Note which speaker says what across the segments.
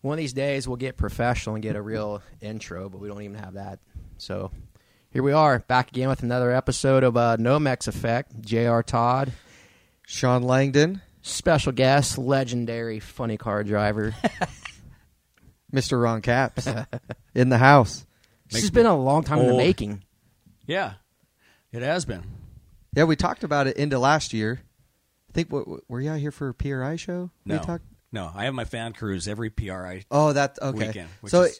Speaker 1: one of these days we'll get professional and get a real intro, but we don't even have that. So here we are back again with another episode of uh, Nomex Effect. Jr. Todd,
Speaker 2: Sean Langdon,
Speaker 1: special guest, legendary funny car driver.
Speaker 2: Mr. Ron Caps, in the house.
Speaker 1: this
Speaker 3: Makes
Speaker 1: has been a long time in the
Speaker 3: old.
Speaker 1: making.
Speaker 3: Yeah, it has been.
Speaker 2: Yeah, we talked about it into last year. I think what, were you out here for a PRI show?
Speaker 3: No,
Speaker 2: We talked.
Speaker 3: no, I have my fan cruise every PRI.
Speaker 2: Oh, that okay.
Speaker 3: Weekend, which
Speaker 2: so,
Speaker 3: is-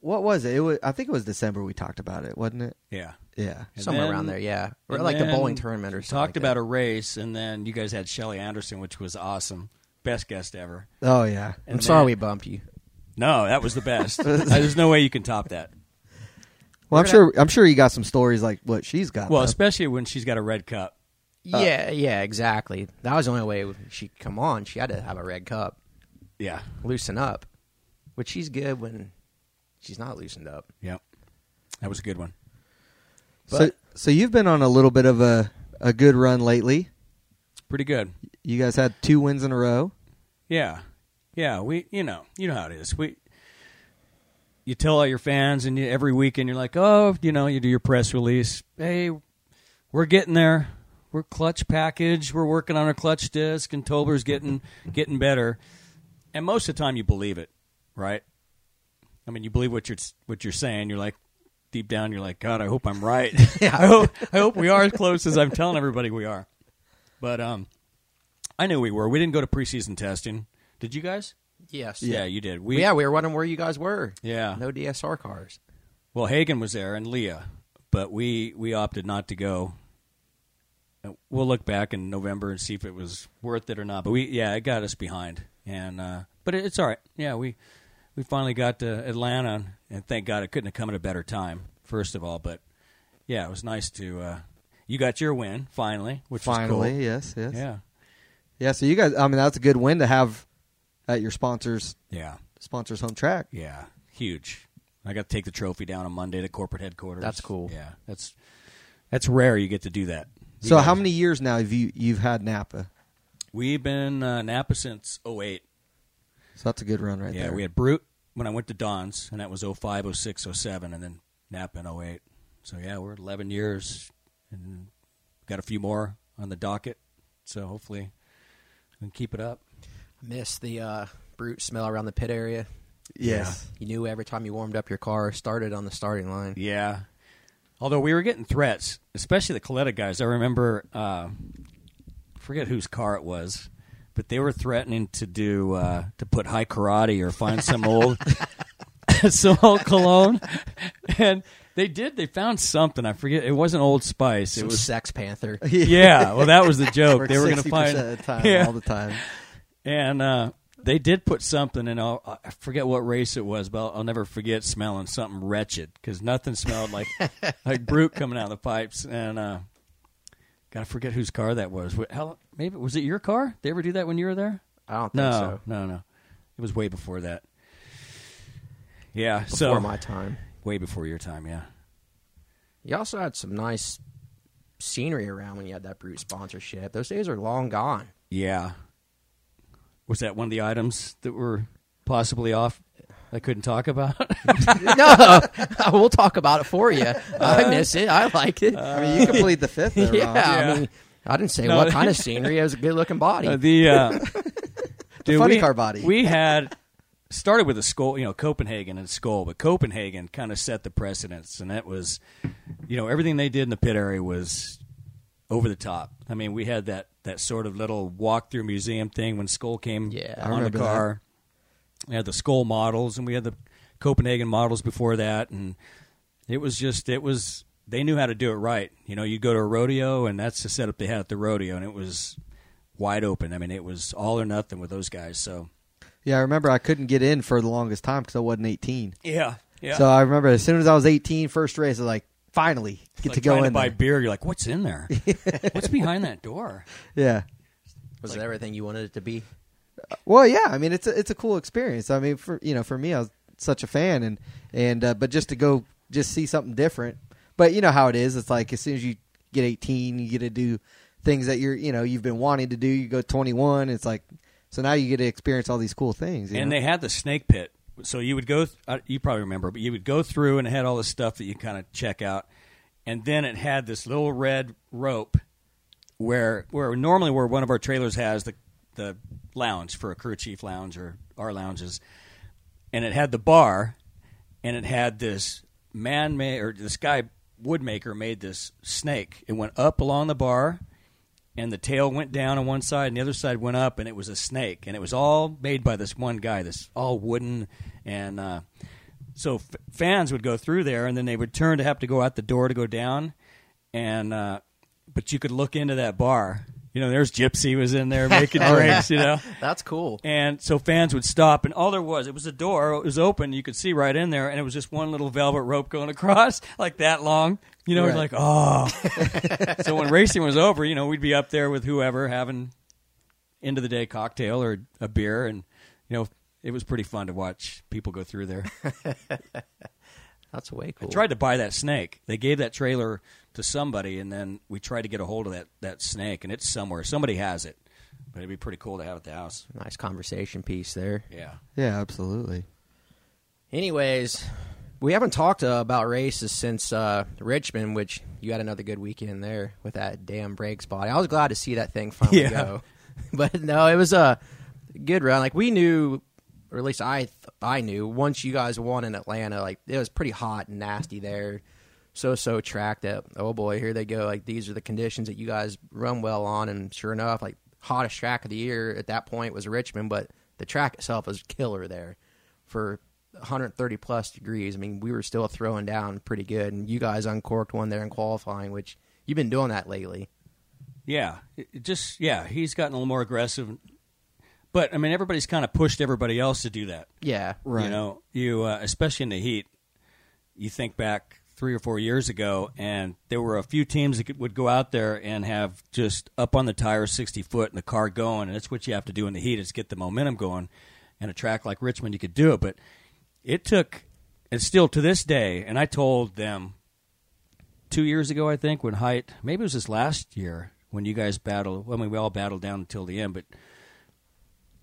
Speaker 2: what was it? it was, I think it was December we talked about it, wasn't it?
Speaker 3: Yeah,
Speaker 2: Yeah.
Speaker 3: And
Speaker 1: Somewhere
Speaker 3: then-
Speaker 1: around there, yeah. Or
Speaker 3: and
Speaker 1: like the
Speaker 3: then
Speaker 1: bowling tournament or something.
Speaker 3: Talked
Speaker 1: like
Speaker 3: about
Speaker 1: that.
Speaker 3: a race, and then you guys had Shelly Anderson, which was awesome, best guest ever.
Speaker 2: Oh yeah.
Speaker 1: I'm
Speaker 3: and
Speaker 1: sorry
Speaker 3: then-
Speaker 1: we bumped you.
Speaker 3: No, that was the best. Uh, There's no way you can top that.
Speaker 2: Well, I'm
Speaker 1: gonna-
Speaker 2: sure. I'm sure you got some stories like what she's got.
Speaker 3: Well,
Speaker 2: though.
Speaker 3: especially when she's got a red cup. Uh,
Speaker 1: yeah, yeah, exactly. That was the only way she could come on. She had to have a red cup,
Speaker 3: Yeah,
Speaker 1: loosen up, which she's good when she's not loosened up.
Speaker 3: yeah, that was a good one.
Speaker 2: so
Speaker 1: but-
Speaker 2: so you've been on a little bit of a a good run lately.
Speaker 3: It's pretty good.
Speaker 2: You guys had two wins in a row.
Speaker 3: Yeah, yeah. We, you know, you know how it is. We, you tell all your fans, and you, every weekend you're like, oh, you know, you do your press release. Hey, we're getting there. We're clutch package. We're working on our clutch disc, and Tober's getting getting better. And most of the time, you believe it, right? I mean, you believe what you're what you're saying. You're like, deep down, you're like, God, I hope I'm right. I hope I hope we are as close as I'm telling everybody we are. But um, I knew we were. We didn't go to preseason testing. Did you guys?
Speaker 1: Yes.
Speaker 3: Yeah, you did. We
Speaker 1: yeah, we were wondering where you guys were.
Speaker 3: Yeah.
Speaker 1: No DSR cars.
Speaker 3: Well, Hagen was there and Leah, but we we opted not to go. Uh, We'll look back in November and see if it was worth it or not. But we yeah, it got us behind, and uh, but it, it's all right. Yeah, we we finally got to Atlanta, and thank God it couldn't have come at a better time. First of all, but yeah, it was nice to uh, you got your win finally, which
Speaker 2: Finally,
Speaker 3: was
Speaker 2: yes, yes.
Speaker 3: cool. yeah,
Speaker 2: Yeah, so you guys, I mean, that's a good win to have at your sponsors
Speaker 3: yeah,
Speaker 2: sponsors home track.
Speaker 3: yeah, huge. I got to take the trophy down on Monday to corporate headquarters.
Speaker 1: That's cool.
Speaker 3: Yeah, that's that's rare. You get to do that. You
Speaker 2: So
Speaker 3: guys-
Speaker 2: how many years now have you you've had Napa?
Speaker 3: We've been uh, Napa since 08.
Speaker 2: So that's a good run right
Speaker 3: yeah,
Speaker 2: there.
Speaker 3: we had Brute when I went to Don's, and that was 05, 06, 07, and then Napa in 08. So, yeah, we're 11 years, and got a few more on the docket. So, hopefully, we can keep it up.
Speaker 1: Missed the uh, brute smell around the pit area.
Speaker 2: yes.
Speaker 1: You knew every time you warmed up your car, it started on the starting line.
Speaker 3: Yeah. Although we were getting threats, especially the Coletta guys. I remember, uh, forget whose car it was, but they were threatening to do uh, to put high karate or find some old some old cologne, and they did. They found something. I forget. It wasn't Old Spice. It
Speaker 1: It was
Speaker 3: was
Speaker 1: Sex Panther.
Speaker 3: yeah. Well, that was the joke.
Speaker 2: Worked
Speaker 3: they were going
Speaker 2: 60%
Speaker 3: to find
Speaker 2: of the time,
Speaker 3: yeah
Speaker 2: all the time.
Speaker 3: and uh, they did put something in. I'll, I forget what race it was, but I'll, I'll never forget smelling something wretched because nothing smelled like like brute coming out of the pipes. And uh, gotta forget whose car that was. Wh- How, maybe was it your car? They ever do that when you were there?
Speaker 1: I don't think
Speaker 3: No,
Speaker 1: so.
Speaker 3: no, no. It was way before that. Yeah,
Speaker 1: Before
Speaker 3: so
Speaker 1: my time.
Speaker 3: way before your time. Yeah,
Speaker 1: You also had some nice scenery around when you had that brute sponsorship. Those days are long gone.
Speaker 3: yeah. Was that one of the items that were possibly off? I couldn't talk about.
Speaker 1: no, we'll talk about it for you. I miss it. I like it.
Speaker 2: I mean, you can plead the fifth there,
Speaker 1: yeah,
Speaker 2: Ron.
Speaker 3: Uh, Yeah.
Speaker 1: I mean, I didn't say
Speaker 3: No,
Speaker 1: what
Speaker 3: they-
Speaker 1: kind of scenery. It was a good looking body.
Speaker 3: Uh, the uh, dude,
Speaker 2: funny
Speaker 3: we-
Speaker 2: car body.
Speaker 3: We had started with a skull, you know, Copenhagen and skull, but Copenhagen kind of set the precedence, and that was, you know, everything they did in the pit area was over the top. I mean, we had that that sort of little walk through museum thing when skull came
Speaker 1: Yeah, I
Speaker 3: on the
Speaker 2: remember that.
Speaker 3: car. We had the skull models, and we had the Copenhagen models before that, and it was just it was they knew how to do it right. You know, you go to a rodeo, and that's the setup they had at the rodeo, and it was wide open. I mean, it was all or nothing with those guys. So
Speaker 2: Yeah, I remember I couldn't get in for the longest time because I wasn't 18.
Speaker 3: yeah, yeah.
Speaker 2: So I remember as soon as I was 18, first race, I was like, finally get
Speaker 3: like
Speaker 2: to go
Speaker 3: trying
Speaker 2: in.
Speaker 3: to buy
Speaker 2: there.
Speaker 3: beer, you're like, what's in there? what's behind that door?
Speaker 2: Yeah.
Speaker 1: was it everything you wanted it to be?
Speaker 2: Well, yeah, I mean it's a, it's a cool experience. I mean, for you know, for me, I was such a fan, and and uh, but just to go just see something different. But you know how it is. It's like as soon as you get eighteen, you get to do things that you're you know you've been wanting to do. You go twenty one. It's like so now you get to experience all these cool things. you
Speaker 3: And
Speaker 2: know?
Speaker 3: they had the snake pit so you would go. Th- I- you probably remember, but you would go through and it had all this stuff that you kind of check out, and then it had this little red rope where where normally where one of our trailers has the the lounge for a crew chief lounge or our lounges, and it had the bar, and it had this man made or this guy woodmaker made this snake. It went up along the bar, and the tail went down on one side, and the other side went up, and it was a snake, and it was all made by this one guy. This all wooden, and uh, so f- fans would go through there, and then they would turn to have to go out the door to go down, and uh, but you could look into that bar. You know, there's Gypsy was in there making drinks. You know.
Speaker 1: That's cool.
Speaker 3: And so fans would stop, and all there was, it was a door. It was open. You could see right in there, and it was just one little velvet rope going across like that long. You know, it was like,
Speaker 2: Right.
Speaker 3: oh. so when racing was over, you know, we'd be up there with whoever having end of the day cocktail or a beer, and, you know, it was pretty fun to watch people go through there.
Speaker 1: That's way cool.
Speaker 3: I tried to buy that snake. They gave that trailer to somebody, and then we tried to get a hold of that, that snake, and it's somewhere. Somebody has it, but it'd be pretty cool to have at the house.
Speaker 1: Nice conversation piece there.
Speaker 3: Yeah.
Speaker 2: Yeah, absolutely.
Speaker 1: Anyways, we haven't talked uh, about races since uh, Richmond, which you had another good weekend there with that damn brake spot. I was glad to see that thing finally
Speaker 3: Yeah.
Speaker 1: go. But no, it was a good run. Like we knew, or at least I, th- I knew once you guys won in Atlanta, like it was pretty hot and nasty there. So so track that oh boy here they go like these are the conditions that you guys run well on and sure enough like hottest track of the year at that point was Richmond but the track itself was killer there for 130 plus degrees. I mean, we were still throwing down pretty good, and you guys uncorked one there in qualifying, which you've been doing that lately.
Speaker 3: Yeah, it- it just yeah, he's gotten a little more aggressive. But I mean, everybody's kind of pushed everybody else to do that.
Speaker 1: Yeah,
Speaker 2: Right.
Speaker 3: You know, you uh, especially in the heat. You think back three or four years ago, and there were a few teams that could, would go out there and have just up on the tire sixty foot and the car going, and that's what you have to do in the heat is get the momentum going. And a track like Richmond, you could do it, but it took, and still to this day. And I told them two years ago, I think, when Height, maybe it was this last year when you guys battled. I mean, we all battled down until the end, but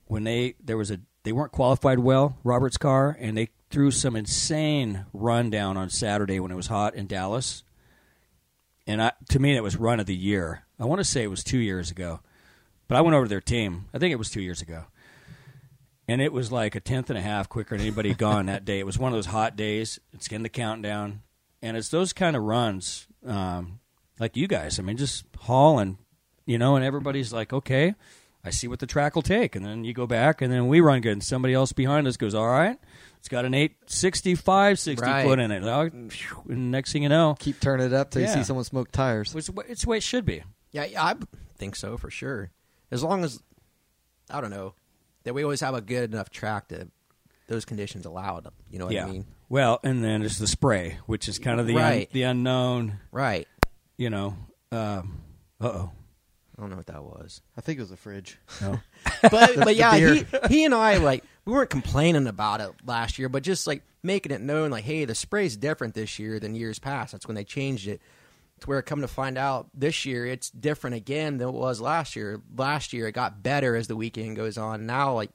Speaker 3: when they there was a they weren't qualified well Robert's car and they threw some insane rundown on Saturday when it was hot in Dallas and I to me that was run of the year I want to say it was 2 years ago but I went over to their team I think it was 2 years ago and it was like a tenth and a half quicker than anybody had gone that day it was one of those hot days it's in the countdown and it's those kind of runs um, like you guys I mean just hauling you know and everybody's like okay I see what the track will take, and then you go back, and then we run good, and somebody else behind us goes, "All right, it's got an 865, 60
Speaker 1: Right.
Speaker 3: foot in it." Oh, phew, And next thing you know,
Speaker 2: Keep turning it up till
Speaker 3: Yeah.
Speaker 2: you see someone smoke tires.
Speaker 3: it's, the way- it's the way it should be.
Speaker 1: yeah, yeah, I b- think so for sure. As long as I don't know that we always have a good enough track to those conditions allowed. You know what
Speaker 3: yeah.
Speaker 1: I mean?
Speaker 3: Well, and then there's the spray, which is kind of the un-
Speaker 1: Right.
Speaker 3: the unknown.
Speaker 1: Right.
Speaker 3: You know, um, uh oh,
Speaker 1: I don't know what that was,
Speaker 2: I think it was a fridge.
Speaker 3: no.
Speaker 1: but but yeah, he he and I like we weren't complaining about it last year, but just like making it known, like, hey, the spray's different this year than years past. That's when they changed it. To where come to find out this year it's different again than it was last year. Last year it got better as the weekend goes on. Now like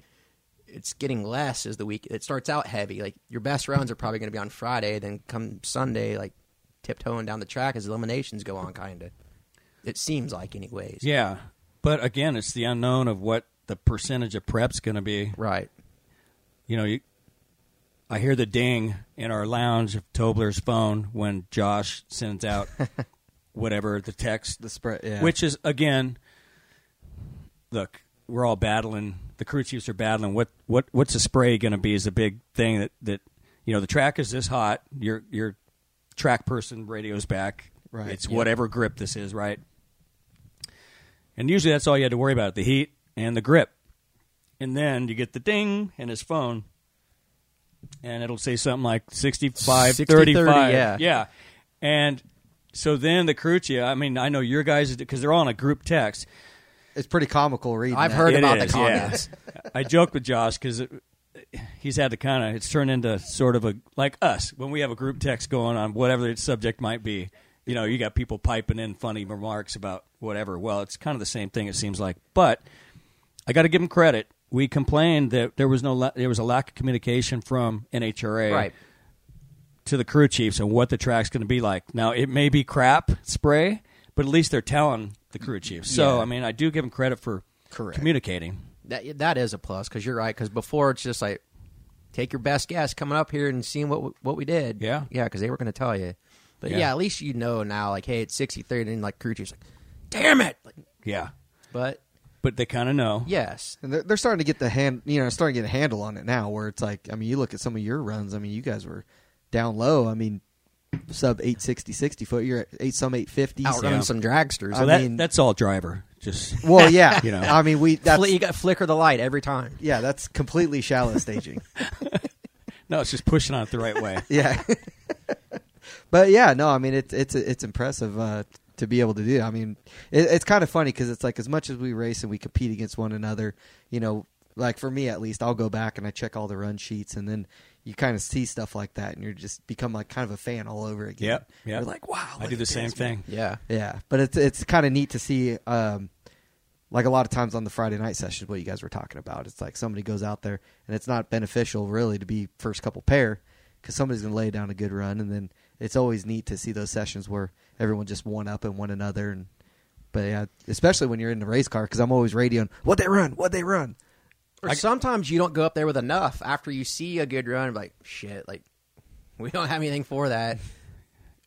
Speaker 1: it's getting less as the week it starts out heavy. Like your best runs are probably gonna be on Friday, then come Sunday, like tiptoeing down the track as eliminations go on kinda. It seems like anyways.
Speaker 3: yeah. But again, it's the unknown of what the percentage of prep's going to be.
Speaker 1: Right.
Speaker 3: you know, you, I hear the ding in our lounge of Tobler's phone when Josh sends out whatever the text,
Speaker 2: The spread, yeah.
Speaker 3: which is again, look, we're all battling. The crew chiefs are battling. What what what's the spray going to be? Is a big thing that that you know the track is this hot. Your your track person radios back.
Speaker 2: Right,
Speaker 3: It's
Speaker 2: yeah.
Speaker 3: whatever grip this is, right? And usually that's all you had to worry about: the heat and the grip. And then you get the ding and his phone, and it'll say something like 65,
Speaker 1: 60,
Speaker 3: 35.
Speaker 1: 30, yeah.
Speaker 3: yeah. And so then the crew chief, I mean, I know your guys, because they're all in a group text.
Speaker 2: it's pretty comical reading.
Speaker 1: I've
Speaker 2: that.
Speaker 1: heard
Speaker 3: It
Speaker 1: about
Speaker 3: is,
Speaker 1: the
Speaker 3: yeah.
Speaker 1: comments.
Speaker 3: I joke with Josh because he's had to kind of it's turned into sort of a like us when we have a group text going on whatever the subject might be. You know, you got people piping in funny remarks about whatever. Well, it's kind of the same thing it seems like, but I got to give him credit. we complained that there was no la- there was a lack of communication from NHRA
Speaker 1: Right.
Speaker 3: to the crew chiefs and what the track's going to be like. Now it may be crap spray, but at least they're telling the crew chiefs. So
Speaker 1: Yeah.
Speaker 3: I mean, I do give them credit for
Speaker 2: Correct.
Speaker 3: communicating.
Speaker 1: That that is a plus because you're right. Because before it's just like take your best guess coming up here and seeing what we, what we did.
Speaker 3: Yeah.
Speaker 1: yeah, because they were going to tell you. But
Speaker 3: Yeah.
Speaker 1: yeah. at least you know now. Like, hey, it's sixty three, and then, like crew chief's like, damn it. Like,
Speaker 3: Yeah,
Speaker 1: but
Speaker 3: but they kind of know.
Speaker 1: yes,
Speaker 2: And they're, they're starting to get the hand, you know, starting to get a handle on it now. Where it's like, I mean, you look at some of your runs. I mean, you guys were down low. I mean, sub 860, 60 foot. You're at eight some eight fifties.
Speaker 1: outrunning some dragsters.
Speaker 3: So
Speaker 2: I
Speaker 3: Oh, that
Speaker 2: mean-
Speaker 3: that's all driver. Just
Speaker 2: Well, yeah,
Speaker 3: You know.
Speaker 2: I mean, we that's
Speaker 1: Fli- you got to flicker the light every time.
Speaker 2: yeah, that's completely shallow staging.
Speaker 3: no, it's just pushing on it the right way.
Speaker 2: yeah, but yeah, no, I mean, it's it's it's impressive uh, to be able to do. That. I mean, it, it's kind of funny because it's like as much as we race and we compete against one another, you know, like for me at least, I'll go back and I check all the run sheets, and then you kind of see stuff like that, and you just become like kind of a fan all over again.
Speaker 3: Yep, yep.
Speaker 2: You're like, wow, look
Speaker 3: I do
Speaker 2: at
Speaker 3: the
Speaker 2: this,
Speaker 3: same
Speaker 2: man.
Speaker 3: thing.
Speaker 1: Yeah,
Speaker 2: Yeah, but it's it's kind of neat to see. Um, like a lot of times on the Friday night sessions, what you guys were talking about, it's like somebody goes out there and it's not beneficial really to be first couple pair because somebody's going to lay down a good run, and then it's always neat to see those sessions where everyone just one up and one another, and but yeah, especially when you're in the race car because I'm always radioing what they run, what they run.
Speaker 1: or sometimes you don't go up there with enough after you see a good run. Like shit, like we don't have anything for that.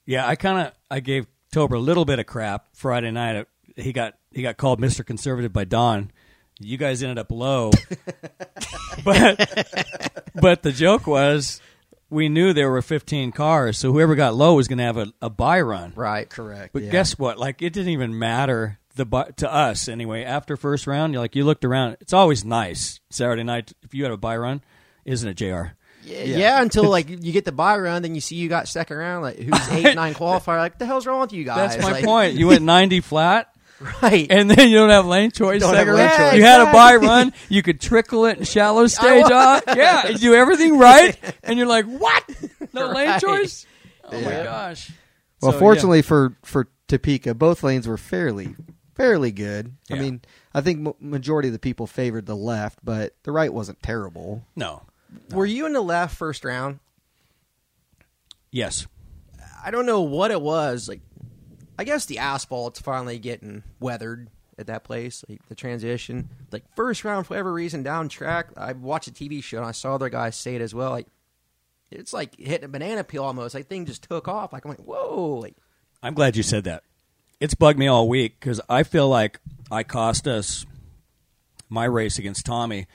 Speaker 3: Yeah, I kind of I gave Tober a little bit of crap Friday night. He got he got called Mr. Conservative by Don. You guys ended up low, but but the joke was we knew there were 15 cars, so whoever got low was going to have a, a buy run.
Speaker 1: Right,
Speaker 2: Correct.
Speaker 3: But
Speaker 2: yeah.
Speaker 3: guess what? Like it didn't even matter the bu- to us anyway. After first round, you like you looked around. It's always nice Saturday night if you had a buy run, isn't it, Jr.
Speaker 1: Yeah, yeah, until like you get the buy run, then you see you got second round, like who's eight, nine qualifier. Like, the hell's wrong with you guys?
Speaker 3: That's my
Speaker 1: Like,
Speaker 3: point. Uh, You went 90 flat.
Speaker 1: Right.
Speaker 3: and then you don't have lane choice.
Speaker 2: Don't have
Speaker 3: second
Speaker 2: lane
Speaker 3: round.
Speaker 2: choice.
Speaker 3: You had a buy run. You could trickle it and shallow stage off. Yeah, you do everything right, and you're like, what? No lane
Speaker 1: Right.
Speaker 3: choice. Oh my
Speaker 2: Yeah.
Speaker 3: gosh.
Speaker 2: Well,
Speaker 3: So, yeah.
Speaker 2: fortunately for for Topeka, both lanes were fairly fairly good. I
Speaker 3: Yeah.
Speaker 2: mean, I think m- majority of the people favored the left, but the right wasn't terrible.
Speaker 3: No.
Speaker 1: Were you in the left first round?
Speaker 3: Yes.
Speaker 1: I don't know what it was. Like, I guess the asphalt's finally getting weathered at that place. Like the transition, like first round for whatever reason down track. I watched a TV show and I saw other guys say it as well. Like, it's like hitting a banana peel almost. Like thing just took off. Like I'm like, whoa. Like,
Speaker 3: I'm glad you said that. It's bugged me all week because I feel like I cost us my race against Tommy.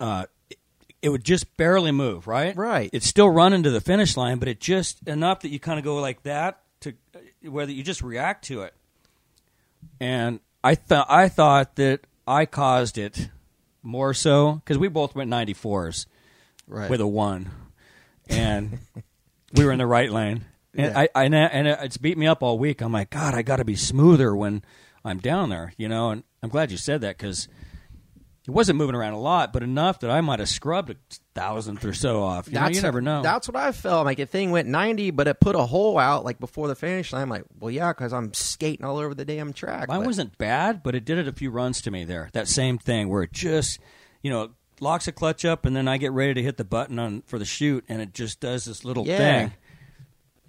Speaker 3: Uh, it, it would just barely move, right?
Speaker 1: Right.
Speaker 3: It's still running to the finish line, but it just enough that you kind of go like that to whether you just react to it. And I thought I thought that I caused it more so because we both went 94s
Speaker 2: Right.
Speaker 3: with a one, and we were in the right lane. And
Speaker 2: Yeah.
Speaker 3: I, I and it's beat me up all week. I'm like, God, I got to be smoother when I'm down there, you know. And I'm glad you said that because it wasn't moving around a lot, but enough that I might have scrubbed a thousandth or so off. You, know, you never know.
Speaker 1: That's what I felt. Like the thing went 90, but it put a hole out like before the finish line. I'm like, well, yeah, because I'm skating all over the damn track.
Speaker 3: Mine
Speaker 1: but-
Speaker 3: wasn't bad, but it did it a few runs to me there. That same thing where it just, you know, locks a clutch up, and then I get ready to hit the button on for the shoot, and it just does this little
Speaker 1: Yeah.
Speaker 3: thing.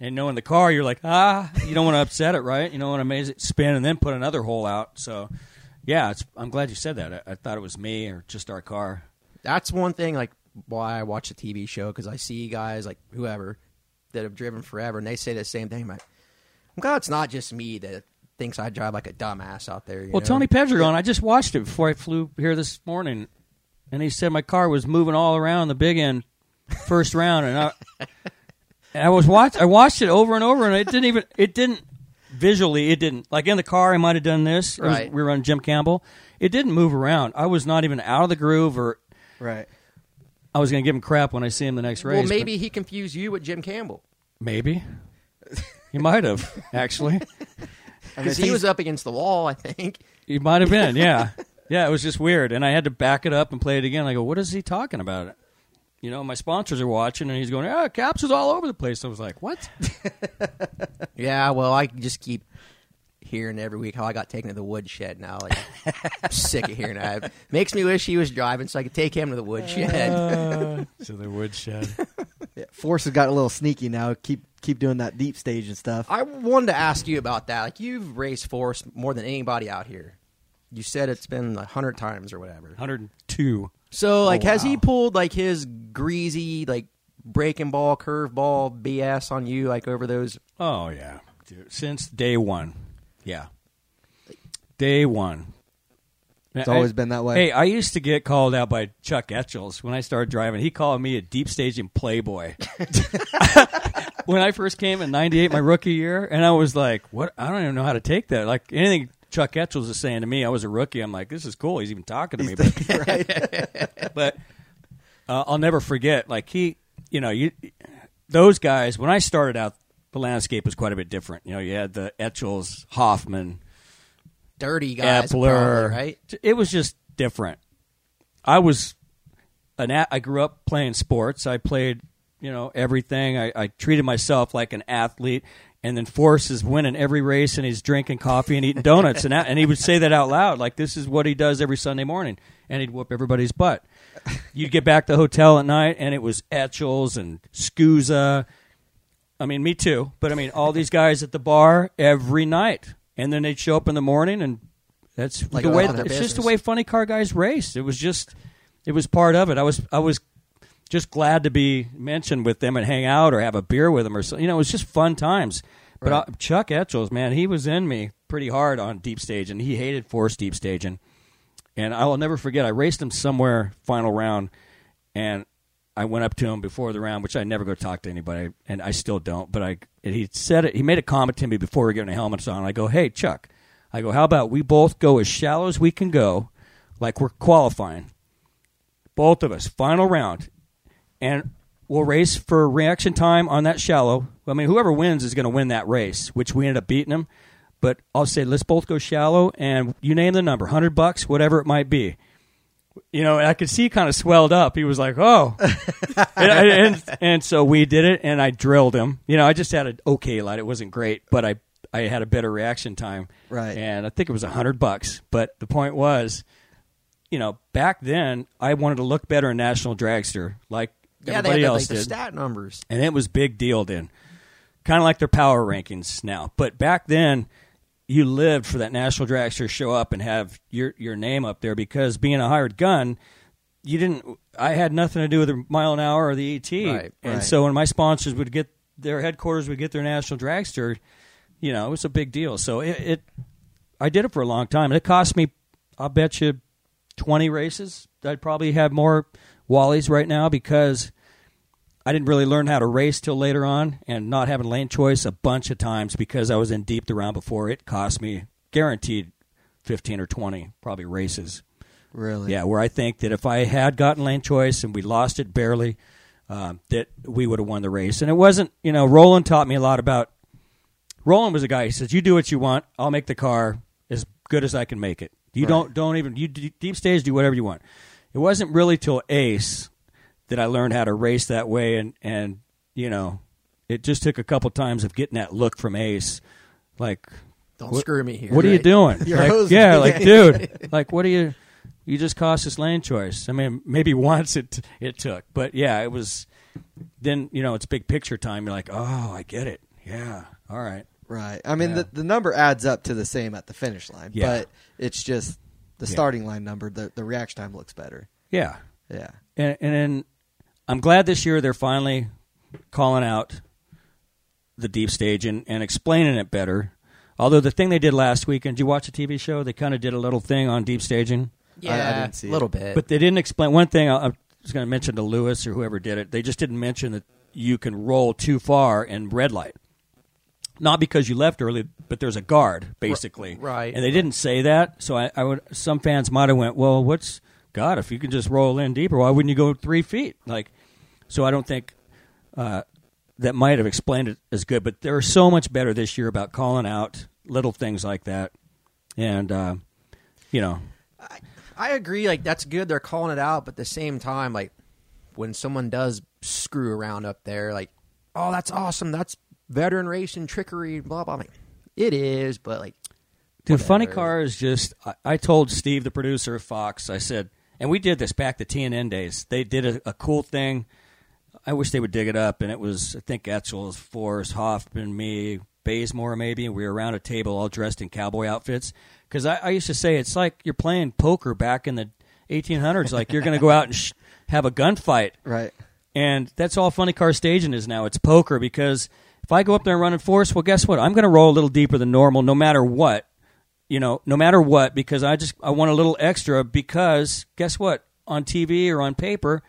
Speaker 3: And knowing the car, you're like, ah, you don't want to upset it, right? You don't want to make it spin and then put another hole out. So, yeah, it's, I'm glad you said that. I, I thought it was me or just our car.
Speaker 1: That's one thing, like, why I watch a TV show because I see guys, like, whoever that have driven forever and they say the same thing. I'm like, I'm glad it's not just me that thinks I drive like a dumbass out there. you
Speaker 3: Well,
Speaker 1: know?
Speaker 3: Tony Pedregon, I just watched it before I flew here this morning, and he said my car was moving all around the big end first round, and I, and I was watch I watched it over and over, and it didn't even it didn't visually it didn't like in the car I might have done this. It was-
Speaker 1: Right.
Speaker 3: we were on Jim Campbell. It didn't move around. I was not even out of the groove, or
Speaker 2: right.
Speaker 3: I was going to give him crap when I see him the next race.
Speaker 1: Well,
Speaker 3: but-
Speaker 1: maybe he confused you with Jim Campbell
Speaker 3: maybe he might have actually.
Speaker 1: because he was up against the wall, I think.
Speaker 3: He might have been, yeah. yeah, it was just weird. And I had to back it up and play it again. I go, what is he talking about? You know, my sponsors are watching, and he's going, oh, Caps is all over the place. I was like, what?
Speaker 1: Yeah, well, I just keep hearing every week how I got taken to the woodshed. Now, like, I'm sick of hearing that. Makes me wish he was driving so I could take him to the woodshed.
Speaker 2: Uh.
Speaker 3: Uh, to the woodshed.
Speaker 2: Yeah, Force has got a little sneaky now. Keep keep doing that deep stage and stuff.
Speaker 1: I wanted to ask you about that. Like, you've raced force more than anybody out here. You said it's been a hundred times or whatever.
Speaker 3: 102.
Speaker 2: Oh,
Speaker 1: So, like, has he pulled like his greasy like breaking ball, curveball BS on you like over those?
Speaker 3: Oh yeah, Dude, since day one. Yeah, day one.
Speaker 2: It's always been that way.
Speaker 3: Hey, I used to get called out by Chuck Etchels when I started driving. He called me a deep staging playboy. when I first came in '98, my rookie year, and I was like, "What? I don't even know how to take that." Like anything Chuck Etchels is saying to me, I was a rookie. I'm like, "This is cool." He's even talking to me. but but uh, I'll never forget. Like he, you know, you those guys. When I started out, the landscape was quite a bit different. You know, you had the Etchels, Hoffman,
Speaker 1: Dirty guys,
Speaker 3: Epler,
Speaker 1: probably, right?
Speaker 3: It was just different. I was an. A- I grew up playing sports. I played, you know, everything. I, I treated myself like an athlete. And then Forrest is winning every race, and he's drinking coffee and eating donuts, and that, and he would say that out loud, like this is what he does every Sunday morning, and he'd whoop everybody's butt. You'd get back to the hotel at night, and it was Etchels and Scusa, I mean, me too. But I mean, all these guys at the bar every night, and then they'd show up in the morning, and that's
Speaker 1: Like
Speaker 3: the
Speaker 1: go
Speaker 3: way. It's
Speaker 1: about their
Speaker 3: just the
Speaker 1: business.
Speaker 3: way funny car guys race. It was just, it was part of it. I was, I was just glad to be mentioned with them and hang out or have a beer with them or something. You know, it was just fun times. But I, Chuck Etchels, man, he was in me pretty hard on deep stage, and he hated forced deep staging. And I will never forget, I raced him somewhere final round, and I went up to him before the round, which I never go talk to anybody, and I still don't. But I, and he said it. He made a comment to me before we were getting the helmets on. I go, "Hey, Chuck," I go, "How about we both go as shallow as we can go, like we're qualifying, both of us, final round, and we'll race for reaction time on that shallow. I mean, whoever wins is going to win that race, which we ended up beating him. But I'll say, let's both go shallow, and you name the number, hundred bucks, whatever it might be. You know, and I could see he kind of swelled up. He was like, "Oh," and, and and so we did it, and I drilled him. You know, I just had an okay light; it wasn't great, but I I had a better reaction time,
Speaker 2: Right.
Speaker 3: And I think it was a hundred bucks. But the point was, you know, back then I wanted to look better in National Dragster, like
Speaker 1: Yeah, they
Speaker 3: everybody
Speaker 1: had the,
Speaker 3: else
Speaker 1: like, the
Speaker 3: did,
Speaker 1: stat numbers.
Speaker 3: and it was big deal then. Kind of like their power rankings now, but back then you lived for that National Dragster to show up and have your your name up there because being a hired gun, you didn't. I had nothing to do with the mile an hour or the ET,
Speaker 1: Right,
Speaker 3: and
Speaker 2: right.
Speaker 3: so when my sponsors would get their headquarters would get their National Dragster, you know, it was a big deal. So it, it I did it for a long time, and it cost me. I'll bet you twenty races. I'd probably have more Wallies right now because I didn't really learn how to race till later on, and not having lane choice a bunch of times because I was in deep the round before. It cost me guaranteed fifteen or twenty probably races.
Speaker 2: Really?
Speaker 3: Yeah, where I think that if I had gotten lane choice and we lost it barely, um, that we would have won the race. And it wasn't, you know, Roland taught me a lot about. Roland was a guy. He says, "You do what you want. I'll make the car as good as I can make it. You don't don't even you d- deep stage do whatever you want." It wasn't really till Ace that I learned how to race that way, and and you know, it just took a couple times of getting that look from Ace, like
Speaker 1: Don't screw me here.
Speaker 3: what are you
Speaker 1: right?
Speaker 3: doing?
Speaker 2: You're
Speaker 3: Like,
Speaker 2: hosing
Speaker 3: yeah,
Speaker 2: me.
Speaker 3: like dude, like what are you? You just cost us land choice. I mean, maybe once it it took, but yeah, it was. Then you know it's big picture time. You're like, oh, I get it. Yeah, all right.
Speaker 2: Right. I mean,
Speaker 3: Yeah.
Speaker 2: the, the number adds up to the same at the finish line,
Speaker 3: Yeah.
Speaker 2: but it's just the
Speaker 3: Yeah.
Speaker 2: starting line number. The, the reaction time looks better.
Speaker 3: Yeah,
Speaker 2: Yeah.
Speaker 3: and and then I'm glad this year they're finally calling out the deep stage and, and explaining it better. Although the thing they did last week, and did you watch the TV show? They kind of did a little thing on deep staging.
Speaker 1: Yeah,
Speaker 2: I- I didn't see
Speaker 1: a little bit.
Speaker 3: But they didn't explain one thing. I, I was going to mention to Lewis or whoever did it. They just didn't mention that you can roll too far in red light, not because you left early, but there's a guard basically.
Speaker 1: right.
Speaker 3: And they didn't say that, so I, I would. Some fans might have went, "Well, what's God? If you can just roll in deeper, why wouldn't you go three feet?" Like, so I don't think uh, that might have explained it as good. But they're so much better this year about calling out little things like that, and uh, you know,
Speaker 1: I agree. Like that's good. They're calling it out, but at the same time, like when someone does screw around up there, like, oh, that's awesome. That's veteran racing trickery. Blah blah. I'm like, it is, but like,
Speaker 3: Dude, funny
Speaker 1: Whatever.
Speaker 3: car is just. I, I told Steve, the producer of Fox, I said, and we did this back the TNN days. They did a, a cool thing. I wish they would dig it up. And it was, I think, Etzel, Forrest, Hoffman, me, Baysmore, maybe. And we were around a table all dressed in cowboy outfits. Because I, I used to say it's like you're playing poker back in the 1800s. like you're going to go out and sh- have a gunfight.
Speaker 2: Right.
Speaker 3: And that's all funny car staging is now. It's poker because if I go up there running force, well, guess what? I'm going to roll a little deeper than normal, no matter what. You know, no matter what, because I just I want a little extra. Because guess what? On TV or on paper,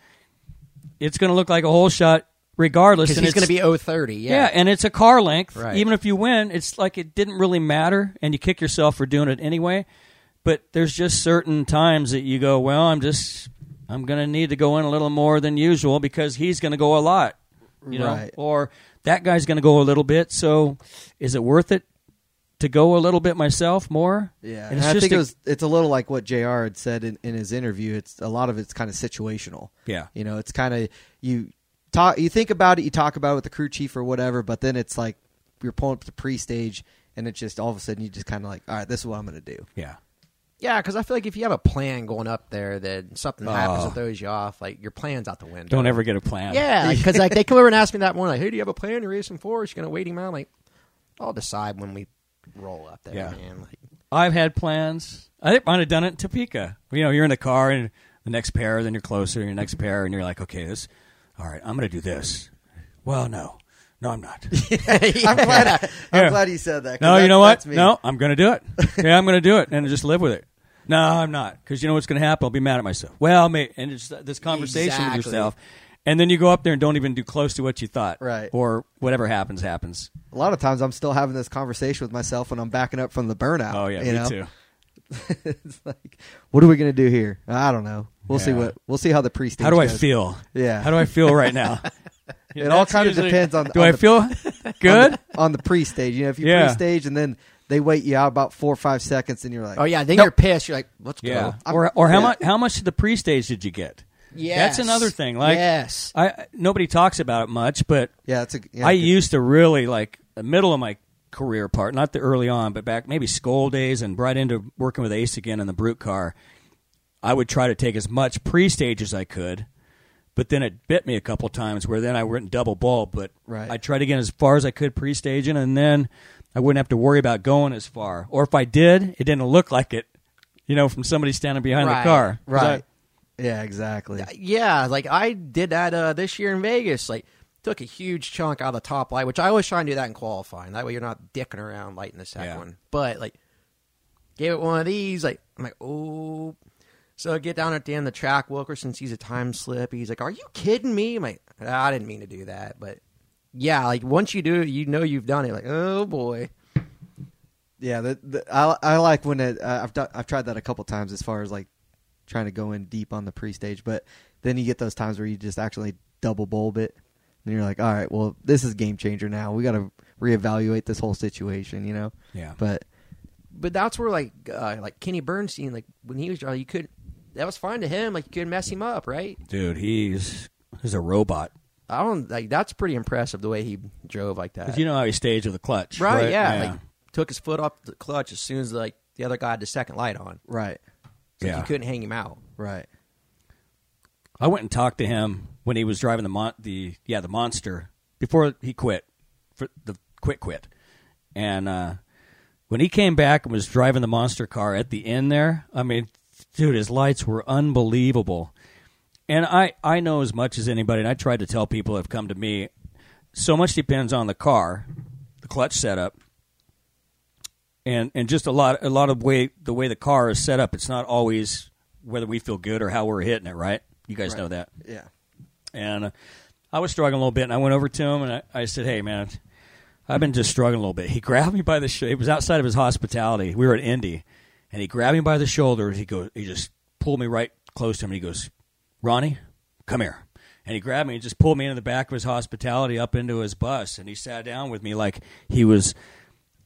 Speaker 3: it's going to look like a whole shot regardless.
Speaker 1: Because
Speaker 3: and
Speaker 1: he's going
Speaker 3: it's-
Speaker 1: to be 030.
Speaker 3: yeah. and it's a car length.
Speaker 1: Right.
Speaker 3: Even if you win, it's like it didn't really matter, and you kick yourself for doing it anyway. But there's just certain times that you go, well, I'm just, I'm gonna need to go in a little more than usual because he's gonna go a lot, you know,
Speaker 2: Right.
Speaker 3: or that guy's gonna go a little bit. So, is it worth it to go a little bit myself more?
Speaker 2: Yeah, and
Speaker 3: And it's
Speaker 2: I
Speaker 3: just
Speaker 2: think
Speaker 3: a-
Speaker 2: it was, it's a little like what Jr. had said in, in his interview. It's a lot of it's kind of situational.
Speaker 3: Yeah.
Speaker 2: you know, it's kind of you talk, you think about it, you talk about it with the crew chief or whatever, but then it's like you're pulling up to pre-stage, and it's just all of a sudden you just kind of like, all right, this is what I'm going to do.
Speaker 3: yeah,
Speaker 1: Yeah, because I feel like if you have a plan going up there, then something happens
Speaker 3: Oh.
Speaker 1: that throws you off. Like your plan's out the window.
Speaker 3: don't ever get a plan.
Speaker 1: Yeah, because like they come over and ask me that morning, like, "Hey, do you have a plan to raise some force? You gonna wait him out?" Like, I'll decide when we roll up there,
Speaker 3: Yeah.
Speaker 1: man. Like,
Speaker 3: I've had plans. I think I'd have done it in Topeka. You know, you're in the car and the next pair, then you're closer, your next pair, and you're like, okay, this, all right, I'm going to do this. Well, no. No, I'm not.
Speaker 2: I'm glad. I, am
Speaker 3: Yeah.
Speaker 2: glad you said that. 'cause
Speaker 3: No, you
Speaker 2: that-
Speaker 3: know what?
Speaker 2: that's me.
Speaker 3: No, I'm going to do it. Yeah, I'm going to do it and just live with it. No, I'm not. Because you know what's going to happen? I'll be mad at myself. Well, mate, and it's this conversation with
Speaker 1: Exactly.
Speaker 3: yourself. And then you go up there and don't even do close to what you thought.
Speaker 2: Right.
Speaker 3: Or whatever happens, happens.
Speaker 2: A lot of times I'm still having this conversation with myself when I'm backing up from the burnout.
Speaker 3: Oh, yeah,
Speaker 2: you
Speaker 3: me
Speaker 2: know?
Speaker 3: too.
Speaker 2: it's like, what are we going to do here? I don't know. We'll see
Speaker 3: Yeah.
Speaker 2: what we'll see how the pre-stage.
Speaker 3: How do I
Speaker 2: goes.
Speaker 3: feel?
Speaker 2: Yeah.
Speaker 3: How do I feel right now?
Speaker 2: It all
Speaker 3: That's
Speaker 2: kinda
Speaker 3: usually-
Speaker 2: depends on-
Speaker 3: Do
Speaker 2: on
Speaker 3: I
Speaker 2: the-
Speaker 3: feel good?
Speaker 2: on the pre-stage. You know, if you
Speaker 3: Yeah.
Speaker 2: pre-stage and then they wait you out about four or five seconds, and you're like,
Speaker 1: oh yeah, then
Speaker 2: Nope.
Speaker 1: you're pissed. You're like, "Let's
Speaker 3: Yeah.
Speaker 1: go."
Speaker 2: I'm-
Speaker 3: or or how
Speaker 2: yeah.
Speaker 3: much how much of the pre-stage did you get?
Speaker 1: Yes.
Speaker 3: That's another thing. Like
Speaker 1: Yes.
Speaker 3: I nobody talks about it much, but
Speaker 2: yeah, it's a yeah,
Speaker 3: I
Speaker 2: good-
Speaker 3: used to really like the middle of my career part, not the early on, but back maybe school days and right into working with Ace again in the Brute car. I would try to take as much pre-stage as I could, but then it bit me a couple times where then I went double bulb, but
Speaker 2: Right.
Speaker 3: I tried to get as far as I could pre-staging and then I wouldn't have to worry about going as far. Or if I did, it didn't look like it, you know, from somebody standing behind
Speaker 1: Right.
Speaker 3: the car. 'Cause I-
Speaker 2: right. yeah, exactly.
Speaker 1: yeah, like I did that uh, this year in Vegas. Like, took a huge chunk out of the top light, which I always try and do that in qualifying. That way, you're not dicking around lighting the second
Speaker 3: Yeah.
Speaker 1: one. But like, gave it one of these. Like, I'm like, oh. So I get down at the end of the track. Wilkerson sees a time slip. He's like, "Are you kidding me?" I'm like, "Ah, "I didn't mean to do that," but yeah, like once you do it, you know you've done it. Like, oh boy,
Speaker 2: Yeah, the, the, I I like when it, uh, I've done, I've tried that a couple times as far as like trying to go in deep on the pre-stage, but then you get those times where you just actually double bulb it, and you're like, all right, well, this is game changer now. We got to reevaluate this whole situation, you know?
Speaker 3: Yeah.
Speaker 2: But
Speaker 1: but that's where like uh, like Kenny Bernstein, like when he was drawing, you could that was fine to him. Like you could mess him up, right?
Speaker 3: Dude, he's he's a robot.
Speaker 1: I don't like that's pretty impressive the way he drove like that.
Speaker 3: Because you know how he staged with a clutch.
Speaker 1: right, yeah, Like took his foot off the clutch as soon as like the other guy had the second light on.
Speaker 2: right,
Speaker 1: It's like
Speaker 3: Yeah.
Speaker 1: you couldn't hang him out.
Speaker 2: right,
Speaker 3: I went and talked to him when he was driving the mon- the yeah the monster before he quit for the quit quit, and uh, when he came back and was driving the monster car at the end there, I mean, dude, his lights were unbelievable, and I I know as much as anybody, and I tried to tell people that have come to me, so much depends on the car, the clutch setup, and and just a lot a lot of way the way the car is set up. It's not always whether we feel good or how we're hitting it. Right? You guys know that.
Speaker 2: yeah,
Speaker 3: And uh, I was struggling a little bit, and I went over to him and I, I said, "Hey, man, I've been just struggling a little bit." He grabbed me by the sh- it was outside of his hospitality. We were at Indy, and he grabbed me by the shoulder. He goes, he just pulled me right close to him, and he goes, "Ronnie, come here." And he grabbed me and just pulled me into the back of his hospitality up into his bus, and he sat down with me like he was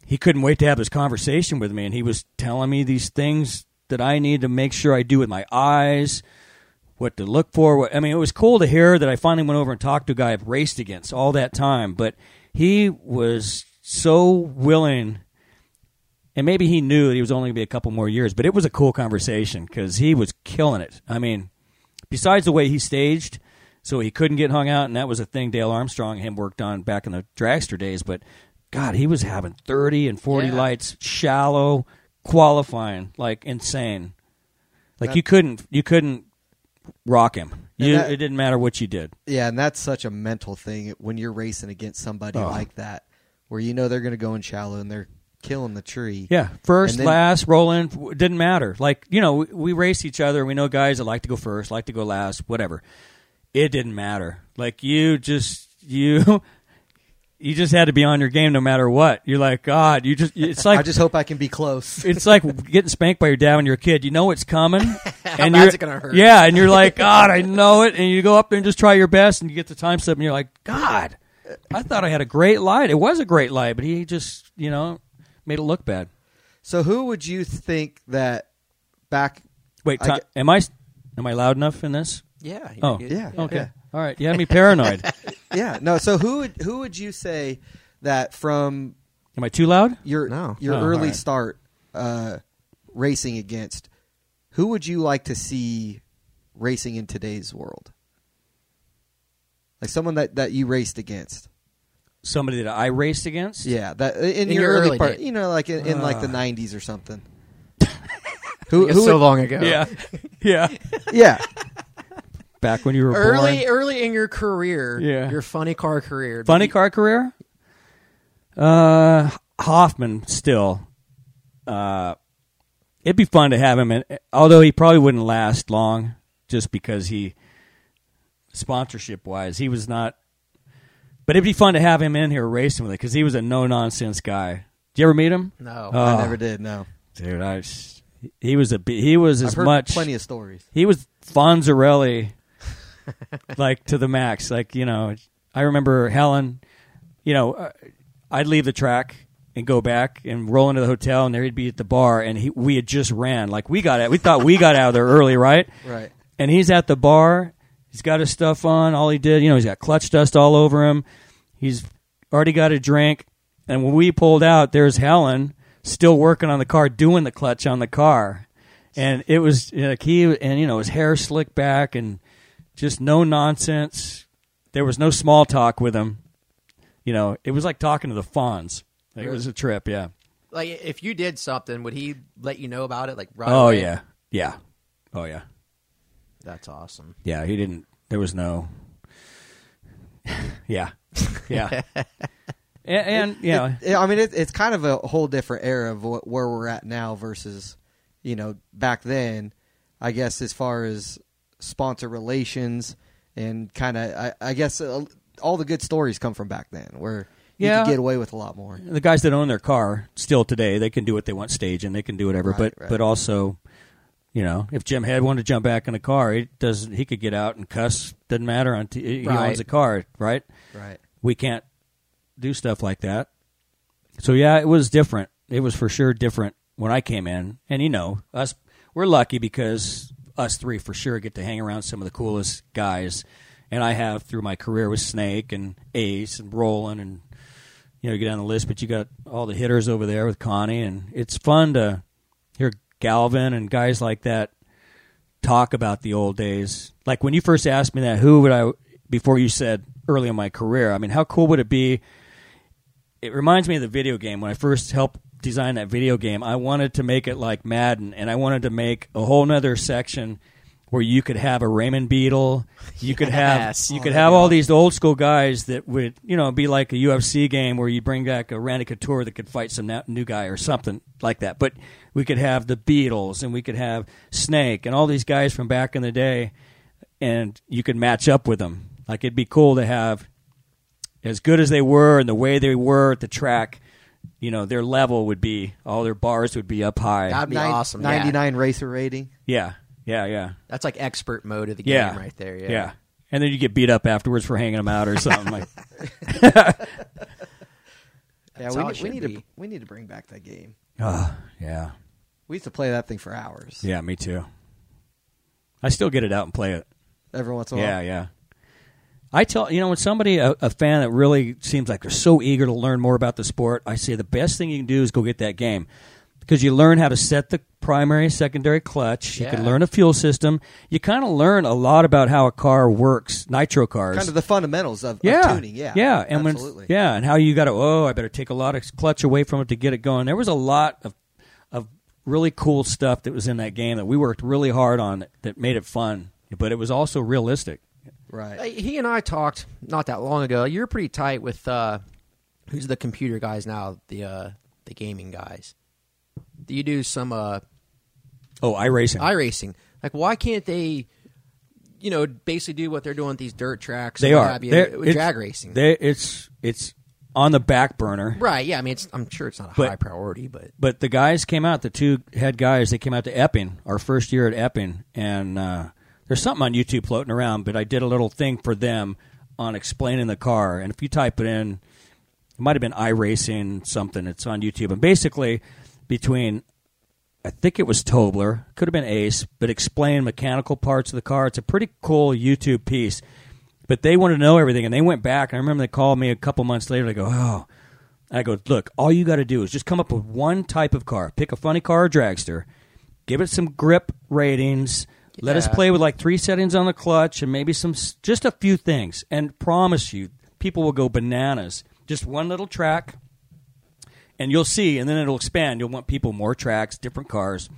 Speaker 3: he couldn't wait to have this conversation with me and he was telling me these things that I need to make sure I do with my eyes, what to look for. What, I mean, it was cool to hear that I finally went over and talked to a guy I've raced against all that time, but he was so willing and maybe he knew that he was only going to be a couple more years, but it was a cool conversation because he was killing it. I mean, besides the way he staged, so he couldn't get hung out, and that was a thing Dale Armstrong and him worked on back in the dragster days. But God, he was having thirty and forty
Speaker 1: Yeah.
Speaker 3: lights, shallow qualifying, like insane. Like you couldn't, you couldn't rock him.
Speaker 2: And
Speaker 3: You,
Speaker 2: that-
Speaker 3: it didn't matter what you did.
Speaker 2: Yeah, and that's such a mental thing when you're racing against somebody
Speaker 3: Oh.
Speaker 2: like that, where you know they're going to go in shallow and they're killing the tree.
Speaker 3: Yeah, first,
Speaker 2: And then-
Speaker 3: last, roll in, w- didn't matter. Like you know, we, we race each other. We know guys that like to go first, like to go last, whatever. It didn't matter. Like you just you. You just had to be on your game no matter what. You're like, God, you just, it's like,
Speaker 2: I just hope I can be close.
Speaker 3: it's like getting spanked by your dad when you're a kid. You know it's coming, and
Speaker 1: bad's
Speaker 3: you're
Speaker 1: it gonna hurt?
Speaker 3: Yeah, and you're like, God, I know it. And you go up there and just try your best, and you get the time slip, and you're like, God, I thought I had a great light. It was a great light, but he just, you know, made it look bad.
Speaker 2: So, who would you think that back?
Speaker 3: Wait,
Speaker 2: I
Speaker 3: Tom,
Speaker 2: get-
Speaker 3: am I am I loud enough in this?
Speaker 1: Yeah. you're
Speaker 3: Oh,
Speaker 1: good.
Speaker 2: Yeah.
Speaker 3: Okay, all right. You had me paranoid.
Speaker 2: Yeah, no. So, who would who would you say that from
Speaker 3: am I too loud?
Speaker 2: your
Speaker 1: No.
Speaker 2: your
Speaker 3: Oh, all
Speaker 2: early
Speaker 3: right.
Speaker 2: start uh, racing against? Who would you like to see racing in today's world? Like someone that, that you raced against.
Speaker 3: Somebody that I raced against?
Speaker 2: Yeah, that in,
Speaker 1: In
Speaker 2: your,
Speaker 1: your
Speaker 2: early,
Speaker 1: early
Speaker 2: part,
Speaker 1: day.
Speaker 2: you know, like in, in like the
Speaker 3: Ah.
Speaker 2: '90s or something. who?
Speaker 1: It's
Speaker 2: who
Speaker 1: so
Speaker 2: would-
Speaker 1: long ago.
Speaker 3: yeah, yeah.
Speaker 2: Yeah,
Speaker 3: Back when you were
Speaker 1: Early,
Speaker 3: born.
Speaker 1: early in your career,
Speaker 3: Yeah.
Speaker 1: your funny car career,
Speaker 3: funny
Speaker 1: car.
Speaker 3: car career. Uh, Hoffman still. Uh, it'd be fun to have him, in, although he probably wouldn't last long, just because he sponsorship wise he was not. But it'd be fun to have him in here racing with it because he was a no nonsense guy. Did you ever meet him?
Speaker 1: No.
Speaker 3: Oh.
Speaker 2: I never did. No,
Speaker 3: dude. I s- he was a b- he was as
Speaker 2: I've heard
Speaker 3: much
Speaker 2: plenty of stories.
Speaker 3: he was Fonzarelli, like to the max. Like you know, I remember Helen. You know, uh, I'd leave the track and go back and roll into the hotel, and there he'd be at the bar, and he, we had just ran. Like we got out, we thought we got out of there early, right?
Speaker 2: Right.
Speaker 3: and he's at the bar. He's got his stuff on. All he did, you know, he's got clutch dust all over him. He's already got a drink. And when we pulled out, there's Helen still working on the car, doing the clutch on the car. And it was you know, like he and you know his hair slicked back and just no nonsense. There was no small talk with him. You know, it was like talking to the Fonz. Like, It was a trip, yeah.
Speaker 1: Like if you did something, would he let you know about it? Like right
Speaker 3: Oh
Speaker 1: away?
Speaker 3: yeah, yeah, oh yeah.
Speaker 1: that's awesome.
Speaker 3: Yeah, he didn't. There was no. yeah, yeah, and, and you know,
Speaker 2: It- I mean, it, it's kind of a whole different era of what, where we're at now versus, you know, back then. I guess as far as sponsor relations and kind of, I, I guess uh, all the good stories come from back then, where you
Speaker 3: Yeah.
Speaker 2: could get away with a lot more.
Speaker 3: the guys that own their car still today, they can do what they want stage and they can do whatever.
Speaker 2: Right,
Speaker 3: but
Speaker 2: right.
Speaker 3: but also, you know, if Jim Head wanted to jump back in a car, he does. He could get out and cuss. Doesn't matter. On t- he
Speaker 1: Right.
Speaker 3: owns a car, right?
Speaker 2: Right.
Speaker 3: We can't do stuff like that. So yeah, it was different. It was for sure different when I came in, and you know, us we're lucky because us three for sure get to hang around some of the coolest guys, and I have through my career with Snake and Ace and Roland, and you know, you get down the list, but you got all the hitters over there with Connie, and it's fun to hear Galvin and guys like that talk about the old days. Like when you first asked me that, who would I before you said early in my career? I mean, how cool would it be? It reminds me of the video game when I first helped design that video game. I wanted to make it like Madden, and I wanted to make a whole nother section where you could have a Raymond Beadle, you could
Speaker 1: Yes.
Speaker 3: have you
Speaker 1: Oh,
Speaker 3: could
Speaker 1: that'd
Speaker 3: have
Speaker 1: be
Speaker 3: all these old school guys that would you know be like a UFC game where you bring back a Randy Couture that could fight some na- new guy or something like that. But we could have the Beatles and we could have Snake and all these guys from back in the day, and you could match up with them. Like it'd be cool to have as good as they were and the way they were at the track. You know, their level would be all their bars would be up high.
Speaker 1: That'd be
Speaker 2: Nine-
Speaker 1: awesome. yeah.
Speaker 2: Ninety-nine racer rating.
Speaker 3: Yeah, yeah, yeah.
Speaker 1: That's like expert mode of the game
Speaker 3: Yeah,
Speaker 1: right there. Yeah.
Speaker 3: yeah. And then you get beat up afterwards for hanging them out or something like.
Speaker 1: That's
Speaker 2: yeah,
Speaker 1: how it
Speaker 2: we, we
Speaker 1: should
Speaker 2: need to
Speaker 1: be.
Speaker 2: we need to bring back that game.
Speaker 3: Oh, yeah.
Speaker 2: We used to play that thing for hours.
Speaker 3: Yeah, me too. I still get it out and play it.
Speaker 2: Every once in a while.
Speaker 3: yeah, yeah. I tell you know when somebody a, a fan that really seems like they're so eager to learn more about the sport, I say the best thing you can do is go get that game. because you learn how to set the primary, secondary clutch. You can
Speaker 1: Yeah.
Speaker 3: learn a fuel system. You kind of learn a lot about how a car works, nitro cars.
Speaker 2: Kind of the fundamentals of, of
Speaker 3: yeah,
Speaker 2: tuning. Yeah,
Speaker 3: yeah, and when
Speaker 2: absolutely.
Speaker 3: yeah, and how you got to oh, I better take a lot of clutch away from it to get it going. There was a lot of of really cool stuff that was in that game that we worked really hard on that made it fun, but it was also realistic.
Speaker 1: Uh,
Speaker 2: right.
Speaker 1: He and I talked not that long ago. You're pretty tight with uh, who's the computer guys now, the uh, the gaming guys. Do you do some uh,
Speaker 3: Oh, iRacing.
Speaker 1: iRacing? Like, why can't they, you know, basically do what they're doing with these dirt tracks?
Speaker 3: they
Speaker 1: and what
Speaker 3: are
Speaker 1: have you,
Speaker 3: They're-
Speaker 1: with
Speaker 3: it's-
Speaker 1: drag racing,
Speaker 3: They, it's it's on the back burner.
Speaker 1: right? Yeah, I mean, it's, I'm sure it's not a
Speaker 3: But-
Speaker 1: high priority, but
Speaker 3: but the guys came out, the two head guys, they came out to Epping, our first year at Epping, and uh, there's something on YouTube floating around, but I did a little thing for them on explaining the car. And if you type it in, it might have been iRacing something, it's on YouTube. And basically, between I think it was Tobler, could have been Ace, but explain mechanical parts of the car. It's a pretty cool YouTube piece. But they wanted to know everything, and they went back. And I remember they called me a couple months later. They go, "Oh," and I go, "Look, all you got to do is just come up with one type of car. Pick a funny car or dragster. Give it some grip ratings. Let us
Speaker 1: Yeah.
Speaker 3: play with like three settings on the clutch and maybe some s- just a few things. And promise you, people will go bananas. Just one little track." and you'll see, and then it'll expand. You'll want people more tracks, different cars.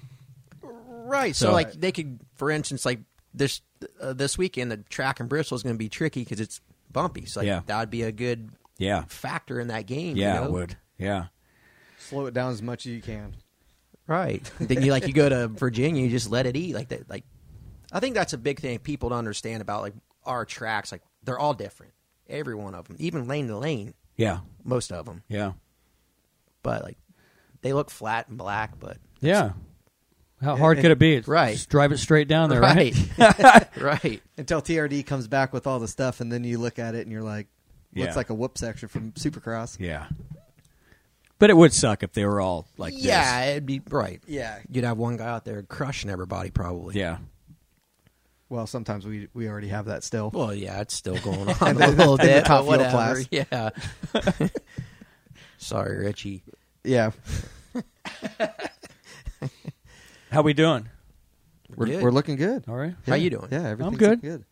Speaker 1: right. So,
Speaker 3: So-
Speaker 1: like, they could, for instance, like this uh, this weekend, the track in Bristol is going to be tricky because it's bumpy. So, like,
Speaker 3: Yeah.
Speaker 1: that would be a good
Speaker 3: Yeah,
Speaker 1: factor in that game.
Speaker 3: yeah,
Speaker 1: you know?
Speaker 3: it would. Yeah,
Speaker 2: Slow it down as much as you can.
Speaker 1: Right. then you like you go to Virginia, you just let it eat. Like that like I think that's a big thing people don't understand about like our tracks. Like they're all different. Every one of them, even lane to lane,
Speaker 3: yeah,
Speaker 1: most of them.
Speaker 3: yeah,
Speaker 1: But like they look flat and black, but
Speaker 3: yeah. How hard could it be? It's-
Speaker 1: Right.
Speaker 3: just drive it straight down there, right?
Speaker 1: right. Right.
Speaker 2: Until TRD comes back with all the stuff, and then you look at it and you're like, looks
Speaker 3: Yeah.
Speaker 2: like a whoop section from Supercross.
Speaker 3: Yeah. But it would suck if they were all like this.
Speaker 1: yeah, it'd be right.
Speaker 2: Yeah.
Speaker 1: You'd have one guy out there crushing everybody probably.
Speaker 3: Yeah.
Speaker 2: Well, sometimes we we already have that still.
Speaker 1: Well, yeah, it's still going on a little bit.
Speaker 2: top
Speaker 1: but whatever.
Speaker 2: field class.
Speaker 1: Yeah. Sorry, Richie.
Speaker 2: yeah.
Speaker 3: How we doing?
Speaker 2: We're,
Speaker 1: Good.
Speaker 2: we're looking good.
Speaker 3: All right.
Speaker 1: How you doing?
Speaker 2: Yeah, everything's
Speaker 3: good.
Speaker 2: good.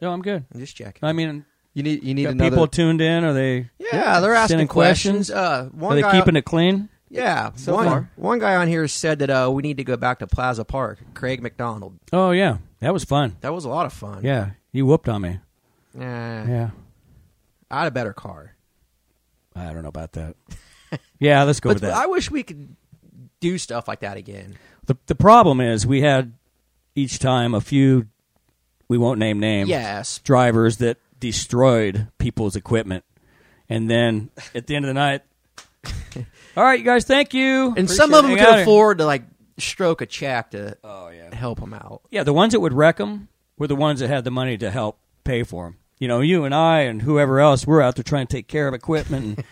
Speaker 3: No, I'm good.
Speaker 1: I'm just checking.
Speaker 3: I mean,
Speaker 2: You need you need
Speaker 3: got
Speaker 2: another
Speaker 3: people tuned in. Are they?
Speaker 1: Yeah,
Speaker 2: Yeah,
Speaker 1: they're
Speaker 3: sending
Speaker 1: asking questions.
Speaker 3: questions.
Speaker 1: Uh, one
Speaker 3: Are they
Speaker 1: guy,
Speaker 3: keeping it clean?
Speaker 1: Yeah,
Speaker 2: So
Speaker 1: one,
Speaker 2: far.
Speaker 1: one guy on here said that uh, we need to go back to Plaza Park. Craig McDonald.
Speaker 3: Oh yeah, that was fun.
Speaker 1: That was a lot of fun.
Speaker 3: Yeah, you whooped on me.
Speaker 1: Nah,
Speaker 3: Yeah.
Speaker 1: I had a better car.
Speaker 3: I don't know about that. yeah, let's go
Speaker 1: But
Speaker 3: with that.
Speaker 1: I wish we could do stuff like that again.
Speaker 3: The the problem is we had each time a few we won't name names
Speaker 1: Yes.
Speaker 3: drivers that destroyed people's equipment. And then at the end of the night All right, you guys, thank you.
Speaker 1: And some of them
Speaker 3: Appreciate it.
Speaker 1: could
Speaker 3: Hang on.
Speaker 1: afford to like stroke a check to
Speaker 3: Oh yeah.
Speaker 1: help them out.
Speaker 3: Yeah, the ones that would wreck them were the ones that had the money to help pay for them. You know, you and I and whoever else, we're out there trying to take care of equipment.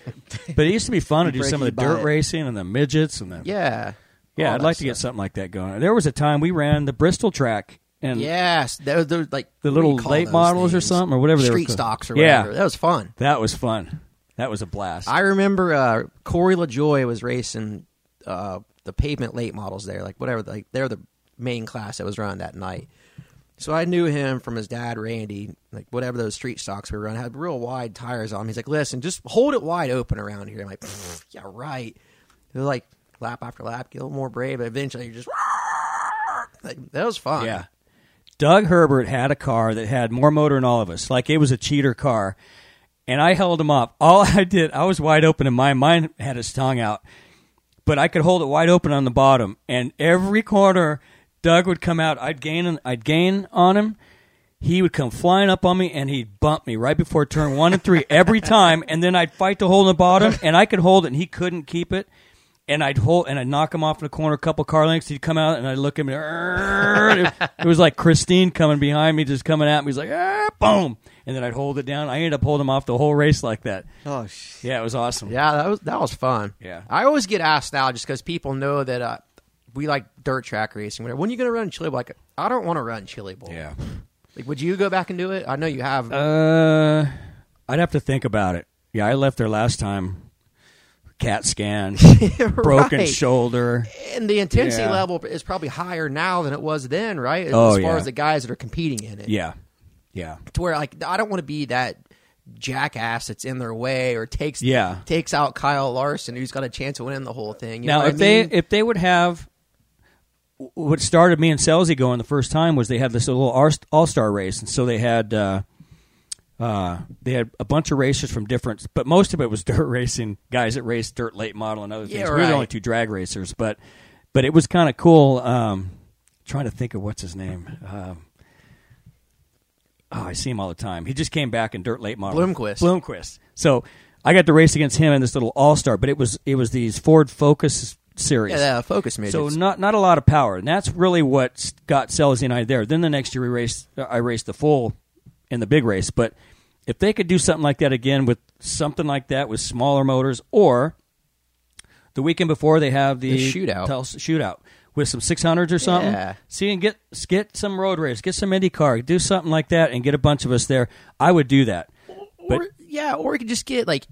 Speaker 3: And, but it used to be fun to
Speaker 2: You
Speaker 3: do
Speaker 2: break,
Speaker 3: some of
Speaker 2: you
Speaker 3: the
Speaker 2: buy
Speaker 3: dirt
Speaker 2: it.
Speaker 3: racing and the midgets and the
Speaker 1: Yeah.
Speaker 3: Yeah,
Speaker 1: All
Speaker 3: I'd
Speaker 1: that
Speaker 3: like to get
Speaker 1: stuff.
Speaker 3: something like that going. There was a time we ran the Bristol track and
Speaker 1: Yes, those, those like what do
Speaker 3: The
Speaker 1: you
Speaker 3: little
Speaker 1: call
Speaker 3: late
Speaker 1: those
Speaker 3: models or
Speaker 1: things?
Speaker 3: something, or whatever they were
Speaker 1: street
Speaker 3: called.
Speaker 1: stocks or
Speaker 3: Yeah.
Speaker 1: whatever. That was fun.
Speaker 3: that was fun. That was a blast.
Speaker 1: I remember uh, Corey LaJoy was racing uh, the pavement late models there, like whatever. Like they're the main class that was running that night. So I knew him from his dad, Randy. Like whatever those street stocks we were running had real wide tires on. 'em. He's like, "Listen, just hold it wide open around here." I'm like, "Pfft, "Yeah, right." It was like lap after lap, get a little more brave. But eventually, you're just like that was fun.
Speaker 3: yeah. Doug Herbert had a car that had more motor than all of us. Like it was a cheater car. And I held him up. All I did, I was wide open and my mind had its tongue out. But I could hold it wide open on the bottom. And every corner Doug would come out, I'd gain I'd gain on him. He would come flying up on me and he'd bump me right before turn one and three every time. And then I'd fight to hold in the bottom and I could hold it and he couldn't keep it. And I'd hold and I'd knock him off in the corner a couple car lengths. He'd come out and I'd look at him. And, it, it was like Christine coming behind me, just coming at me. He's like, "Ah, boom. And then I'd hold it down. I ended up holding him off the whole race like that.
Speaker 2: Oh, sh-
Speaker 3: Yeah, it was awesome.
Speaker 1: Yeah, that was that was fun.
Speaker 3: Yeah.
Speaker 1: I always get asked now just because people know that uh, we like dirt track racing. When are you going to run Chili Bowl? Like, I don't want to run Chili Bowl.
Speaker 3: Yeah.
Speaker 1: Like, would you go back and do it? I know you have.
Speaker 3: Uh, I'd have to think about it. Yeah, I left there last time. CAT scan,
Speaker 1: Right.
Speaker 3: broken shoulder.
Speaker 1: and the intensity
Speaker 3: Yeah.
Speaker 1: level is probably higher now than it was then, right? As,
Speaker 3: Oh,
Speaker 1: as far
Speaker 3: yeah.
Speaker 1: as the guys that are competing in it,
Speaker 3: Yeah, yeah,
Speaker 1: to where like I don't want to be that jackass that's in their way or takes
Speaker 3: Yeah.
Speaker 1: takes out Kyle Larson who's got a chance of winning the whole thing. You know
Speaker 3: now,
Speaker 1: what
Speaker 3: if
Speaker 1: I
Speaker 3: they
Speaker 1: mean?
Speaker 3: if they would have what started me and Selzy going the first time was they had this little all star race, and so they had uh, uh, they had a bunch of races from different, but most of it was dirt racing guys that raced dirt late model and other things.
Speaker 1: Yeah,
Speaker 3: We were
Speaker 1: right.
Speaker 3: the only two drag racers, but but it was kind of cool. Um, trying to think of what's his name. Um, Oh, I see him all the time. He just came back in dirt late model.
Speaker 1: Blomqvist.
Speaker 3: Bloomquist. So I got to race against him in this little all star, but it was it was these Ford Focus series.
Speaker 1: yeah, yeah, focus midgets.
Speaker 3: So not not a lot of power, and that's really what got Selzy and I there. Then the next year we raced, uh, I raced the full in the big race. But if they could do something like that again with something like that with smaller motors, or the weekend before they have the,
Speaker 1: The shootout.
Speaker 3: Tulsa shootout with some six hundreds or something.
Speaker 1: Yeah.
Speaker 3: See and get get some road race, get some IndyCar, do something like that, and get a bunch of us there. I would do that. But-
Speaker 1: or yeah, or you could just get like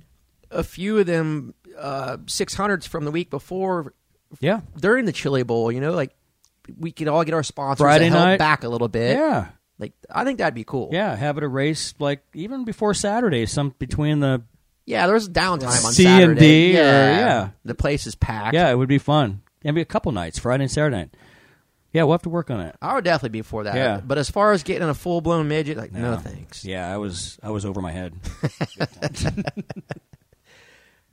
Speaker 1: a few of them uh, 600s from the week before
Speaker 3: Yeah,
Speaker 1: during the Chili Bowl. You know, like we could all get our sponsors
Speaker 3: Friday
Speaker 1: to help
Speaker 3: night.
Speaker 1: back a little bit.
Speaker 3: yeah.
Speaker 1: like I think that'd be cool.
Speaker 3: Yeah, have it a race like even before Saturday, some between the
Speaker 1: yeah. There's downtime on
Speaker 3: C and
Speaker 1: Saturday.
Speaker 3: D or-
Speaker 1: yeah.
Speaker 3: yeah.
Speaker 1: the place is packed.
Speaker 3: Yeah, it would be fun. It'd be a couple nights, Friday and Saturday night. Yeah, we'll have to work on it.
Speaker 1: I would definitely be for that.
Speaker 3: Yeah.
Speaker 1: But as far as getting a full blown midget, like no,
Speaker 3: Yeah.
Speaker 1: thanks. Yeah.
Speaker 3: Yeah, I was I was over my head.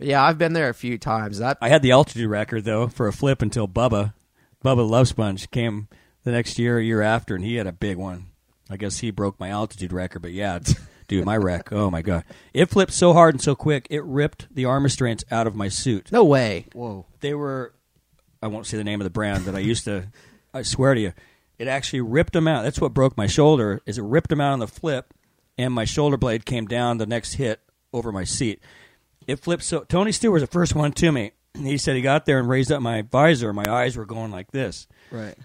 Speaker 1: I've been there a few times. That
Speaker 3: I had the altitude record though for a flip until Bubba, Bubba Love Sponge came the next year, a year after, and he had a big one. I guess he broke my altitude record, but yeah, it's- dude, my wreck. Oh my god, it flipped so hard and so quick, it ripped the arm restraints out of my suit.
Speaker 1: no way.
Speaker 2: Whoa.
Speaker 3: They were, I won't say the name of the brand that I used to. I swear to you, it actually ripped them out. That's what broke my shoulder. Is it ripped them out on the flip, and my shoulder blade came down the next hit over my seat. It flipped. So Tony Stewart was the first one to me. And He said he got there and raised up my visor. My eyes were going like this,
Speaker 2: Right.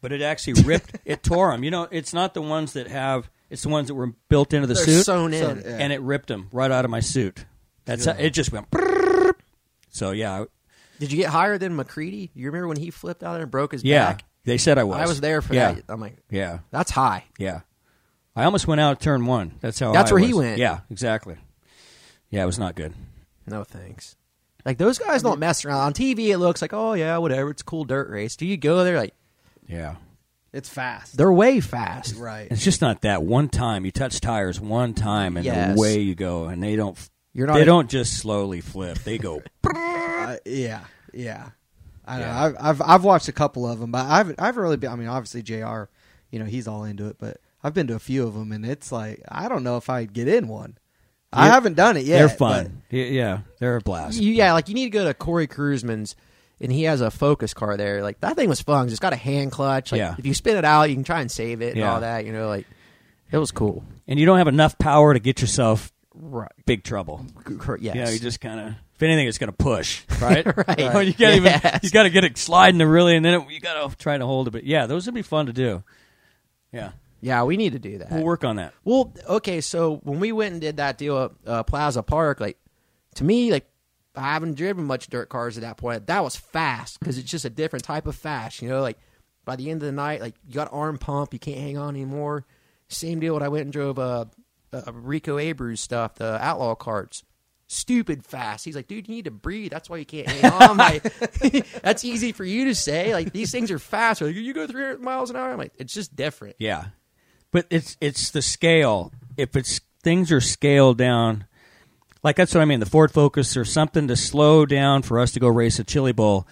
Speaker 3: but it actually ripped. it tore them. You know, it's not the ones that have. It's the ones that were built into the
Speaker 1: They're
Speaker 3: suit
Speaker 1: sewn in.
Speaker 2: So, yeah.
Speaker 3: and it ripped him right out of my suit. That's how, it. Just went. So yeah, I-
Speaker 1: Did you get higher than McCready? You remember when he flipped out there and broke his
Speaker 3: yeah.
Speaker 1: back?
Speaker 3: They said I was.
Speaker 1: I was there for
Speaker 3: yeah.
Speaker 1: that. I'm like,
Speaker 3: Yeah,
Speaker 1: that's high.
Speaker 3: yeah. I almost went out of turn one. That's how.
Speaker 1: That's
Speaker 3: high I
Speaker 1: where he
Speaker 3: was.
Speaker 1: went.
Speaker 3: Yeah, exactly. Yeah, it was not good.
Speaker 1: No thanks. Like those guys don't mess around on TV. It looks like oh yeah, whatever. It's a cool dirt race. Do you go there? Like
Speaker 3: Yeah,
Speaker 2: It's fast.
Speaker 1: they're way fast.
Speaker 2: right.
Speaker 3: it's just not that one time you touch tires one time and
Speaker 1: Yes.
Speaker 3: away you go, and they don't.
Speaker 1: You're not
Speaker 3: they
Speaker 1: a-
Speaker 3: don't just slowly flip. They go.
Speaker 2: Uh, yeah. Yeah. I
Speaker 3: Yeah.
Speaker 2: know. I've, I've I've watched a couple of them, but I've I've really been. I mean, obviously Jr. You know he's all into it, but I've been to a few of them, and it's like I don't know if I'd get in one. I
Speaker 3: They're-
Speaker 2: haven't done it yet.
Speaker 3: they're
Speaker 2: but-
Speaker 3: fun. Yeah, yeah, they're a blast.
Speaker 1: You- yeah, like you need to go to Corey Cruzman's, and he has a focus car there. Like that thing was fun. 'cause It's got a hand clutch. Like,
Speaker 3: Yeah.
Speaker 1: If you spin it out, you can try and save it and
Speaker 3: Yeah.
Speaker 1: all that. You know, like it was cool.
Speaker 3: And you don't have enough power to get yourself
Speaker 1: Right.
Speaker 3: big trouble.
Speaker 1: Yes.
Speaker 3: Yeah, you just kind of. If anything, it's going to push, right?
Speaker 1: Right.
Speaker 3: Oh, you can't even.
Speaker 1: Yes.
Speaker 3: You got to get it sliding to really, and then it, you got to try to hold it. But yeah, those would be fun to do. Yeah,
Speaker 1: yeah, we need to do that.
Speaker 3: we'll work on that.
Speaker 1: Well, okay, so when we went and did that deal at uh, Plaza Park, like to me, like I haven't driven much dirt cars at that point. That was fast because it's just a different type of fast, you know. Like by the end of the night, like you got arm pump, you can't hang on anymore. Same deal when I went and drove uh, uh Rico Abreu's stuff, the outlaw carts. Stupid fast. He's like, dude, you need to breathe. That's why you can't hang on. I'm like, that's easy for you to say. Like these things are fast. Like, you go 300 miles an hour. I'm like, it's just different.
Speaker 3: Yeah, but it's it's the scale. If it's things are scaled down, like that's what I mean. The Ford Focus or something to slow down for us to go race a Chili Bowl.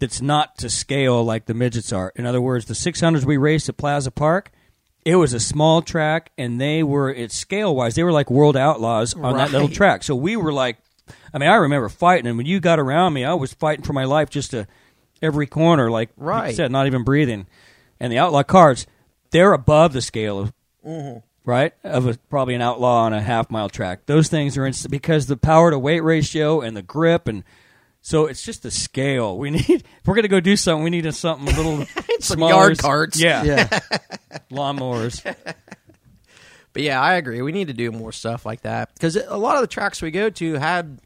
Speaker 3: That's not to scale like the midgets are. In other words, the 600s we raced at Plaza Park, it was a small track, and they were it's scale wise. They were like world outlaws on that little
Speaker 1: Right.
Speaker 3: track. So we were like, I mean, I remember fighting, and when you got around me, I was fighting for my life just to every corner, like you
Speaker 1: Right.
Speaker 3: said, not even breathing. And the outlaw cars, they're above the scale of
Speaker 1: Mm-hmm.
Speaker 3: right of a, probably an outlaw on a half mile track. Those things are in, because the power to weight ratio and the grip and so it's just the scale we need. If we're gonna go do something, we need a something a little
Speaker 1: Some
Speaker 3: smaller.
Speaker 1: yard carts.
Speaker 3: yeah,
Speaker 2: Yeah.
Speaker 3: lawnmowers.
Speaker 1: But yeah, I agree. We need to do more stuff like that because a lot of the tracks we go to had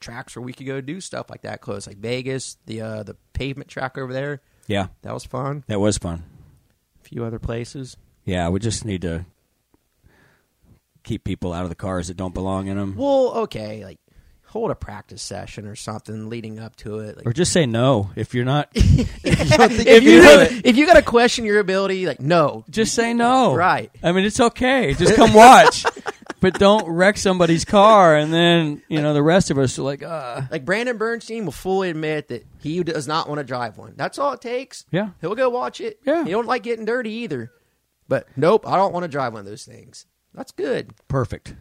Speaker 1: tracks where we could go do stuff like that close, like Vegas, the uh, the pavement track over there.
Speaker 3: Yeah,
Speaker 1: That was fun.
Speaker 3: that was fun.
Speaker 1: A few other places.
Speaker 3: Yeah, we just need to keep people out of the cars that don't belong in them,
Speaker 1: Well, okay, like hold a practice session or something leading up to it. Like,
Speaker 3: or just say no if you're not.
Speaker 1: if,
Speaker 3: if
Speaker 1: you
Speaker 3: you do
Speaker 1: if, you got to question your ability, like no,
Speaker 3: Just say no.
Speaker 1: Right.
Speaker 3: I mean, it's okay. Just come watch, but don't wreck somebody's car, and then you know the rest of us are like, uh,
Speaker 1: like Brandon Bernstein will fully admit that he does not want to drive one. That's all it takes.
Speaker 3: Yeah.
Speaker 1: he'll go watch it.
Speaker 3: Yeah.
Speaker 1: he don't like getting dirty either. But nope, I don't want to drive one of those things. That's good.
Speaker 3: perfect.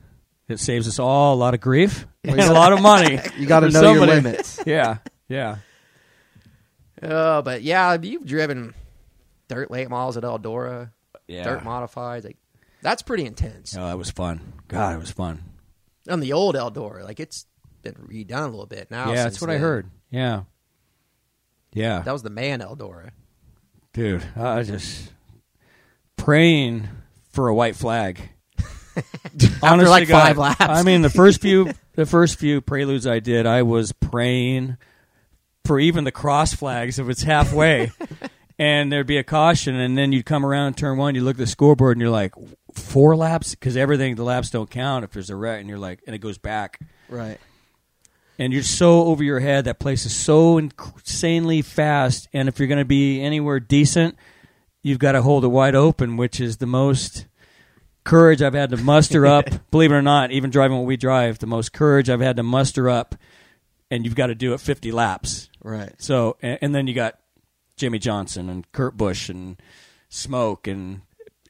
Speaker 3: It saves us all a lot of grief and a lot of money.
Speaker 2: You got to
Speaker 3: for
Speaker 2: know
Speaker 3: somebody.
Speaker 2: your limits.
Speaker 3: Yeah, yeah.
Speaker 1: Uh, but yeah, if you've driven dirt late miles at Eldora,
Speaker 3: Yeah.
Speaker 1: dirt modified. Like that's pretty intense.
Speaker 3: Oh, that was fun. God, it was fun.
Speaker 1: On the old Eldora, like it's been redone a little bit now.
Speaker 3: yeah, that's
Speaker 1: since
Speaker 3: what I
Speaker 1: then.
Speaker 3: heard. Yeah, yeah.
Speaker 1: That was the man Eldora.
Speaker 3: Dude, I was just praying for a white flag. Honestly,
Speaker 1: like, five laps.
Speaker 3: I mean, the first few, the first few preludes I did, I was praying for even the cross flags if it's halfway, and there'd be a caution, and then you'd come around turn one, you look at the scoreboard, and you're like, four laps because everything the laps don't count if there's a wreck, and you're like, and it goes back
Speaker 2: Right.
Speaker 3: and you're so over your head. That place is so insanely fast, and if you're going to be anywhere decent, you've got to hold it wide open, which is the most courage I've had to muster up. Believe it or not, even driving what we drive, the most courage I've had to muster up, and you've got to do it 50 laps.
Speaker 2: Right.
Speaker 3: So, and, and then you got Jimmy Johnson and Kurt Busch and Smoke and.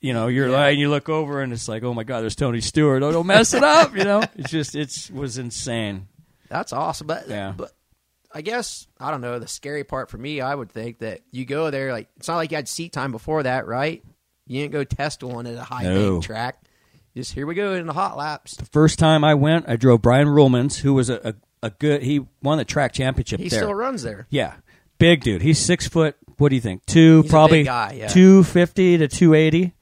Speaker 3: You know, you're like, you look over and it's like, oh my God, there's Tony Stewart. Oh, don't mess it up. You know, it's just, it's was insane.
Speaker 1: That's awesome. But,
Speaker 3: Yeah.
Speaker 1: but I guess I don't know. The scary part for me, I would think that you go there like it's not like you had seat time before that, right? You didn't go test one at a high
Speaker 3: No.
Speaker 1: bank track. Just here we go in the hot laps.
Speaker 3: First time I went, I drove Brian Ruhlmans, who was a, a, a good. He won the track championship
Speaker 1: He
Speaker 3: there.
Speaker 1: still runs there.
Speaker 3: yeah, big dude. He's six foot. What do you think? Two,
Speaker 1: He's a
Speaker 3: probably
Speaker 1: big guy, yeah.
Speaker 3: two fifty to two eighty.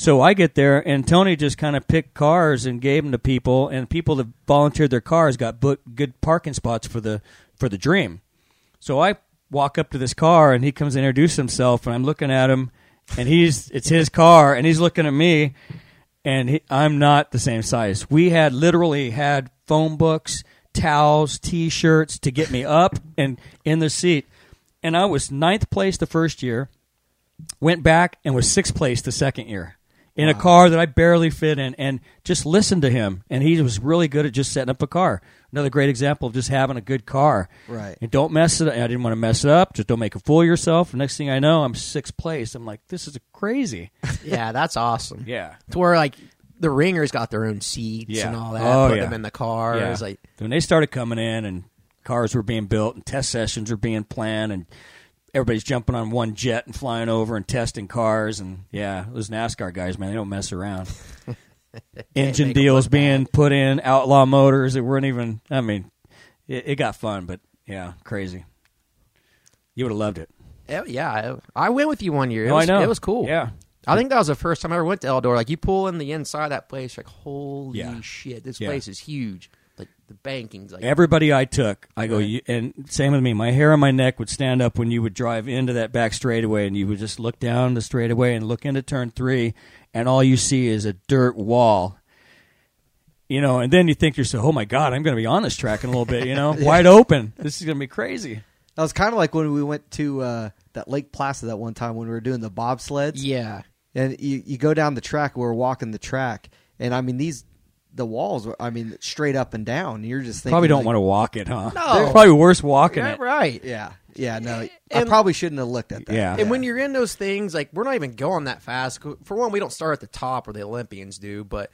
Speaker 3: So I get there, and Tony just kind of picked cars and gave them to people, and people that volunteered their cars got booked good parking spots for the for the dream. So I walk up to this car, and he comes and introduces himself, and I'm looking at him, and he's it's his car, and he's looking at me, and he, I'm not the same size. We had literally had phone books, towels, T-shirts to get me up and in the seat, and I was ninth place the first year, went back and was sixth place the second year. In a car that I barely fit in, and just listened to him, and he was really good at just setting up a car. Another great example of just having a good car.
Speaker 2: Right.
Speaker 3: And don't mess it up. I didn't want to mess it up. Just don't make a fool of yourself. Next thing I know, I'm sixth place. I'm like, this is crazy.
Speaker 1: Yeah, that's awesome.
Speaker 3: Yeah.
Speaker 1: to where like the ringers got their own seats
Speaker 3: Yeah.
Speaker 1: and all that.
Speaker 3: Oh,
Speaker 1: put
Speaker 3: yeah.
Speaker 1: them in the car. It was like
Speaker 3: when they started coming in and cars were being built and test sessions were being planned and everybody's jumping on one jet and flying over and testing cars and yeah, those NASCAR guys, man, they don't mess around. Engine
Speaker 1: make 'em
Speaker 3: deals being put in, outlaw motors that weren't even. I mean, it, it got fun, but yeah, crazy. You would have loved it.
Speaker 1: eh, yeah, I I went with you one year. It
Speaker 3: No,
Speaker 1: was,
Speaker 3: I know
Speaker 1: it was cool.
Speaker 3: Yeah,
Speaker 1: I think that was the first time I ever went to Eldor. Like you pull in the inside of that place, you're like holy
Speaker 3: Yeah.
Speaker 1: shit, this
Speaker 3: Yeah.
Speaker 1: place is huge. Like the banking's like
Speaker 3: Everybody I took, I go, you, and same with me. My hair on my neck would stand up when you would drive into that back straightaway, and you would just look down the straightaway and look into turn three, and all you see is a dirt wall. You know, and then you think to yourself, "Oh my God, I'm going to be on this track in a little bit." You know, wide open. This is going to be crazy.
Speaker 2: That was kind of like when we went to uh, that Lake Placid that one time when we were doing the bobsleds.
Speaker 1: yeah.
Speaker 2: And you, you go down the track, we were walking the track. And I mean, these, the walls were, I mean, straight up and down. You're just thinking.
Speaker 3: Probably don't
Speaker 2: like,
Speaker 3: want to walk it, huh?
Speaker 1: No.
Speaker 3: It's probably worse walking
Speaker 1: Yeah,
Speaker 3: it.
Speaker 1: right.
Speaker 2: Yeah. Yeah. No, I
Speaker 1: And-
Speaker 2: probably shouldn't have looked at that.
Speaker 3: Yeah.
Speaker 1: And when you're in those things, like we're not even going that fast. For one, we don't start at the top where the Olympians do, but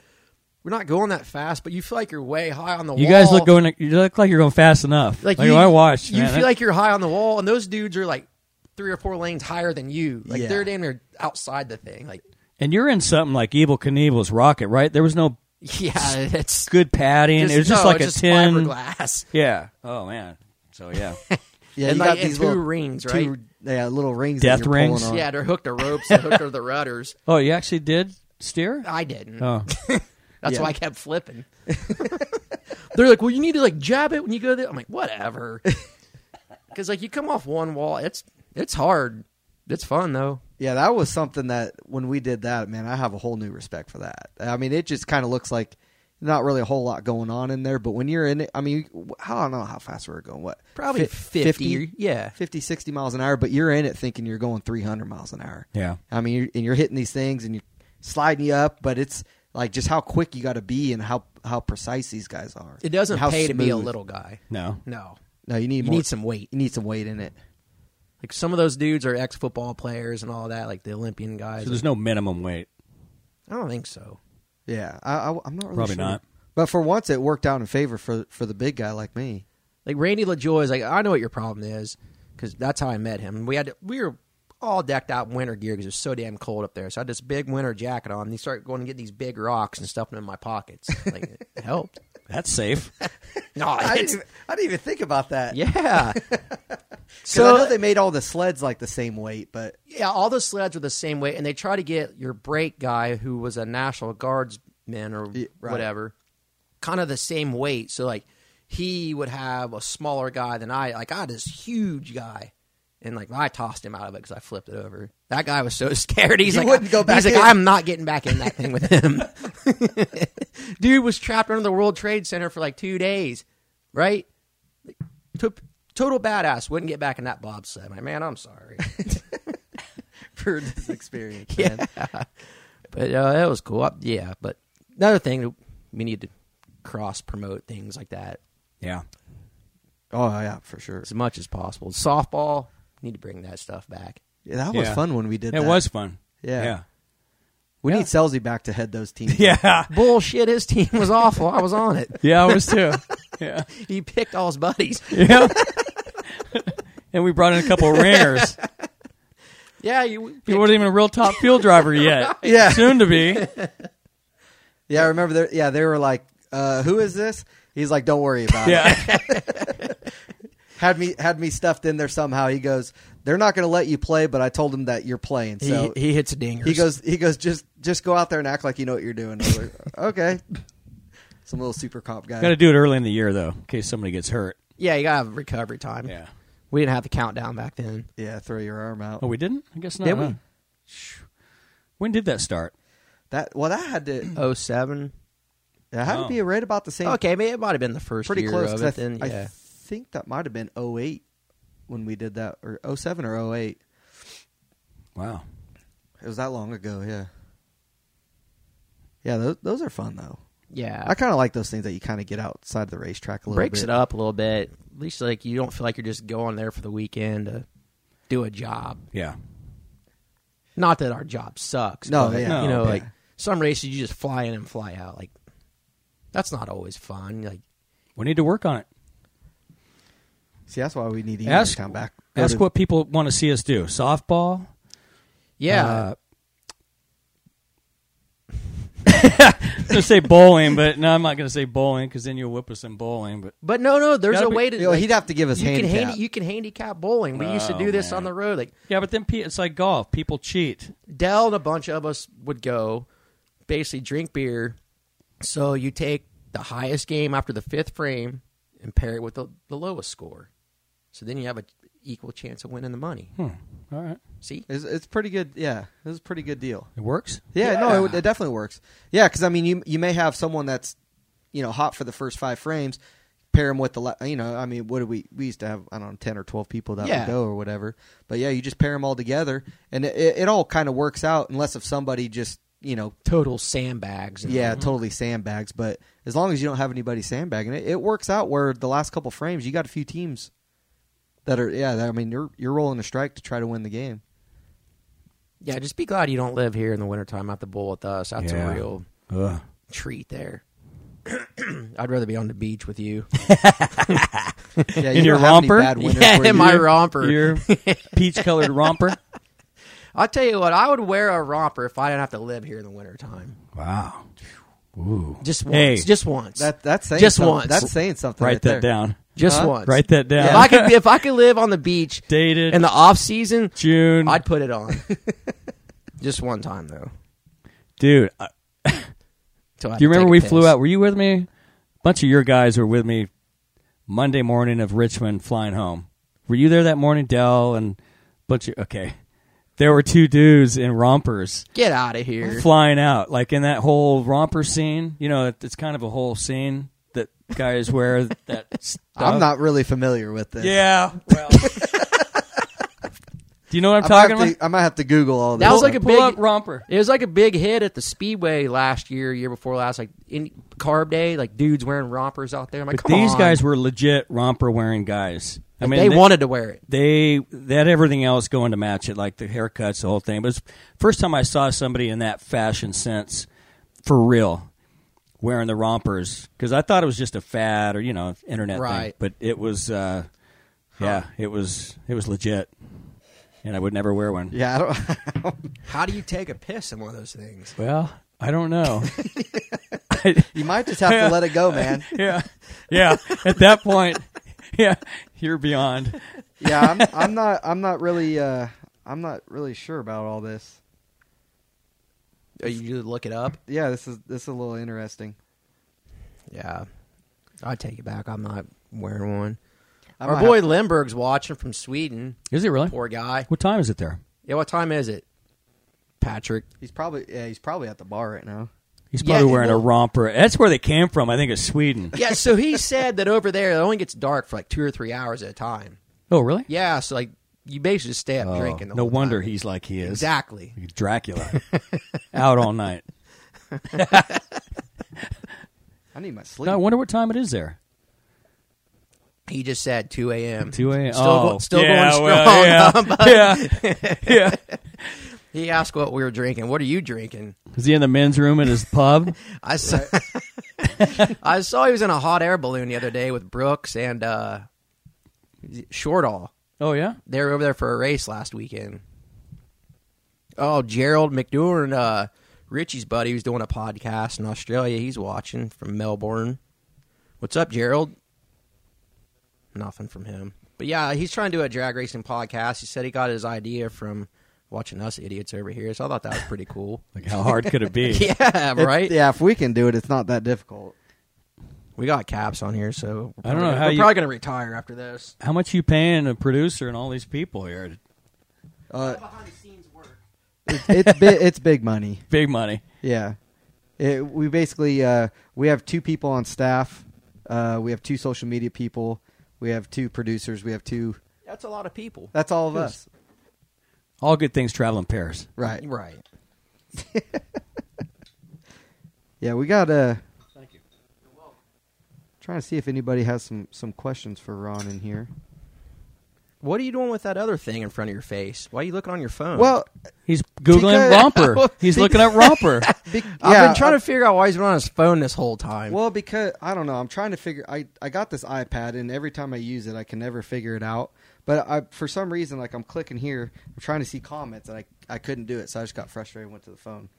Speaker 1: we're not going that fast. But you feel like you're way high on the wall.
Speaker 3: You guys look going. You look like you're going fast enough.
Speaker 1: like,
Speaker 3: Like,
Speaker 1: you,
Speaker 3: I watched.
Speaker 1: You
Speaker 3: man,
Speaker 1: feel
Speaker 3: that-
Speaker 1: like you're high on the wall, and those dudes are like three or four lanes higher than you. Like
Speaker 2: Yeah.
Speaker 1: they're damn near outside the thing. Like
Speaker 3: and you're in something like Evil Knievel's Rocket, right? There was no
Speaker 1: yeah, it's
Speaker 3: good padding. it was just
Speaker 1: no,
Speaker 3: like
Speaker 1: it's
Speaker 3: a
Speaker 1: just
Speaker 3: tin.
Speaker 1: fiberglass.
Speaker 3: Yeah. Oh man. So yeah.
Speaker 2: Yeah.
Speaker 1: And
Speaker 2: you
Speaker 1: like
Speaker 2: got these
Speaker 1: two
Speaker 2: little,
Speaker 1: rings, right?
Speaker 2: two, yeah, little rings.
Speaker 3: Death
Speaker 2: that you're pulling
Speaker 3: rings?
Speaker 2: on.
Speaker 1: yeah, they're hooked to ropes, they're hooked to the rudders.
Speaker 3: oh, you actually did steer?
Speaker 1: I didn't.
Speaker 3: Oh.
Speaker 1: That's
Speaker 2: Yeah.
Speaker 1: why I kept flipping. They're like, well, you need to like jab it when you go there. I'm like, whatever. Because like you come off one wall, it's it's hard. It's fun though.
Speaker 2: Yeah, that was something that when we did that, man, I have a whole new respect for that. I mean, it just kind of looks like not really a whole lot going on in there, but when you're in it, I mean, I don't know how fast we were going. What?
Speaker 1: Probably
Speaker 2: Fi-
Speaker 1: 50, yeah.
Speaker 2: 50, 60 miles an hour, but you're in it thinking you're going 300 miles an hour.
Speaker 3: Yeah.
Speaker 2: I mean, you're, and you're hitting these things and you're sliding you up, but it's like just how quick you got to be and how, how precise these guys are.
Speaker 1: It doesn't
Speaker 2: And how
Speaker 1: pay to be a
Speaker 2: smooth.
Speaker 1: little guy.
Speaker 3: No.
Speaker 1: No,
Speaker 2: No, you need
Speaker 1: you
Speaker 2: more,
Speaker 1: need some weight.
Speaker 2: You need some weight in it.
Speaker 1: Like some of those dudes are ex football players and all that, like the Olympian guys.
Speaker 3: So there's no minimum weight.
Speaker 1: I don't think so.
Speaker 2: Yeah, I, I, am not really
Speaker 3: Probably
Speaker 2: sure.
Speaker 3: not.
Speaker 2: But for once, it worked out in favor for for the big guy like me.
Speaker 1: Like Randy LaJoy is like, I know what your problem is because that's how I met him. We had to, we were all decked out in winter gear because it was so damn cold up there. So I had this big winter jacket on. And he started going to get these big rocks and stuffing them in my pockets. Like it helped.
Speaker 3: That's safe.
Speaker 1: No,
Speaker 2: I didn't,
Speaker 1: it's-
Speaker 2: even, I didn't even think about that.
Speaker 1: yeah.
Speaker 2: So I know
Speaker 1: so
Speaker 2: they made all the sleds like the same weight, but
Speaker 1: yeah, all those sleds were the same weight, and they try to get your brake guy, who was a National Guardsman or
Speaker 2: Yeah, right.
Speaker 1: whatever, kind of the same weight. So like, he would have a smaller guy than I. Like I had this huge guy, and like I tossed him out of it because I flipped it over. That guy was so scared. He's
Speaker 2: You
Speaker 1: like,
Speaker 2: wouldn't go back
Speaker 1: He's
Speaker 2: in.
Speaker 1: like, I'm not getting back in that thing with him. Dude was trapped under the World Trade Center for like two days, right? Took. Total badass wouldn't get back in that bobsled. My man, I'm sorry.
Speaker 2: for this experience,
Speaker 1: Yeah.
Speaker 2: man.
Speaker 1: But uh, that was cool. I- yeah. But another thing, we need to cross promote things like that
Speaker 3: Yeah.
Speaker 2: Oh yeah, for sure.
Speaker 1: as much as possible. Softball, need to bring that stuff back.
Speaker 2: Yeah, that was
Speaker 3: Yeah.
Speaker 2: fun when we did.
Speaker 3: It
Speaker 2: that.
Speaker 3: was fun.
Speaker 2: Yeah. We
Speaker 3: Yeah.
Speaker 2: need Selzy back to head those teams.
Speaker 3: Yeah. Yeah.
Speaker 1: Bullshit, his team was awful. I was on it.
Speaker 3: Yeah, I was too. Yeah.
Speaker 1: He picked all his buddies.
Speaker 3: Yeah. and we brought in a couple of ringers.
Speaker 1: Yeah, you
Speaker 3: He wasn't even a real top field driver yet.
Speaker 2: Yeah.
Speaker 3: Soon to be.
Speaker 2: yeah. I remember. There, yeah, they were like, uh, "Who is this?" He's like, "Don't worry about it."
Speaker 3: Yeah.
Speaker 2: Had me had me stuffed in there somehow. He goes, "They're not going to let you play," but I told him that you're playing.
Speaker 1: he,
Speaker 2: So
Speaker 1: he hits a dinger.
Speaker 2: He goes. He goes. Just just go out there and act like you know what you're doing. I was like, okay. Some little super cop guy.
Speaker 3: Got to do it early in the year, though, in case somebody gets hurt.
Speaker 1: Yeah, you gotta have recovery time.
Speaker 3: Yeah.
Speaker 1: We didn't have the countdown back then.
Speaker 2: yeah, throw your arm out.
Speaker 3: Oh, we didn't? I guess not.
Speaker 1: Did we?
Speaker 3: huh? Shh. When did that start?
Speaker 2: That well, that had to.
Speaker 1: Oh seven.
Speaker 2: That had
Speaker 3: Oh.
Speaker 2: to be right about the same.
Speaker 1: Okay, I mean, it might have been the first
Speaker 2: pretty
Speaker 1: year
Speaker 2: close.
Speaker 1: of
Speaker 2: 'cause
Speaker 1: it
Speaker 2: I,
Speaker 1: then.
Speaker 2: th- I
Speaker 1: Yeah.
Speaker 2: think that might have been 08 when we did that, or 07 or 08.
Speaker 3: Wow.
Speaker 2: It was that long ago. Yeah. Yeah, those, those are fun though.
Speaker 1: yeah.
Speaker 2: I kind of like those things that you kind of get outside the racetrack a little
Speaker 1: breaks
Speaker 2: bit.
Speaker 1: it up a little bit. At least like you don't feel like you're just going there for the weekend to do a job.
Speaker 3: Yeah.
Speaker 1: Not that our job sucks.
Speaker 2: No,
Speaker 1: but,
Speaker 2: yeah.
Speaker 1: you know,
Speaker 2: No,
Speaker 1: like
Speaker 2: yeah.
Speaker 1: some races you just fly in and fly out. Like that's not always fun. Like
Speaker 3: We need to work on it.
Speaker 2: See, that's why we need to
Speaker 3: Ask-
Speaker 2: come back. Go
Speaker 3: That's
Speaker 2: to-
Speaker 3: what people want to see us do. Softball.
Speaker 1: yeah,
Speaker 3: Uh, I'm gonna say bowling, but no, I'm not gonna say bowling because then you'll whip us in bowling. But
Speaker 1: but no, no. There's
Speaker 3: gotta
Speaker 1: a
Speaker 3: be-
Speaker 1: way to.
Speaker 2: You know,
Speaker 1: like,
Speaker 2: he'd have to give us
Speaker 1: you can
Speaker 2: handicap.
Speaker 1: handi- you can handicap bowling. We used to
Speaker 3: Oh,
Speaker 1: do this
Speaker 3: man.
Speaker 1: on the road. Like
Speaker 3: yeah, but then pe- it's like golf. People cheat.
Speaker 1: Dell and a bunch of us would go, basically drink beer. So you take the highest game after the fifth frame and pair it with the, the lowest score. So then you have a equal chance of winning the money.
Speaker 3: Hmm. All right,
Speaker 1: See,
Speaker 2: it's, it's pretty good. Yeah, it was a pretty good deal.
Speaker 3: it works.
Speaker 2: Yeah, no, it, would-
Speaker 1: Yeah.
Speaker 2: it definitely works. Yeah, because I mean, you you may have someone that's you know hot for the first five frames, pair them with the la- you know I mean, what do we we used to have I don't know ten or twelve people that
Speaker 1: Yeah.
Speaker 2: would go or whatever. But yeah, you just pair them all together, and it, it, it all kind of works out unless if somebody just you know
Speaker 1: total sandbags. And
Speaker 2: yeah totally sandbags. But as long as you don't have anybody sandbagging it, it works out. Where the last couple frames, you got a few teams that are yeah. That, I mean, you're you're rolling a strike to try to win the game.
Speaker 1: yeah. Just be glad you don't live here in the wintertime at the bowl with us. That's
Speaker 3: Yeah.
Speaker 1: a real
Speaker 3: Ugh.
Speaker 1: treat there. I'd rather be on the beach with you.
Speaker 2: Yeah,
Speaker 3: In
Speaker 2: you don't
Speaker 3: your
Speaker 2: have any
Speaker 3: romper?
Speaker 2: bad winners
Speaker 1: Yeah,
Speaker 2: where
Speaker 1: in
Speaker 2: you-
Speaker 1: my romper.
Speaker 3: Your peach-colored romper.
Speaker 1: I'll tell you what, I would wear a romper if I didn't have to live here in the wintertime.
Speaker 3: Wow. Ooh.
Speaker 1: Just once.
Speaker 3: Hey.
Speaker 1: Just once.
Speaker 2: That that's saying
Speaker 1: Just
Speaker 2: something.
Speaker 1: once.
Speaker 2: That's saying something.
Speaker 3: write
Speaker 2: right
Speaker 3: that
Speaker 2: there.
Speaker 3: down.
Speaker 1: just
Speaker 2: Huh?
Speaker 1: once.
Speaker 3: Write that down.
Speaker 1: If I could, be, if I could live on the beach
Speaker 3: Dated
Speaker 1: in the off season,
Speaker 3: June,
Speaker 1: I'd put it on. Just one time though.
Speaker 3: dude. I,
Speaker 1: Till I had
Speaker 3: do
Speaker 1: to
Speaker 3: you remember
Speaker 1: take a
Speaker 3: we
Speaker 1: piss.
Speaker 3: flew out? Were you with me? bunch of your guys were with me Monday morning of Richmond flying home. Were you there that morning, Dell and bunch of okay. There were two dudes in rompers
Speaker 1: Get out of here.
Speaker 3: flying out, like in that whole romper scene. You know, it, it's kind of a whole scene that guys wear that. Stuff.
Speaker 2: I'm not really familiar with this.
Speaker 3: Yeah. Well. Do you know what I'm
Speaker 2: I might,
Speaker 3: talking
Speaker 2: have
Speaker 3: about?
Speaker 2: to, I might have to Google all this.
Speaker 1: That was
Speaker 2: stuff.
Speaker 1: like a
Speaker 3: Pull
Speaker 1: big-
Speaker 3: up romper.
Speaker 1: It was like a big hit at the Speedway last year, year before last, like in Carb Day, like dudes wering rompers out there. I'm like,
Speaker 3: But
Speaker 1: come
Speaker 3: these
Speaker 1: on.
Speaker 3: guys were legit romper wearing guys. I
Speaker 1: Like,
Speaker 3: mean,
Speaker 1: they, wanted to wear it.
Speaker 3: they they had everything else going to match it, like the haircuts, the whole thing. But it's first time I saw somebody in that fashion sense for real wearing the rompers because I thought it was just a fad or you know internet thing,
Speaker 1: Right.
Speaker 3: but it was uh, yeah, it was it was legit, and I would never wear one.
Speaker 2: yeah, I don't.
Speaker 1: How do you take a piss in one of those things?
Speaker 3: Well, I don't know.
Speaker 2: you might just have to let it go, man.
Speaker 3: yeah, yeah. At that point, yeah, you're beyond.
Speaker 2: Yeah, I'm, I'm not. I'm not really. Uh, I'm not really sure about all this.
Speaker 1: Uh, You look it up.
Speaker 2: Yeah, this is this is a little interesting.
Speaker 1: Yeah, I take it back. I'm not wearing one.
Speaker 2: I
Speaker 1: Our
Speaker 2: might
Speaker 1: boy
Speaker 2: have-
Speaker 1: Lindbergh's watching from Sweden.
Speaker 3: Is it really?
Speaker 1: Poor guy.
Speaker 3: What time is it there?
Speaker 1: Yeah, what time is it, Patrick?
Speaker 2: he's probably. Yeah, he's probably at the bar right now.
Speaker 3: He's
Speaker 1: Yeah,
Speaker 3: probably wearing a
Speaker 1: well-
Speaker 3: romper. That's where they came from. I think it's Sweden.
Speaker 1: Yeah, so he said that over there it only gets dark for like two or three hours at a time.
Speaker 3: Oh, really?
Speaker 1: Yeah, so like you basically just stay up
Speaker 3: Oh,
Speaker 1: drinking. The
Speaker 3: no
Speaker 1: whole
Speaker 3: wonder
Speaker 1: time.
Speaker 3: he's like he is.
Speaker 1: exactly.
Speaker 3: Like Dracula. Out all night.
Speaker 2: I need my sleep.
Speaker 3: No, I wonder what time it is there.
Speaker 1: He just said 2 a.m.
Speaker 3: 2 a.m.
Speaker 1: Still,
Speaker 3: oh,
Speaker 1: go- still
Speaker 3: yeah,
Speaker 1: going strong.
Speaker 3: well, yeah. yeah. yeah.
Speaker 1: He asked what we were drinking. What are you drinking?
Speaker 3: Is he in the men's room in his pub?
Speaker 1: I saw, I saw he was in a hot air balloon the other day with Brooks and uh, Shortall.
Speaker 3: Oh, yeah?
Speaker 1: They were over there for a race last weekend. Oh, Gerald McDoor and uh, Richie's buddy who's doing a podcast in Australia. He's watching from Melbourne. What's up, Gerald? Nothing from him. But yeah, he's trying to do a drag racing podcast. He said he got his idea from watching us idiots over here. So I thought that was pretty cool.
Speaker 3: Like, how hard could it be?
Speaker 1: yeah,
Speaker 2: It's-
Speaker 1: right?
Speaker 2: Yeah, if we can do it, it's not that difficult.
Speaker 1: We got caps on here, so we're
Speaker 3: I don't
Speaker 1: probably
Speaker 3: know
Speaker 1: gonna-
Speaker 3: how
Speaker 1: we're
Speaker 3: you-
Speaker 1: probably going to retire after this.
Speaker 3: How much you paying a producer and all these people here?
Speaker 2: Uh,
Speaker 1: Behind the scenes work.
Speaker 2: it's it's, bi- it's big money.
Speaker 3: Big money.
Speaker 2: Yeah, it, we basically uh, we have two people on staff. Uh, we have two social media people. We have two producers. We have two.
Speaker 1: That's a lot of people.
Speaker 2: That's all of us,
Speaker 3: All good things travel in pairs.
Speaker 2: right?
Speaker 1: Right.
Speaker 2: Yeah, we got uh
Speaker 3: Thank you.
Speaker 2: trying to see if anybody has some some questions for Ron in here.
Speaker 1: What are you doing with that other thing in front of your face? Why are you looking on your phone?
Speaker 2: Well,
Speaker 3: He's Googling
Speaker 2: Because-
Speaker 3: romper. He's looking at romper.
Speaker 2: be-
Speaker 1: I've
Speaker 2: yeah,
Speaker 1: been trying
Speaker 2: uh,
Speaker 1: to figure out why he's been on his phone this whole time.
Speaker 2: Well, because I don't know, I'm trying to figure. I I got this iPad, and every time I use it, I can never figure it out. But I, for some reason, like I'm clicking here, I'm trying to see comments, and I I couldn't do it, so I just got frustrated and went to the phone.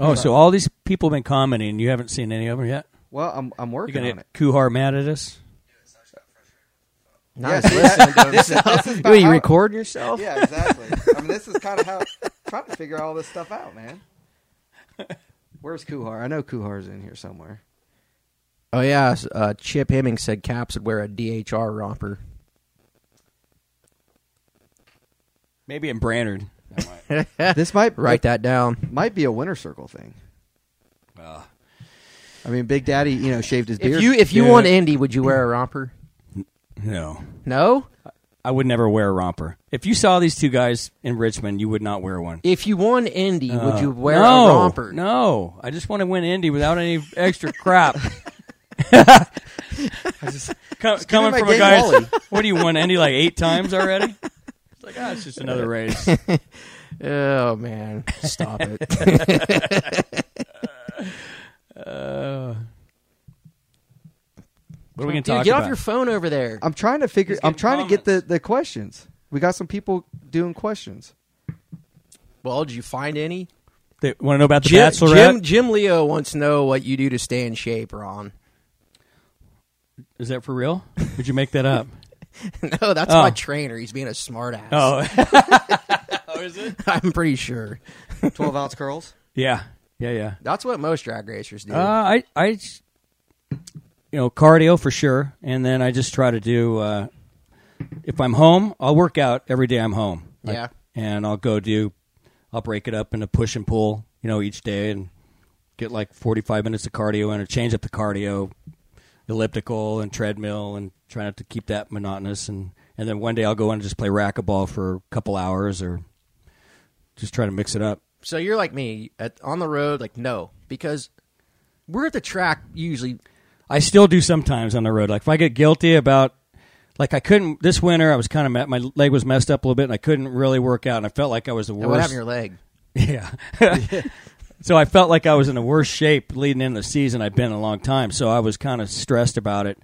Speaker 3: Oh, so all these people have been commenting and you haven't seen any of them yet?
Speaker 2: Well, I'm I'm
Speaker 3: You
Speaker 2: working
Speaker 3: going to
Speaker 2: on it.
Speaker 3: get Kuhar mad at us?
Speaker 1: Nice.
Speaker 2: Yeah,
Speaker 1: listening to himself.
Speaker 2: This is
Speaker 1: What,
Speaker 2: about
Speaker 1: you
Speaker 2: how-
Speaker 1: recording yourself?
Speaker 2: Yeah, exactly. I mean, this is kind of how trying to figure all this stuff out, man. Where's Kuhar? I know Kuhar's in here somewhere.
Speaker 1: Oh, yeah. s- Uh, Chip Hemming said Caps would wear a DHR romper.
Speaker 3: Maybe in Brainerd. I might.
Speaker 2: This might
Speaker 1: Write that down.
Speaker 2: might be a winter circle thing.
Speaker 3: Well,
Speaker 2: I mean, Big Daddy, you know, shaved his beard.
Speaker 1: If you if you
Speaker 3: Yeah.
Speaker 1: won Indy, would you wear a romper?
Speaker 3: no.
Speaker 1: No.
Speaker 3: I would never wear a romper. If you saw these two guys in Richmond, you would not wear one.
Speaker 1: If you won Indy, would you
Speaker 3: Uh,
Speaker 1: wear
Speaker 3: no,
Speaker 1: a romper?
Speaker 3: No. I just want to win Indy without any extra crap. Co- coming
Speaker 2: my
Speaker 3: from a
Speaker 2: gay
Speaker 3: guy.
Speaker 2: Wally.
Speaker 3: What do you won Indy like eight times already? It's like, ah, it's just another race.
Speaker 1: Oh man, stop it.
Speaker 3: Uh, what are we going to
Speaker 1: Dude,
Speaker 3: talk
Speaker 1: get
Speaker 3: about?
Speaker 1: off your phone over there.
Speaker 2: I'm trying to figure.
Speaker 3: He's getting
Speaker 2: I'm trying to get the, the questions. We got some people doing questions.
Speaker 1: Well, did you find any?
Speaker 3: they want to know about the
Speaker 1: Jim,
Speaker 3: Bachelorette?
Speaker 1: Jim Jim Leo wants to know what you do to stay in shape, Ron.
Speaker 3: Is that for real? Did you make that up?
Speaker 1: No, that's
Speaker 3: Oh.
Speaker 1: my trainer. He's being a smartass.
Speaker 3: oh. oh, is it?
Speaker 1: I'm pretty sure.
Speaker 2: Twelve ounce curls.
Speaker 3: Yeah. Yeah, yeah.
Speaker 1: That's what most drag racers do.
Speaker 3: Uh, I, I, you know, cardio for sure, and then I just try to do. Uh, if I'm home, I'll work out every day I'm home.
Speaker 1: Yeah.
Speaker 3: and I'll go do. I'll break it up into push and pull, you know, each day, and get like 45 minutes of cardio in, or change up the cardio, elliptical and treadmill, and try not to keep that monotonous. And and then one day I'll go in and just play racquetball for a couple hours, or just try to mix it up.
Speaker 1: So you're like me at, on the road, like no, because we're at the track usually.
Speaker 3: I still do sometimes on the road. Like if I get guilty about, like I couldn't this winter. I was kind of met, my leg was messed up a little bit, and I couldn't really work out, and I felt like I was the
Speaker 1: Now,
Speaker 3: worst.
Speaker 1: What happened to your leg?
Speaker 3: yeah. so I felt like I was in the worst shape leading into the season I'd been in a long time. So I was kind of stressed about it.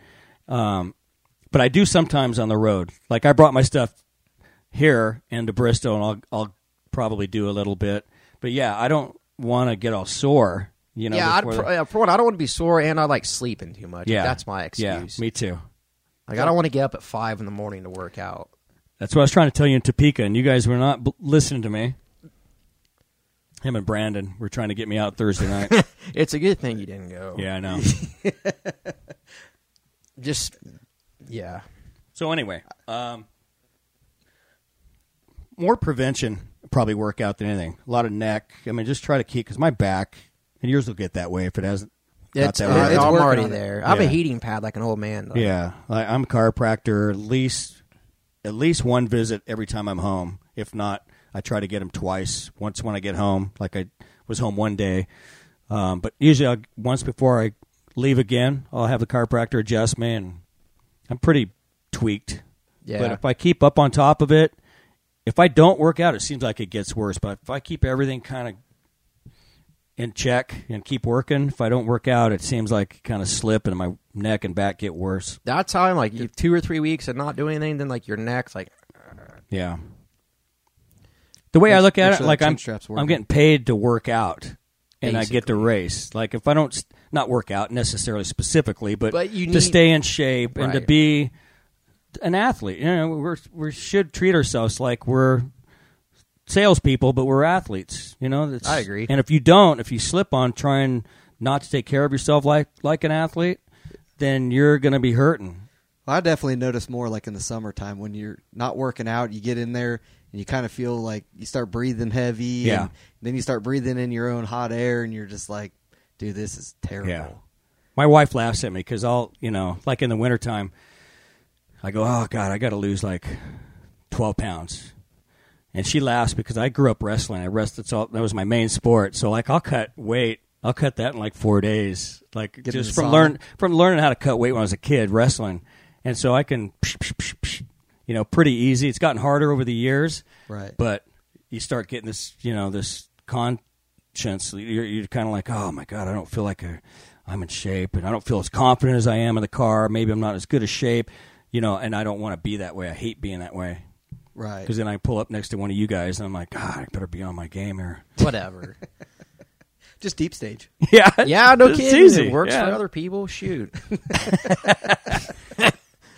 Speaker 3: Um, but I do sometimes on the road. Like I brought my stuff here and to Bristol, and I'll I'll probably do a little bit. But yeah, I don't want to get all sore. You know,
Speaker 1: yeah, I'd,
Speaker 3: before
Speaker 1: pr-
Speaker 3: the-
Speaker 1: yeah, for one, I don't want to be sore, and I like sleeping too much.
Speaker 3: yeah,
Speaker 1: that's my excuse.
Speaker 3: Yeah, me too.
Speaker 1: like I don't want to get up at five in the morning to work out.
Speaker 3: That's what I was trying to tell you in Topeka, and you guys were not b- listening to me. Him and Brandon were trying to get me out Thursday night.
Speaker 1: It's a good thing you didn't go.
Speaker 3: yeah, I know.
Speaker 1: just yeah.
Speaker 3: So anyway, um, more prevention probably work out than anything. A lot of neck. I mean, just try to keep because my back and yours will get that way if it hasn't. got
Speaker 1: It's,
Speaker 3: that
Speaker 1: uh,
Speaker 3: way.
Speaker 2: It's
Speaker 1: I'm
Speaker 2: working
Speaker 1: already
Speaker 2: on it.
Speaker 1: there. I'm a
Speaker 3: Yeah.
Speaker 1: heating pad like an old man. Though.
Speaker 3: Yeah, I, I'm a chiropractor. At least, at least one visit every time I'm home. If not, I try to get them twice. Once when I get home, like I was home one day, um, but usually I'll, once before I leave again, I'll have the chiropractor adjust me, and I'm pretty tweaked.
Speaker 1: Yeah.
Speaker 3: But if I keep up on top of it, if I don't work out, it seems like it gets worse. But if I keep everything kind of in check and keep working, if I don't work out, it seems like kind of slip and my neck and back get worse.
Speaker 1: That's how I'm like you two or three weeks and not doing anything, then like your neck's like
Speaker 3: Yeah. The way
Speaker 2: Make-
Speaker 3: I look
Speaker 2: make
Speaker 3: at
Speaker 2: sure
Speaker 3: it,
Speaker 2: that
Speaker 3: like I'm,
Speaker 2: chin strap's working.
Speaker 3: I'm getting paid to work out, and I get to race. Like if I don't s- not work out necessarily specifically, but,
Speaker 1: But you
Speaker 3: to
Speaker 1: need-
Speaker 3: stay in shape and to
Speaker 1: Right.
Speaker 3: be an athlete. You know, we're we should treat ourselves like we're salespeople, but we're athletes. You know, that's,
Speaker 1: I agree.
Speaker 3: And if you don't, if you slip on trying not to take care of yourself like like an athlete, then you're going to be hurting.
Speaker 2: Well, I definitely notice more like in the summertime when you're not working out, you get in there and you kind of feel like you start breathing heavy.
Speaker 3: Yeah.
Speaker 2: And then you start breathing in your own hot air and you're just like, dude, this is terrible.
Speaker 3: My wife laughs at me because I'll, you know, like in the wintertime, I go, oh, God, I got to lose like 12 pounds. And she laughs because I grew up wrestling. I wrestled, so that was my main sport. So, like, I'll cut weight. I'll cut that in like four days. Like,
Speaker 2: in
Speaker 3: just
Speaker 2: the
Speaker 3: from,
Speaker 2: sauna.
Speaker 3: learn, from learning how to cut weight when I was a kid wrestling. And so I can, psh, psh, psh, psh, you know, pretty easy. It's gotten harder over the years.
Speaker 2: Right.
Speaker 3: But you start getting this, you know, this conscience. You're, you're kind of like, oh my god, I don't feel like i I'm in shape, and I don't feel as confident as I am in the car. Maybe I'm not as good a shape, you know, and I don't want to be that way. I hate being that way
Speaker 2: Right.
Speaker 3: because then I pull up next to one of you guys, and I'm like, God, I better be on my game here.
Speaker 1: whatever.
Speaker 2: Just deep stage.
Speaker 3: yeah,
Speaker 1: yeah, no
Speaker 3: It's
Speaker 1: kidding.
Speaker 3: easy.
Speaker 1: It works
Speaker 3: Yeah.
Speaker 1: for other people. Shoot.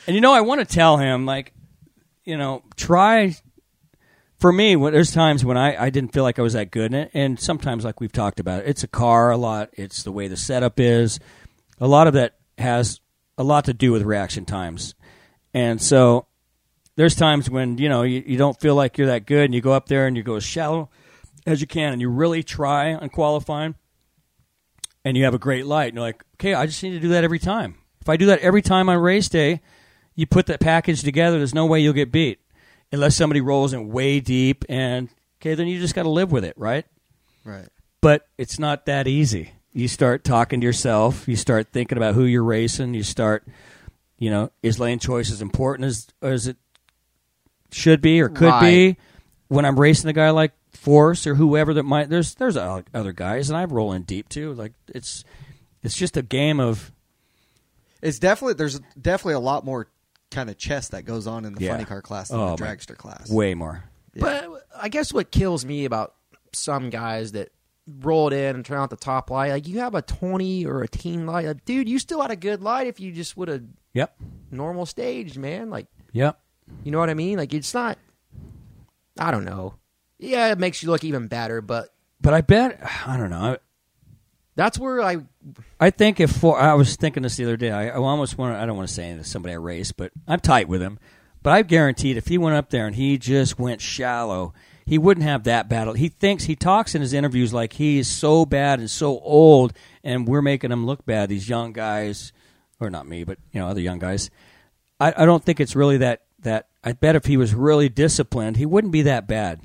Speaker 3: And you know, I want to tell him, like, you know, try. For me, when, there's times when I, I didn't feel like I was that good, and, and sometimes, like we've talked about, it, it's a car a lot. It's the way the setup is. A lot of that has a lot to do with reaction times, and so there's times when you know you, you don't feel like you're that good, and you go up there and you go as shallow as you can, and you really try on qualifying and you have a great light, and you're like, okay, I just need to do that every time. If I do that every time on race day, you put that package together, there's no way you'll get beat unless somebody rolls in way deep, and okay, then you just got to live with it, right?
Speaker 2: Right.
Speaker 3: But it's not that easy. You start talking to yourself, you start thinking about who you're racing, you start, you know, is lane choice as important as, as it should be or could
Speaker 1: Right.
Speaker 3: be when I'm racing a guy like Force or whoever that might there's there's o- other guys and I roll in deep too like it's it's just a game of
Speaker 2: It's definitely, there's definitely a lot more kind of chess that goes on in the
Speaker 3: Yeah.
Speaker 2: funny car class than
Speaker 3: Oh,
Speaker 2: the
Speaker 3: my-
Speaker 2: dragster class.
Speaker 3: way more
Speaker 1: But I guess what kills me about some guys that rolled in and turned out the top light, like you have a twenty or a teen light, like, dude, you still had a good light if you just would have
Speaker 3: yep
Speaker 1: normal staged, man. Like
Speaker 3: yep
Speaker 1: you know what I mean? Like it's not. I don't know. Yeah, it makes you look even better, but
Speaker 3: but I bet I don't know I,
Speaker 1: That's where I
Speaker 3: I think if for, I was thinking this the other day, I, I almost want to, I don't want to say anything to somebody I race, but I'm tight with him. But I guaranteed if he went up there and he just went shallow, he wouldn't have that battle. He thinks he talks in his interviews like he is so bad and so old, and we're making him look bad. These young guys, or not me, but you know other young guys. I, I don't think it's really that that. I bet if he was really disciplined, he wouldn't be that bad.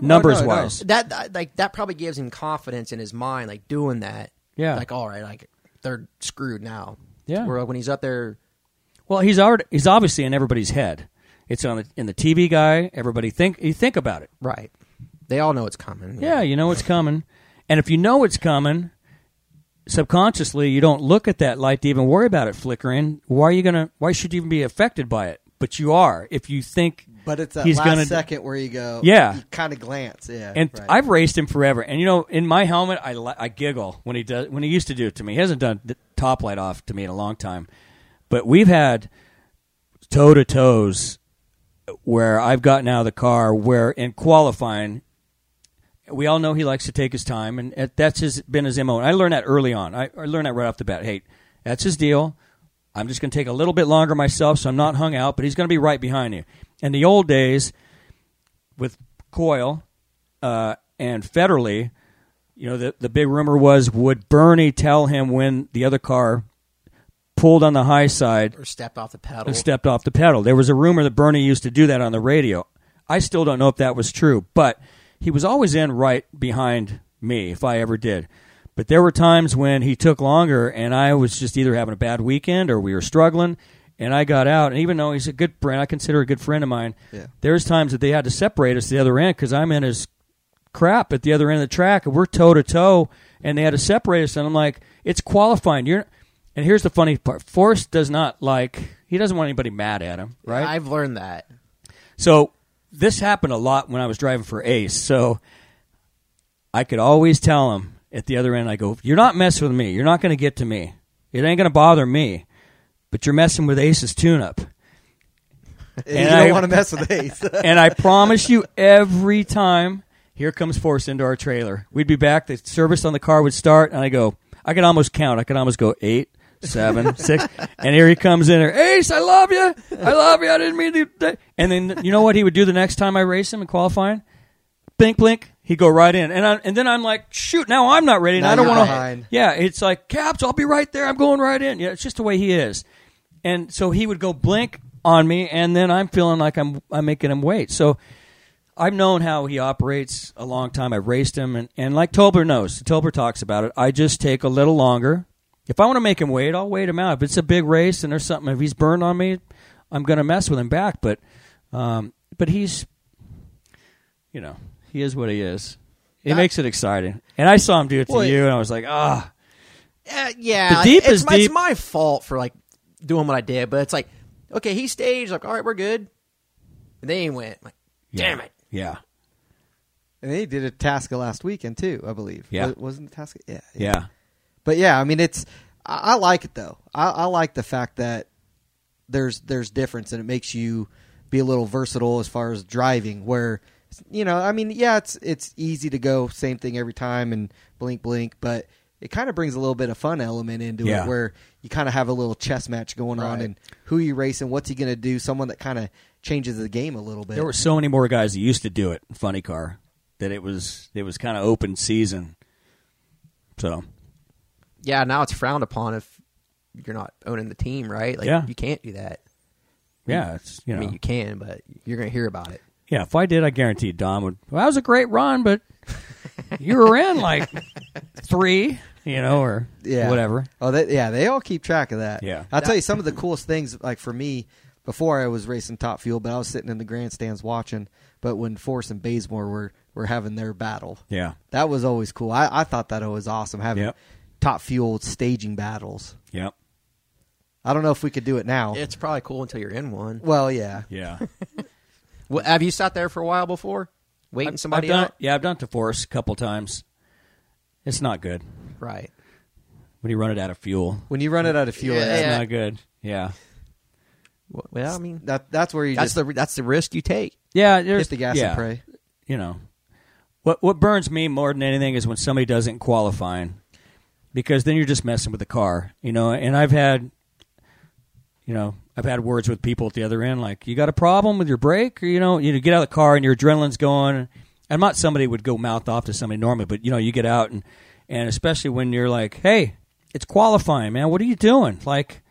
Speaker 3: Numbers
Speaker 2: no, no.
Speaker 3: wise,
Speaker 1: that, that like that probably gives him confidence in his mind, like doing that.
Speaker 3: Yeah.
Speaker 1: Like all right, like they're screwed now.
Speaker 3: Yeah.
Speaker 1: Where when he's up there,
Speaker 3: Well, he's already, he's obviously in everybody's head. It's on the, in the TV guy. Everybody think you think about it.
Speaker 1: right? They all know it's coming.
Speaker 3: Yeah, you know it's coming, and if you know it's coming, subconsciously you don't look at that light to even worry about it flickering. Why are you gonna? Why should you even be affected by it? But you are if you think.
Speaker 2: But it's that
Speaker 3: he's
Speaker 2: last
Speaker 3: gonna,
Speaker 2: second where you go,
Speaker 3: Yeah.
Speaker 2: you kind of glance, yeah.
Speaker 3: And
Speaker 2: right.
Speaker 3: I've raced him forever, and you know, in my helmet, I, la- I giggle when he does when he used to do it to me. He hasn't done the top light off to me in a long time, but we've had toe to toes where I've gotten out of the car where in qualifying, we all know he likes to take his time, and it- that's his been his mo. And I learned that early on. I, I learned that right off the bat. Hey, that's his deal. I'm just going to take a little bit longer myself, so I'm not hung out. But he's going to be right behind you. In the old days, with Coyle uh, and Federley, you know, the, the big rumor was would Bernie tell him when the other car pulled on the high side
Speaker 1: Or stepped off the pedal.
Speaker 3: and stepped off the pedal? There was a rumor that Bernie used to do that on the radio. I still don't know if that was true, but he was always in right behind me if I ever did. But there were times when he took longer and I was just either having a bad weekend or we were struggling and I got out and even though he's a good friend, I consider a good friend of mine.
Speaker 2: Yeah.
Speaker 3: There's times that they had to separate us the other end cuz I'm in his crap at the other end of the track and we're toe to toe and they had to separate us and I'm like it's qualifying you're and here's the funny part Forrest does not like he doesn't want anybody mad at him right
Speaker 1: I've learned that.
Speaker 3: so this happened a lot when I was driving for Ace so I could always tell him at the other end I go you're not messing with me you're not going to get to me it ain't going to bother me but you're messing with Ace's tune up
Speaker 2: And
Speaker 3: and
Speaker 2: you don't
Speaker 3: I-
Speaker 2: want to mess with Ace.
Speaker 3: and I promise you, every time, here comes Forrest into our trailer. We'd be back. The service on the car would start, and I go, I can almost count. I can almost go eight, seven, six, and here he comes in. There, Ace, I love you. I love you. I didn't mean to. that-" And then you know what he would do the next time I race him in qualifying? Blink, blink. He'd go right in, and I, and then I'm like, shoot, now I'm not ready. And
Speaker 2: Now
Speaker 3: I don't
Speaker 2: you're
Speaker 3: want
Speaker 2: behind.
Speaker 3: to. Yeah, it's like caps. I'll be right there. I'm going right in. Yeah, it's just the way he is. And so he would go blink on me, and then I'm feeling like I'm I'm making him wait. So I've known how he operates a long time. I've raced him, and, and like Tolber knows, Tolber talks about it. I just take a little longer. If I want to make him wait, I'll wait him out. If it's a big race and there's something, if he's burned on me, I'm going to mess with him back. But, um, but he's, you know, he is what he is. It
Speaker 1: That-
Speaker 3: makes it exciting. And I saw him do it to
Speaker 1: Well,
Speaker 3: you, and I was like, ah,
Speaker 1: Uh, yeah,
Speaker 3: The deep
Speaker 1: it's,
Speaker 3: is
Speaker 1: my,
Speaker 3: deep.
Speaker 1: it's my fault for like doing what I did, but it's like, okay, he staged. Like, all right, we're good. And they ain't went. Like, damn it.
Speaker 3: yeah,
Speaker 2: and they did a Tasca last weekend too, I believe.
Speaker 3: Yeah.
Speaker 2: Wa- wasn't it Tasca? Yeah,
Speaker 3: yeah,
Speaker 2: But yeah, I mean, it's I, I like it though. I, I like the fact that there's there's difference and it makes you be a little versatile as far as driving. Where you know, I mean, yeah, it's it's easy to go same thing every time and blink blink, but it kind of brings a little bit of fun element into
Speaker 3: Yeah.
Speaker 2: it where you kind of have a little chess match going on
Speaker 1: Right.
Speaker 2: and who you racing, what's he going to do? Someone that kind of changes the game a little bit.
Speaker 3: There were so many more guys that used to do it, in funny car, that it was it was kind of open season. So
Speaker 1: Yeah, now it's frowned upon if you're not owning the team, right? Like,
Speaker 3: Yeah.
Speaker 1: you can't do that.
Speaker 3: yeah, it's you
Speaker 1: I
Speaker 3: know
Speaker 1: mean, you can, but you're gonna hear about it.
Speaker 3: yeah. If I did, I guarantee Don would. Well, that was a great run, but you were in like three, you know, or
Speaker 2: yeah.
Speaker 3: whatever.
Speaker 2: Oh, they, yeah, they all keep track of that.
Speaker 3: Yeah.
Speaker 2: I'll tell you some of the coolest things. Like for me, before I was racing Top Fuel, but I was sitting in the grandstands watching. But when Force and Baysmore were were having their battle,
Speaker 3: Yeah,
Speaker 2: that was always cool. I, I thought that was awesome having
Speaker 3: Yep.
Speaker 2: Top Fuel staging battles.
Speaker 3: yeah,
Speaker 2: I don't know if we could do it now.
Speaker 1: It's probably cool until you're in one.
Speaker 2: well, yeah,
Speaker 3: yeah.
Speaker 1: Well, have you sat there for a while before, waiting somebody
Speaker 3: I've done,
Speaker 1: out?
Speaker 3: Yeah, I've done it to Forrest a couple times. It's not good
Speaker 1: Right.
Speaker 3: when you run it out of fuel.
Speaker 2: when you run it out of fuel,
Speaker 1: Yeah.
Speaker 2: that's,
Speaker 3: It's not good. Yeah,
Speaker 1: Well, well, I mean,
Speaker 2: that that's where you
Speaker 1: that's
Speaker 2: just
Speaker 1: the that's the risk you take.
Speaker 3: yeah. There's,
Speaker 2: hit the gas
Speaker 3: yeah.
Speaker 2: and pray.
Speaker 3: you know what what burns me more than anything is when somebody doesn't qualify. because then you're just messing with the car, you know. And I've had, you know, I've had words with people at the other end, like, "You got a problem with your brake?" Or you know, you get out of the car and your adrenaline's going. I'm not somebody who would go mouth off to somebody normally, but you know, you get out and and especially when you're like, "Hey, it's qualifying, man. What are you doing?" Like,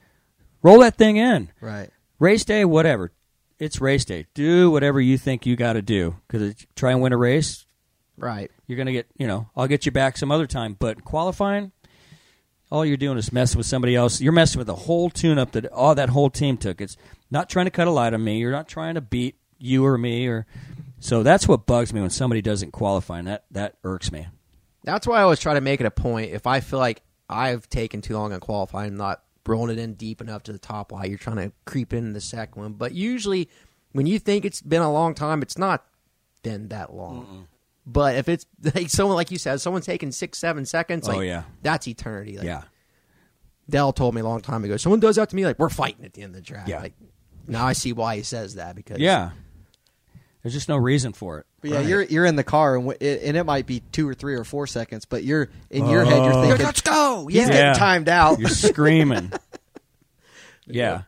Speaker 3: roll that thing in
Speaker 2: Right.
Speaker 3: race day, whatever. It's race day. Do whatever you think you got to do because try and win a race.
Speaker 1: Right.
Speaker 3: You're gonna get, you know, I'll get you back some other time. But qualifying, all you're doing is messing with somebody else. You're messing with the whole tune-up that all that whole team took. It's not trying to cut a light on me. You're not trying to beat you or me or. So that's what bugs me when somebody doesn't qualify, and that that irks me.
Speaker 1: That's why I always try to make it a point. If I feel like I've taken too long on qualifying, I'm not rolling it in deep enough to the top while you're trying to creep in the second one. But usually, when you think it's been a long time, it's not been that long. But if it's like someone, like you said, someone taking six, seven seconds,
Speaker 3: Oh,
Speaker 1: like,
Speaker 3: yeah.
Speaker 1: that's eternity. Like,
Speaker 3: Yeah,
Speaker 1: Dell told me a long time ago. Someone does that to me, like we're fighting at the end of the draft.
Speaker 3: Yeah.
Speaker 1: Like now I see why he says that because
Speaker 3: yeah. There's just no reason for it.
Speaker 2: But yeah, you're you're in the car and w- it, and it might be two or three or four seconds, but you're in your head you're
Speaker 1: You're like,
Speaker 2: thinking
Speaker 1: let's go.
Speaker 2: he's
Speaker 1: Yeah.
Speaker 3: Oh. Yeah.
Speaker 2: getting timed out.
Speaker 3: You're screaming. yeah.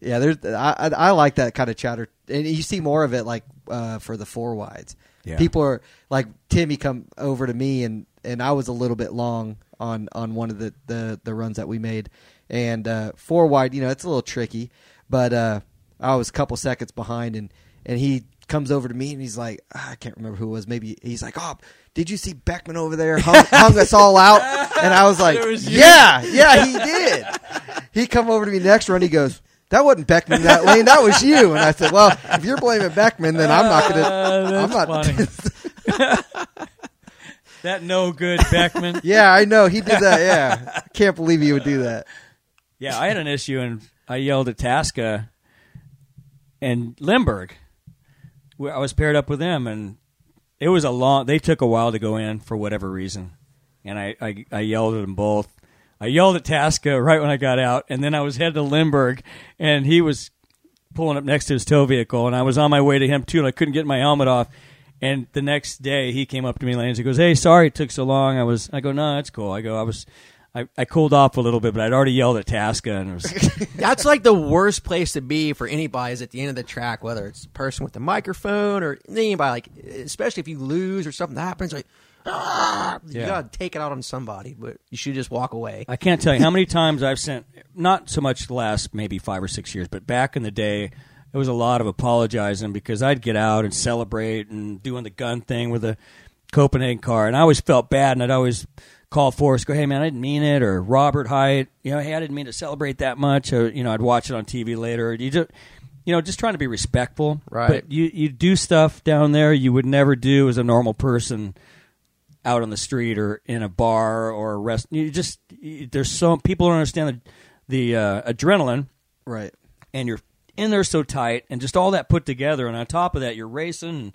Speaker 2: Yeah, there's I, I I like that kind of chatter, and you see more of it like uh, for the four wides.
Speaker 3: Yeah.
Speaker 2: People are like Timmy come over to me, and and I was a little bit long on on one of the the, the runs that we made, and uh, four wide, you know, it's a little tricky, but uh, I was a couple seconds behind, and and he comes over to me and he's like ah, i can't remember who it was maybe he's like oh did you see beckman over there hung, hung us all out and i was like yeah yeah he did he come over to me next run. He goes, "That wasn't Beckman that lane. That was you." And I said, "Well, if you're blaming Beckman, then I'm not gonna.
Speaker 3: Uh,
Speaker 2: I'm
Speaker 3: that's
Speaker 2: not.
Speaker 3: funny. that no good Beckman.
Speaker 2: yeah, I know he did that. Yeah, I can't believe he would do that.
Speaker 3: yeah, I had an issue and I yelled at Tasca and Lindbergh. Where I was paired up with them and it was a long. They took a while to go in for whatever reason, and I I, I yelled at them both. I yelled at Tasca right when I got out, and then I was headed to Lindbergh, and he was pulling up next to his tow vehicle, and I was on my way to him too, and I couldn't get my helmet off. And the next day, he came up to me, Lanes. He goes, "Hey, sorry it took so long." I was, I go, "No, it's cool." I go, "I was." I, I cooled off a little bit, but I'd already yelled at Tasca, and it was
Speaker 1: That's like the worst place to be for anybody is at the end of the track, whether it's the person with the microphone or anybody. Like, especially if you lose or something happens, like, ah,
Speaker 3: Yeah.
Speaker 1: you gotta take it out on somebody. But you should just walk away.
Speaker 3: I can't tell you how many times I've sent, not so much the last maybe five or six years, but back in the day, it was a lot of apologizing because I'd get out and celebrate and doing the gun thing with a Copenhagen car. And I always felt bad and I'd always call Forrest, go, hey, man, I didn't mean it. Or Robert Hyatt, you know, hey, I didn't mean to celebrate that much. Or, you know, I'd watch it on TV later. You just, you know, just trying to be respectful.
Speaker 1: Right.
Speaker 3: But you, you do stuff down there you would never do as a normal person out on the street or in a bar or a rest. You just you, there's so people don't understand the, the uh, adrenaline,
Speaker 2: Right.
Speaker 3: and you're in there so tight, and just all that put together, and on top of that, you're racing. And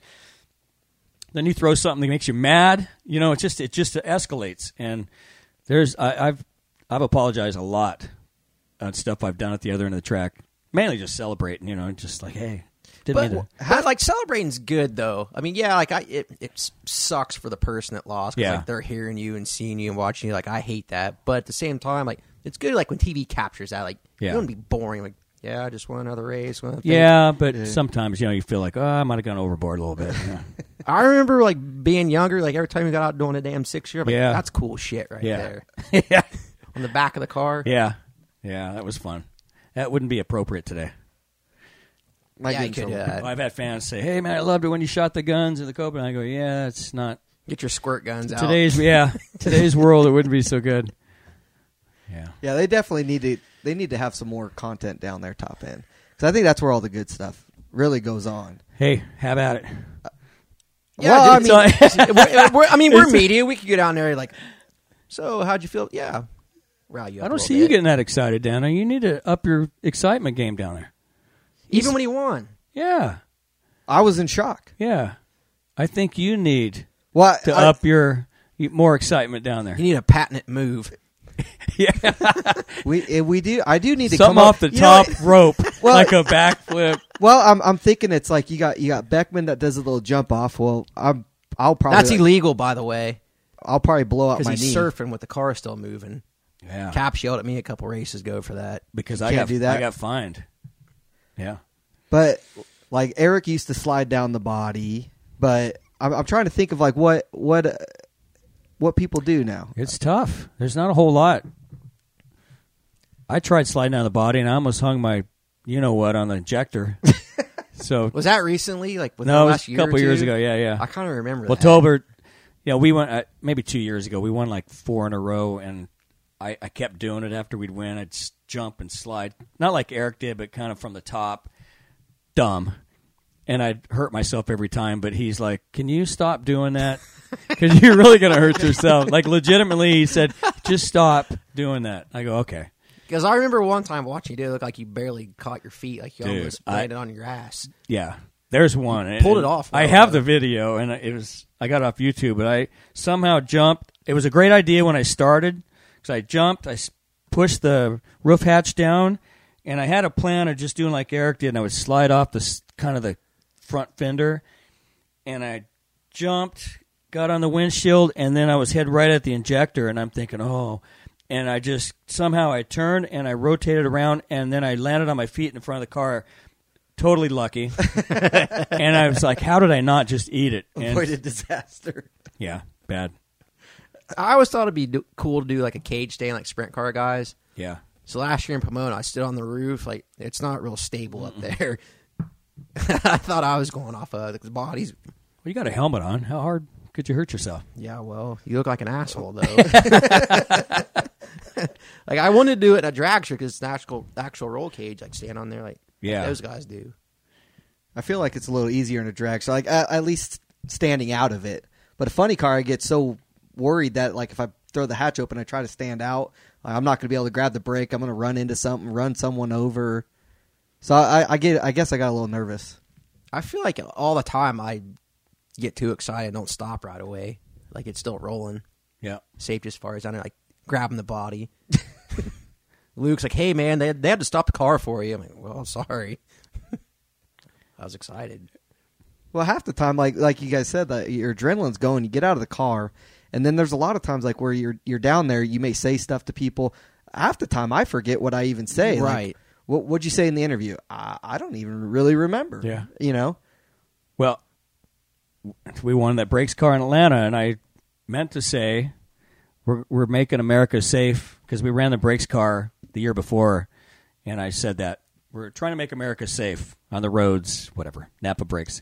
Speaker 3: then you throw something that makes you mad. You know, it just it just escalates, and there's I, I've I've apologized a lot on stuff I've done at the other end of the track, mainly just celebrating. You know, just like hey, didn't
Speaker 1: But,
Speaker 3: mean to-
Speaker 1: but, like celebrating's good though. I mean, yeah, like I it, it s- sucks for the person that lost 'cause,
Speaker 3: Yeah.
Speaker 1: like they're hearing you and seeing you and watching you. Like I hate that, but at the same time, like it's good like when TV captures that. Like
Speaker 3: Yeah.
Speaker 1: you don't be boring. Like yeah, I just won another race. Won
Speaker 3: Yeah, but sometimes you know you feel like oh I might have gone overboard a little bit. Yeah.
Speaker 1: I remember like being younger. Like every time we got out doing a damn six year, like,
Speaker 3: Yeah.
Speaker 1: that's cool shit right
Speaker 3: Yeah.
Speaker 1: there
Speaker 3: yeah.
Speaker 1: on the back of the car.
Speaker 3: Yeah. Yeah, that was fun. That wouldn't be appropriate today.
Speaker 2: Might
Speaker 1: Yeah,
Speaker 2: get
Speaker 1: you
Speaker 2: in
Speaker 1: could,
Speaker 2: trouble.
Speaker 1: uh,
Speaker 3: I've had fans say, "Hey man, I loved it when you shot the guns in the Copenhagen." I go, "Yeah, it's not
Speaker 1: Get your squirt guns out.
Speaker 3: today's yeah, today's world it wouldn't be so good." Yeah.
Speaker 2: yeah, they definitely need to. They need to have some more content down their top end because I think that's where all the good stuff really goes on.
Speaker 3: Hey, how about it?
Speaker 1: yeah,
Speaker 2: Well,
Speaker 1: dude,
Speaker 3: I
Speaker 1: it's- we're, we're- I mean, we're media. We could go down there like, so how'd you feel? Yeah, rile you up
Speaker 3: I
Speaker 1: a
Speaker 3: don't
Speaker 1: little
Speaker 3: see you
Speaker 1: bit.
Speaker 3: getting that excited down there. You need to up your excitement game down there.
Speaker 1: even when he won.
Speaker 3: Yeah.
Speaker 2: I was in shock.
Speaker 3: Yeah. I think you need
Speaker 2: Well,
Speaker 3: to
Speaker 2: I-
Speaker 3: up your more excitement down there.
Speaker 1: You need a patent move.
Speaker 3: Yeah.
Speaker 2: we eh, we do. I do need to
Speaker 3: Something
Speaker 2: come
Speaker 3: off
Speaker 2: up-
Speaker 3: the
Speaker 2: you know,
Speaker 3: top rope
Speaker 2: Well-
Speaker 3: like a backflip.
Speaker 2: Well, I'm I'm thinking it's like you got you got Beckman that does a little jump off. Well, I'm I'll probably
Speaker 1: That's
Speaker 2: like-
Speaker 1: illegal, by the way.
Speaker 2: I'll probably blow out
Speaker 1: because
Speaker 2: my
Speaker 1: he's
Speaker 2: knee.
Speaker 1: surfing with the car still moving.
Speaker 3: Oh, Yeah.
Speaker 1: Caps yelled at me a couple races ago for that.
Speaker 3: because
Speaker 2: You
Speaker 3: I
Speaker 2: can't
Speaker 3: got
Speaker 2: do that.
Speaker 3: I got fined. Yeah.
Speaker 2: But like Eric used to slide down the body, but I'm, I'm trying to think of like what what uh, what people do now.
Speaker 3: It's tough. There's not a whole lot. I tried sliding down the body and I almost hung my you know what on the injector. so
Speaker 1: Was that recently? Like within
Speaker 3: no,
Speaker 1: the
Speaker 3: it
Speaker 1: last
Speaker 3: was a
Speaker 1: year or
Speaker 3: couple years
Speaker 1: two?
Speaker 3: ago. Yeah, yeah.
Speaker 1: I kind of remember.
Speaker 3: Well,
Speaker 1: that.
Speaker 3: Tolbert, yeah, we went uh, maybe two years ago. We won like four in a row, and I, I kept doing it. After we'd win, I'd s- jump and slide, not like Eric did, but kind of from the top, dumb. And I'd hurt myself every time. But he's like, "Can you stop doing that? Because you're really gonna hurt yourself." Like legitimately, he said, "Just stop doing that." I go, "Okay."
Speaker 1: Because I remember one time watching you do it looked like you barely caught your feet, like you
Speaker 3: Dude,
Speaker 1: almost
Speaker 3: I-
Speaker 1: landed on your ass.
Speaker 3: Yeah, there's one. And-
Speaker 1: pulled it off,
Speaker 3: I
Speaker 1: though,
Speaker 3: have
Speaker 1: though.
Speaker 3: the video, and it was I got it off YouTube, but I somehow jumped. It was a great idea when I started because I jumped, I s- pushed the roof hatch down, and I had a plan of just doing like Eric did, and I would slide off the s- kind of the front fender, and I jumped, got on the windshield, and then I was head right at the injector, and I'm thinking, oh. And I just somehow I turned and I rotated around and then I landed on my feet in front of the car. Totally lucky. and I was like, how did I not just eat it? And-
Speaker 2: Avoided disaster.
Speaker 3: yeah, bad.
Speaker 1: I always thought it'd be do- cool to do like a cage stand, like sprint car guys.
Speaker 3: Yeah.
Speaker 1: So last year in Pomona, I stood on the roof. Like it's not real stable up there. I thought I was going off of the bodies.
Speaker 3: Well, you got a helmet on. How hard could you hurt yourself?
Speaker 1: Yeah, well, you look like an asshole though. like I wanted to do it in a dragster because it's an actual actual roll cage. Like stand on there, like
Speaker 3: Yeah.
Speaker 1: those guys do.
Speaker 2: I feel like it's a little easier in a drag. So like at, at least standing out of it. But a funny car, I get so worried that like if I throw the hatch open, I try to stand out. like, I'm not going to be able to grab the brake. I'm going to run into something, run someone over. So I, I- I get. I guess I got a little nervous.
Speaker 1: I feel like all the time I get too excited, and don't stop right away. Like it's still rolling.
Speaker 3: Yeah.
Speaker 1: Safe as far as I know, like grabbing the body. Luke's like, "Hey man, they they had to stop the car for you." I'm like, "Well, sorry." I was excited.
Speaker 2: Well, half the time, like like you guys said, that your adrenaline's going. You get out of the car, and then there's a lot of times like where you're you're down there. You may say stuff to people. Half the time, I forget what I even say. Like,
Speaker 1: Right.
Speaker 2: what would you say in the interview? I, I don't even really remember.
Speaker 3: Yeah.
Speaker 2: You know.
Speaker 3: Well, we won that brakes car in Atlanta, and I meant to say we're, we're making America safe because we ran the brakes car the year before, and I said that we're trying to make America safe on the roads, whatever Napa brakes.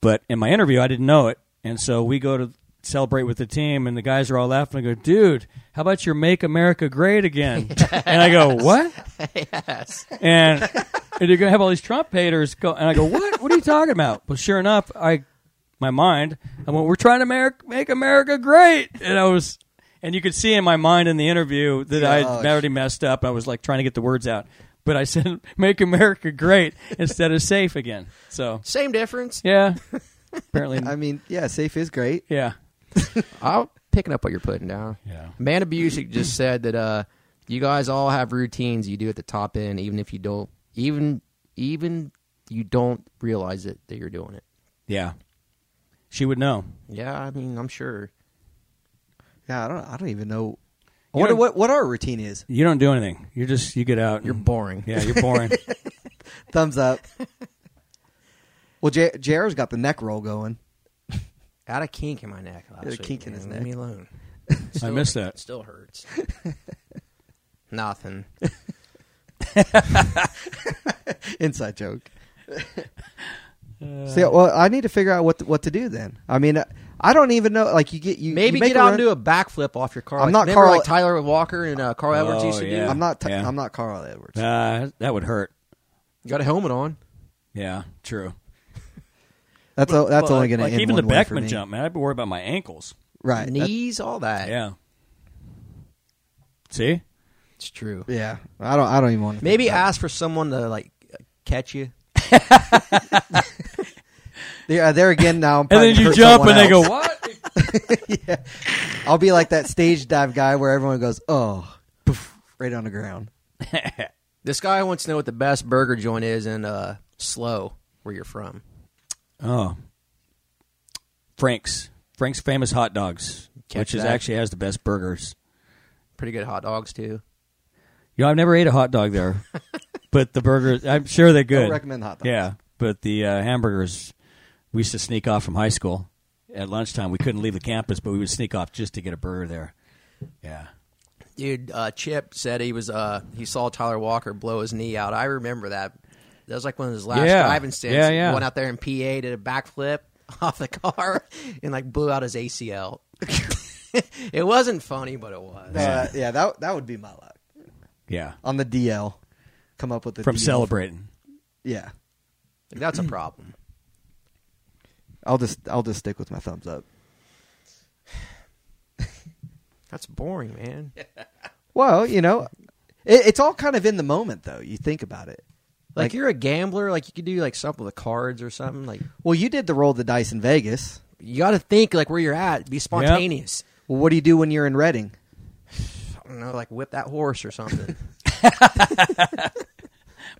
Speaker 3: But in my interview, I didn't know it, and so we go to celebrate with the team, and the guys are all laughing. I go, "Dude, how about your Make America Great Again?" And I go, "What?" and and you're gonna have all these Trump haters go. And I go, what? What are you talking about? Well, sure enough, I my mind. I went, we're trying to Ameri- make America great, and I was, and you could see in my mind in the interview that I
Speaker 2: Gosh.
Speaker 3: had already messed up. I was like trying to get the words out, but I said, make America great instead of safe again. So
Speaker 1: Same difference.
Speaker 3: yeah, apparently,
Speaker 2: I mean, yeah, safe is great.
Speaker 3: yeah,
Speaker 1: I'm picking up what you're putting down.
Speaker 3: yeah,
Speaker 1: Man Abusic just said that uh, you guys all have routines you do at the top end, even if you don't, even even you don't realize it that you're doing it.
Speaker 3: yeah. She would know.
Speaker 1: Yeah, I mean, I'm sure.
Speaker 2: Yeah, I don't. I don't even know. I
Speaker 3: You
Speaker 2: wonder
Speaker 3: don't-
Speaker 2: what what our routine is.
Speaker 3: You don't do anything. You're just you get out.
Speaker 1: You're
Speaker 3: and-
Speaker 1: boring.
Speaker 3: Mm-hmm. Yeah, you're boring.
Speaker 2: Thumbs up. well, J- JR's got the neck roll going.
Speaker 1: Got a kink in my neck. Last
Speaker 2: Got a
Speaker 1: week,
Speaker 2: kink in his
Speaker 1: man.
Speaker 2: neck.
Speaker 1: Leave me alone.
Speaker 3: I missed that.
Speaker 1: Still hurts. Nothing.
Speaker 2: Inside joke.
Speaker 3: Uh,
Speaker 2: See, well, I need to figure out what to, what to do then. I mean, I- I don't even know. Like you get you
Speaker 1: Maybe
Speaker 2: you make
Speaker 1: get
Speaker 2: a
Speaker 1: out
Speaker 2: run-
Speaker 1: and do a backflip off your car.
Speaker 2: I'm
Speaker 1: like,
Speaker 2: not
Speaker 1: remember,
Speaker 2: Carl-
Speaker 1: like Tyler Walker and uh, Carl Edwards
Speaker 3: Oh,
Speaker 1: used to
Speaker 3: yeah.
Speaker 1: do.
Speaker 2: I'm not. T-
Speaker 3: Yeah.
Speaker 2: I'm not Carl Edwards.
Speaker 3: Uh, that would hurt.
Speaker 1: You got a helmet on.
Speaker 3: Yeah, true.
Speaker 2: That's o- that's
Speaker 3: Well,
Speaker 2: only going to
Speaker 3: like
Speaker 2: end
Speaker 3: even the
Speaker 2: one way for
Speaker 3: Beckman
Speaker 2: me.
Speaker 3: jump, man. I'd be worried about my ankles.
Speaker 2: Right. that-
Speaker 1: Knees, all that.
Speaker 3: Yeah. See,
Speaker 1: It's true.
Speaker 2: yeah. I don't. I don't even want to.
Speaker 1: Maybe ask for someone to like catch you.
Speaker 2: Yeah. There again. Now. I'm
Speaker 3: and
Speaker 2: probably
Speaker 3: then you
Speaker 2: hurt
Speaker 3: jump,
Speaker 2: someone
Speaker 3: and they go,
Speaker 2: else.
Speaker 3: "What?"
Speaker 2: I'll be like that stage dive guy where everyone goes, oh, poof, right on the ground.
Speaker 1: This guy wants to know what the best burger joint is in uh, Slow, where you're from.
Speaker 3: oh, Frank's, Frank's famous hot dogs.
Speaker 1: Catch
Speaker 3: which is
Speaker 1: that.
Speaker 3: actually has the best burgers.
Speaker 1: Pretty good hot dogs too.
Speaker 3: You know, I've never ate a hot dog there, but the burgers, I'm sure they're good.
Speaker 2: Don't recommend hot dogs.
Speaker 3: Yeah, but the uh, hamburgers, we used to sneak off from high school at lunchtime. We couldn't leave the campus, but we would sneak off just to get a burger there. Yeah.
Speaker 1: Dude, uh, Chip said he was uh, he saw Tyler Walker blow his knee out. I remember that. That was like one of his last
Speaker 3: Yeah.
Speaker 1: driving stints.
Speaker 3: Yeah, yeah.
Speaker 1: Went out there in PA, did a backflip off the car, and like blew out his ACL. it wasn't funny, but it was.
Speaker 2: Uh, yeah, that that would be my luck
Speaker 3: Yeah.
Speaker 2: on the DL. Come up with the
Speaker 3: From
Speaker 2: DL.
Speaker 3: celebrating.
Speaker 2: Yeah,
Speaker 1: Like, that's a problem.
Speaker 2: I'll just I'll just stick with my thumbs up.
Speaker 1: That's boring, man.
Speaker 2: Well, you know, it, it's all kind of in the moment though. You think about it.
Speaker 1: Like,
Speaker 2: Like-
Speaker 1: you're a gambler. Like you could do like something with the cards or something. Like
Speaker 2: Well, you did the roll of the dice in Vegas.
Speaker 1: you got to think like where you're at. Be spontaneous.
Speaker 2: Well, what do you do when you're in Reading?
Speaker 1: I don't know, like whip that horse or something.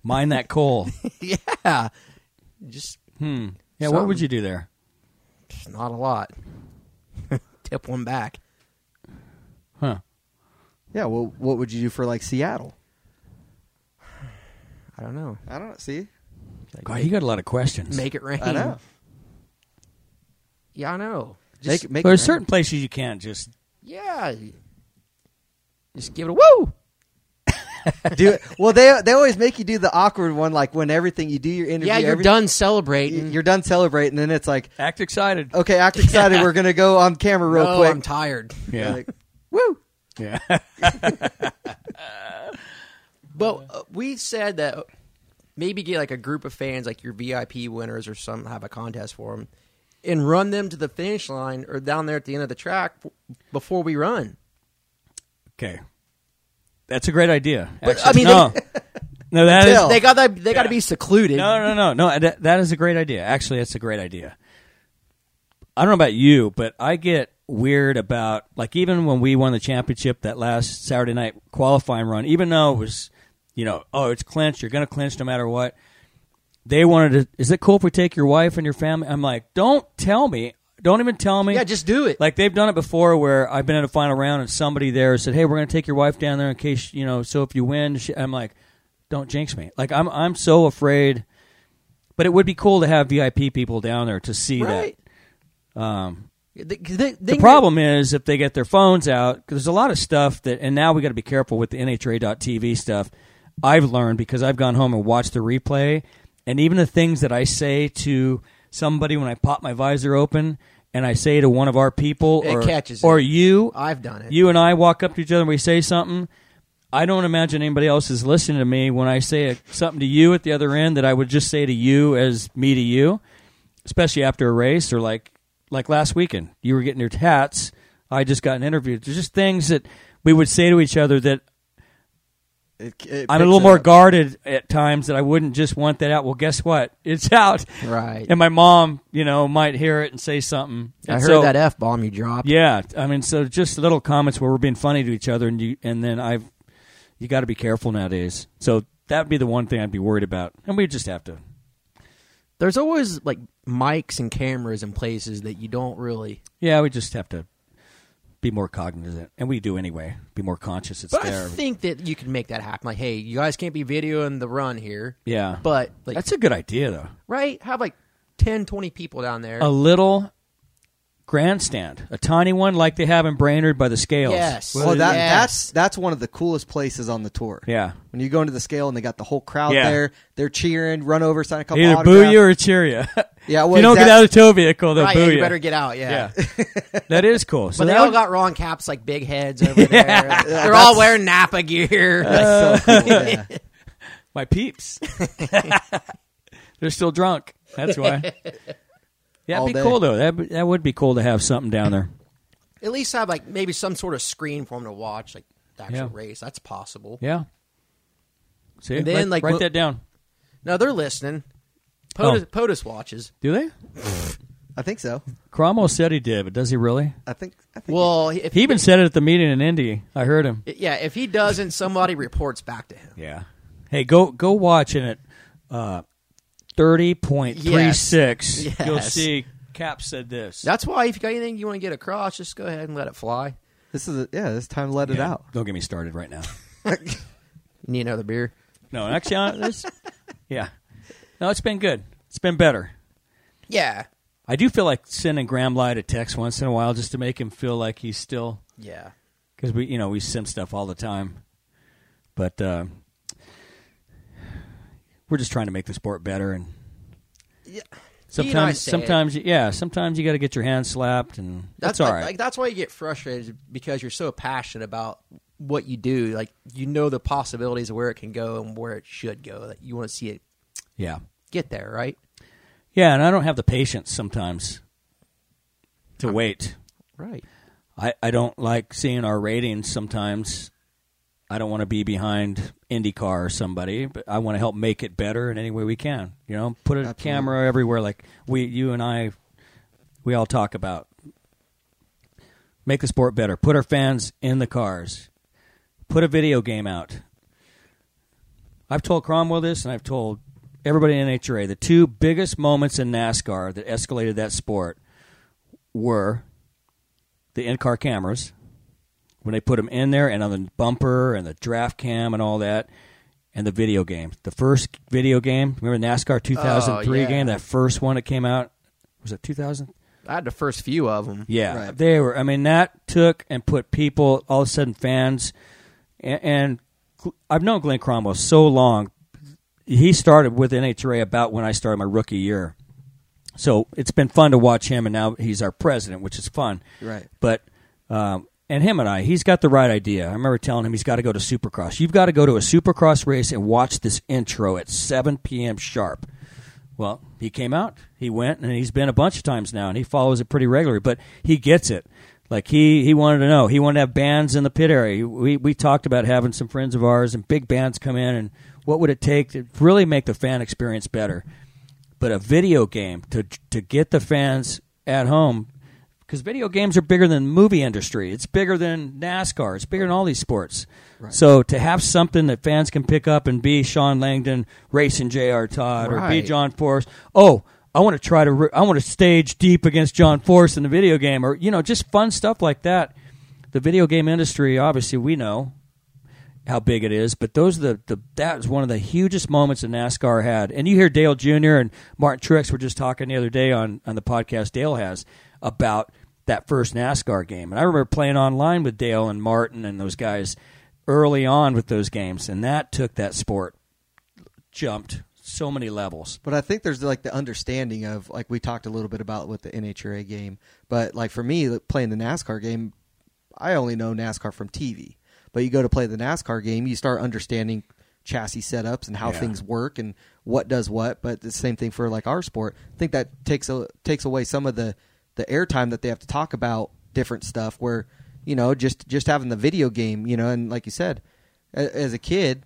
Speaker 3: Mine that coal.
Speaker 1: yeah, just
Speaker 3: Hmm. Yeah, what
Speaker 1: Something.
Speaker 3: would you do there?
Speaker 1: just not a lot. Tip one back.
Speaker 3: Huh.
Speaker 2: Yeah. Well, what would you do for like Seattle?
Speaker 1: I don't know.
Speaker 2: I don't see.
Speaker 1: Like,
Speaker 3: God, you got a lot of questions.
Speaker 1: make it rain.
Speaker 2: I know.
Speaker 1: Yeah, I know.
Speaker 2: Make
Speaker 1: Just,
Speaker 2: it- make
Speaker 3: There's
Speaker 2: it
Speaker 3: certain places you can't just.
Speaker 1: yeah, just give it a woo.
Speaker 2: rain. do it. Well, they they always make you do the awkward one, like when everything you do your interview.
Speaker 1: Yeah, you're
Speaker 2: everything-
Speaker 1: done celebrating.
Speaker 2: You're done celebrating, and then it's like,
Speaker 3: Act excited.
Speaker 2: okay, act excited. We're gonna go on camera real
Speaker 1: no,
Speaker 2: quick.
Speaker 1: "Oh, I'm tired.
Speaker 3: Yeah.
Speaker 2: Like, Woo.
Speaker 3: yeah.
Speaker 1: But uh, we said that maybe get like a group of fans, like your VIP winners or something, have a contest for them, and run them to the finish line or down there at the end of the track f- before we run.
Speaker 3: okay. That's a great idea.
Speaker 1: But,
Speaker 3: actually.
Speaker 1: I mean,
Speaker 3: no. no, that is.
Speaker 2: Until-
Speaker 1: They got that. They got to be secluded.
Speaker 3: No, no, no, no. That, that is a great idea. Actually, that's a great idea. I don't know about you, but I get weird about like even when we won the championship that last Saturday night qualifying run. Even though it was, you know, oh, it's clinched. You're going to clinch no matter what. They wanted to. Is it cool if we take your wife and your family? I'm like, don't tell me. Don't even tell me.
Speaker 1: Yeah, just do it.
Speaker 3: Like they've done it before, where I've been at a final round and somebody there said, "Hey, we're going to take your wife down there in case you know." So if you win, she, I'm like, "Don't jinx me!" Like I'm, I'm so afraid. But it would be cool to have VIP people down there to see
Speaker 1: right.
Speaker 3: that. Um,
Speaker 1: The, the-
Speaker 3: the
Speaker 1: thing-
Speaker 3: problem is if they get their phones out, 'cause there's a lot of stuff that, and now we got to be careful with the NHRA.TV stuff. I've learned because I've gone home and watched the replay, and even the things that I say to somebody when I pop my visor open and I say to one of our people,
Speaker 1: It
Speaker 3: or,
Speaker 1: catches it.
Speaker 3: or you,
Speaker 1: I've done it.
Speaker 3: you and I walk up to each other and we say something. I don't imagine anybody else is listening to me when I say something to you at the other end that I would just say to you as me to you, especially after a race or like like last weekend. You were getting your tats. I just got an interview. There's just things that we would say to each other that
Speaker 2: It- it
Speaker 3: I'm
Speaker 2: picks
Speaker 3: a little
Speaker 2: it
Speaker 3: more
Speaker 2: up.
Speaker 3: guarded at times that I wouldn't just want that out. Well, guess what? It's out.
Speaker 1: Right.
Speaker 3: And my mom, you know, might hear it and say something.
Speaker 1: I
Speaker 3: And
Speaker 1: heard
Speaker 3: so-
Speaker 1: that f bomb you dropped.
Speaker 3: yeah, I mean, so just little comments where we're being funny to each other, and you, and then I've, you got to be careful nowadays. So that'd be the one thing I'd be worried about, and we just have to.
Speaker 1: There's always like mics and cameras in places that you don't really.
Speaker 3: Yeah, we just have to be more cognizant, and we do anyway. Be more conscious. It's
Speaker 1: But
Speaker 3: there.
Speaker 1: I think that you can make that happen. Like, hey, you guys can't be videoing the run here.
Speaker 3: yeah,
Speaker 1: But like,
Speaker 3: that's a good idea, though.
Speaker 1: right? Have like 10, 20 people down there.
Speaker 3: A little grandstand, a tiny one like they have in Brainerd by the scales.
Speaker 1: Yes.
Speaker 2: Well, that
Speaker 1: Yes.
Speaker 2: that's that's one of the coolest places on the tour.
Speaker 3: Yeah.
Speaker 2: When you go into the scale and they got the whole crowd
Speaker 3: Yeah.
Speaker 2: there, they're cheering, run over, sign a couple.
Speaker 3: Either boo
Speaker 2: autographs.
Speaker 3: you or cheer you.
Speaker 2: Yeah,
Speaker 3: if
Speaker 2: well,
Speaker 3: you don't get
Speaker 2: exact-
Speaker 3: out of the tow vehicle, they'll
Speaker 1: right,
Speaker 3: boo
Speaker 1: yeah, you
Speaker 3: ya.
Speaker 1: better get out. oh, Yeah.
Speaker 3: Yeah, that is cool. So
Speaker 1: But they
Speaker 3: that
Speaker 1: all
Speaker 3: would-
Speaker 1: got wrong caps, like big heads over there. They're all wearing Napa gear.
Speaker 2: That's so cool. Yeah.
Speaker 3: my peeps. They're still drunk. That's why. Yeah,
Speaker 2: All
Speaker 3: it'd be
Speaker 2: day.
Speaker 3: cool though. That that would be cool to have something down there.
Speaker 1: At least have like maybe some sort of screen for them to watch, like the actual
Speaker 3: Yeah.
Speaker 1: race. That's possible.
Speaker 3: Yeah. See,
Speaker 1: And then,
Speaker 3: write,
Speaker 1: like,
Speaker 3: write
Speaker 1: when-
Speaker 3: that down.
Speaker 1: No, they're listening.
Speaker 3: Oh.
Speaker 1: POTUS, POTUS watches.
Speaker 3: Do they?
Speaker 2: I think so.
Speaker 3: Cromwell said he did, but does he really?
Speaker 2: I think. I think
Speaker 1: Well, if
Speaker 3: He even said it at the meeting in Indy. I heard him.
Speaker 1: yeah, if he doesn't, somebody reports back to him.
Speaker 3: Yeah. Hey, go go watch it at uh, thirty point three six.
Speaker 1: Yes.
Speaker 3: You'll see Cap said this.
Speaker 1: That's why if you got anything you want to get across, just go ahead and let it fly.
Speaker 2: This is a, yeah. This time, let it
Speaker 3: Yeah,
Speaker 2: out.
Speaker 3: Don't get me started right now.
Speaker 1: You need another beer.
Speaker 3: No, actually, I- this, yeah, no, it's been good. It's been better.
Speaker 1: Yeah.
Speaker 3: I do feel like sending Graham Light a text once in a while just to make him feel like he's still
Speaker 1: Yeah.
Speaker 3: because we, you know, we sim stuff all the time. But uh, we're just trying to make the sport better, and
Speaker 1: Yeah. You and I
Speaker 3: sometimes,
Speaker 1: say it.
Speaker 3: sometimes, yeah, sometimes you got to get your hand slapped, and that's, all
Speaker 1: like,
Speaker 3: right.
Speaker 1: Like that's why you get frustrated because you're so passionate about what you do. Like you know the possibilities of where it can go and where it should go. That you want to see it
Speaker 3: yeah,
Speaker 1: get there, right?
Speaker 3: yeah, and I don't have the patience sometimes to wait.
Speaker 1: Right.
Speaker 3: I, I don't like seeing our ratings sometimes. I don't want to be behind IndyCar or somebody, but I want to help make it better in any way we can. You know, put a
Speaker 2: Absolutely.
Speaker 3: camera everywhere, like we, you and I, we all talk about. Make the sport better. Put our fans in the cars. Put a video game out. I've told Cromwell this, and I've told everybody in NHRA the two biggest moments in NASCAR that escalated that sport were the in-car cameras when they put them in there and on the bumper and the draft cam and all that and the video game the first video game remember nascar 2003
Speaker 1: yeah.
Speaker 3: game that first one that came out was it 2000
Speaker 1: I had the first few of them.
Speaker 3: yeah
Speaker 2: Right.
Speaker 3: they were i mean that took and put people all of a sudden fans and, and Gl- i've known glenn cromwell so long he started with nhra about when i started my rookie year so it's been fun to watch him and now he's our president which is fun
Speaker 2: Right.
Speaker 3: but um, and him and I, he's got the right idea. I remember telling him he's got to go to Supercross. You've got to go to a Supercross race and watch this intro at 7 p.m. sharp. Well, he came out, he went, and he's been a bunch of times now, and he follows it pretty regularly. But he gets it. Like he he wanted to know. He wanted to have bands in the pit area. We we talked about having some friends of ours and big bands come in, and what would it take to really make the fan experience better? but a video game to to get the fans at home because video games are bigger than the movie industry. It's bigger than NASCAR. It's bigger than all these sports. So to have something that fans can pick up and be Sean Langdon racing J.R. Todd or be
Speaker 1: Right.
Speaker 3: John Force. Oh, I want to try to. Re- I want to stage deep against John Force in the video game, or you know, just fun stuff like that. The video game industry, obviously, we know how big it is, but those are the, the that was one of the hugest moments that NASCAR had. And you hear Dale Jr. and Martin Truex were just talking the other day on, on the podcast Dale has about that first NASCAR game. And I remember playing online with Dale and Martin and those guys early on with those games, and that took that sport jumped so many levels.
Speaker 2: But I think there's like the understanding of like we talked a little bit about with the NHRA game, but like for me like, playing the NASCAR game, I only know NASCAR from TV. But you go to play the NASCAR game, you start understanding chassis setups and how
Speaker 3: Yeah.
Speaker 2: things work and what does what. But the same thing for like our sport. I think that takes a, takes away some of the the airtime that they have to talk about different stuff. Where you know just just having the video game, you know, and like you said, a- as a kid,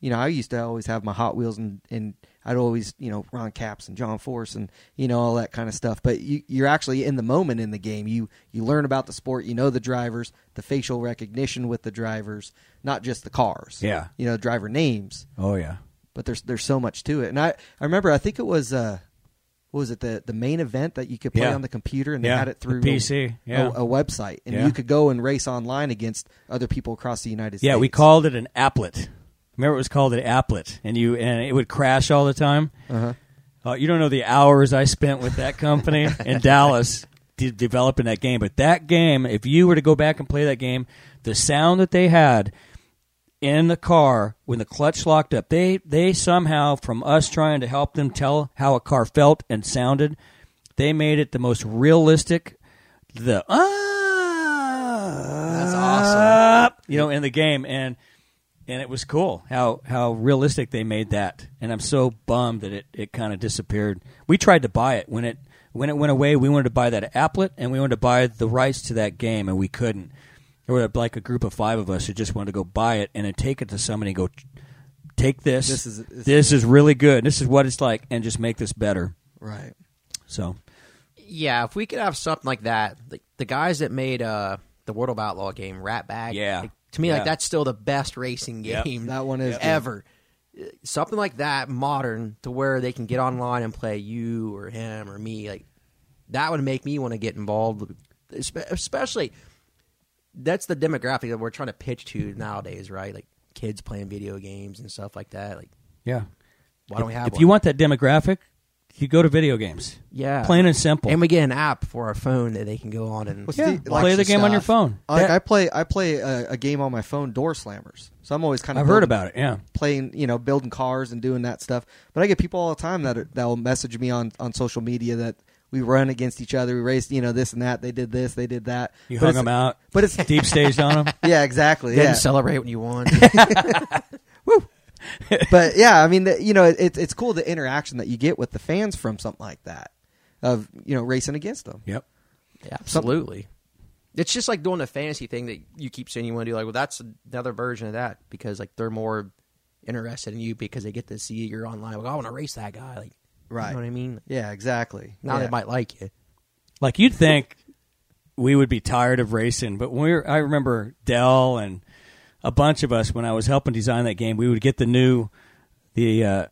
Speaker 2: you know, I used to always have my Hot Wheels and, and I'd always, you know, Ron Caps and John Force and, you know, all that kind of stuff. But you, you're actually in the moment in the game. You, you learn about the sport, you know, the drivers, the facial recognition with the drivers, not just the cars.
Speaker 3: Yeah.
Speaker 2: You know, driver names,
Speaker 3: Oh yeah.
Speaker 2: but there's, there's so much to it. And I, I remember, I think it was, uh, what was it the the main event that you could play
Speaker 3: Yeah.
Speaker 2: on the computer and they
Speaker 3: Yeah,
Speaker 2: had it
Speaker 3: the
Speaker 2: through
Speaker 3: PC,
Speaker 2: a,
Speaker 3: yeah.
Speaker 2: a, a website and
Speaker 3: Yeah.
Speaker 2: you could go and race online against other people across the United States.
Speaker 3: Yeah, we called it an applet. Remember, it was called an applet, and you and it would crash all the time.
Speaker 2: Uh-huh.
Speaker 3: Uh, you don't know the hours I spent with that company in Dallas de- developing that game. But that game, if you were to go back and play that game, the sound that they had in the car when the clutch locked up, they they somehow from us trying to help them tell how a car felt and sounded, they made it the most realistic. The ah,
Speaker 1: That's awesome.
Speaker 3: up, you know, in the game, and and it was cool how how realistic they made that. And I'm so bummed that it it kind of disappeared. We tried to buy it when it when it went away. We wanted to buy that applet, and we wanted to buy the rights to that game, and we couldn't. There were like a group of five of us who just wanted to go buy it and then take it to somebody and go, take this.
Speaker 2: This is-
Speaker 3: this,
Speaker 2: this-
Speaker 3: is really good. This is what it's like, and just make this better.
Speaker 2: right.
Speaker 3: So
Speaker 1: Yeah, if we could have something like that, like the guys that made uh the World of Outlaw game, Rat Bag.
Speaker 3: Yeah.
Speaker 1: like, to me,
Speaker 3: Yeah.
Speaker 1: like that's still the best racing
Speaker 3: Yep.
Speaker 1: game
Speaker 2: That one is good.
Speaker 1: ever. Uh, Something like that, modern, to where they can get online and play you or him or me. Like that would make me want to get involved, espe- especially that's the demographic that we're trying to pitch to nowadays, right? Like kids playing video games and stuff like that. Like,
Speaker 3: Yeah.
Speaker 1: why don't we have?
Speaker 3: If
Speaker 1: one?
Speaker 3: you want that demographic, you go to video games.
Speaker 1: yeah,
Speaker 3: Plain and simple.
Speaker 1: and we get an app for our phone that they can go on and.
Speaker 2: What's
Speaker 3: Yeah,
Speaker 2: the-
Speaker 3: play the game on your
Speaker 2: stuff.
Speaker 3: phone.
Speaker 2: Like
Speaker 3: That-
Speaker 2: I play, I play a, a game on my phone, Door Slammers. So I'm always kind of
Speaker 3: I've heard about it. Yeah.
Speaker 2: playing, you know, building cars and doing that stuff. But I get people all the time that are, that will message me on on social media that we run against each other, we raced, you know, this and that. They did this, they did that.
Speaker 3: You
Speaker 2: But it's-
Speaker 3: hung them out.
Speaker 2: but it's-
Speaker 3: deep staged on them.
Speaker 2: Yeah, exactly.
Speaker 1: Didn't
Speaker 2: Yeah,
Speaker 1: celebrate when you won.
Speaker 2: but yeah, I mean, the, you know, it, it's it's cool the interaction that you get with the fans from something like that, of you know, racing against them.
Speaker 3: Yep.
Speaker 1: Yeah, absolutely. It's just like doing the fantasy thing that you keep saying you want to do. Like, well, that's another version of that because like they're more interested in you because they get to see you're online. Like, I want to race that guy. Like,
Speaker 2: Right.
Speaker 1: You know what I mean?
Speaker 2: Yeah, exactly.
Speaker 1: Now
Speaker 2: yeah.
Speaker 1: they might like you.
Speaker 3: Like you'd think we would be tired of racing, but when we were, I remember Dell and a bunch of us when I was helping design that game, we would get the new the uh,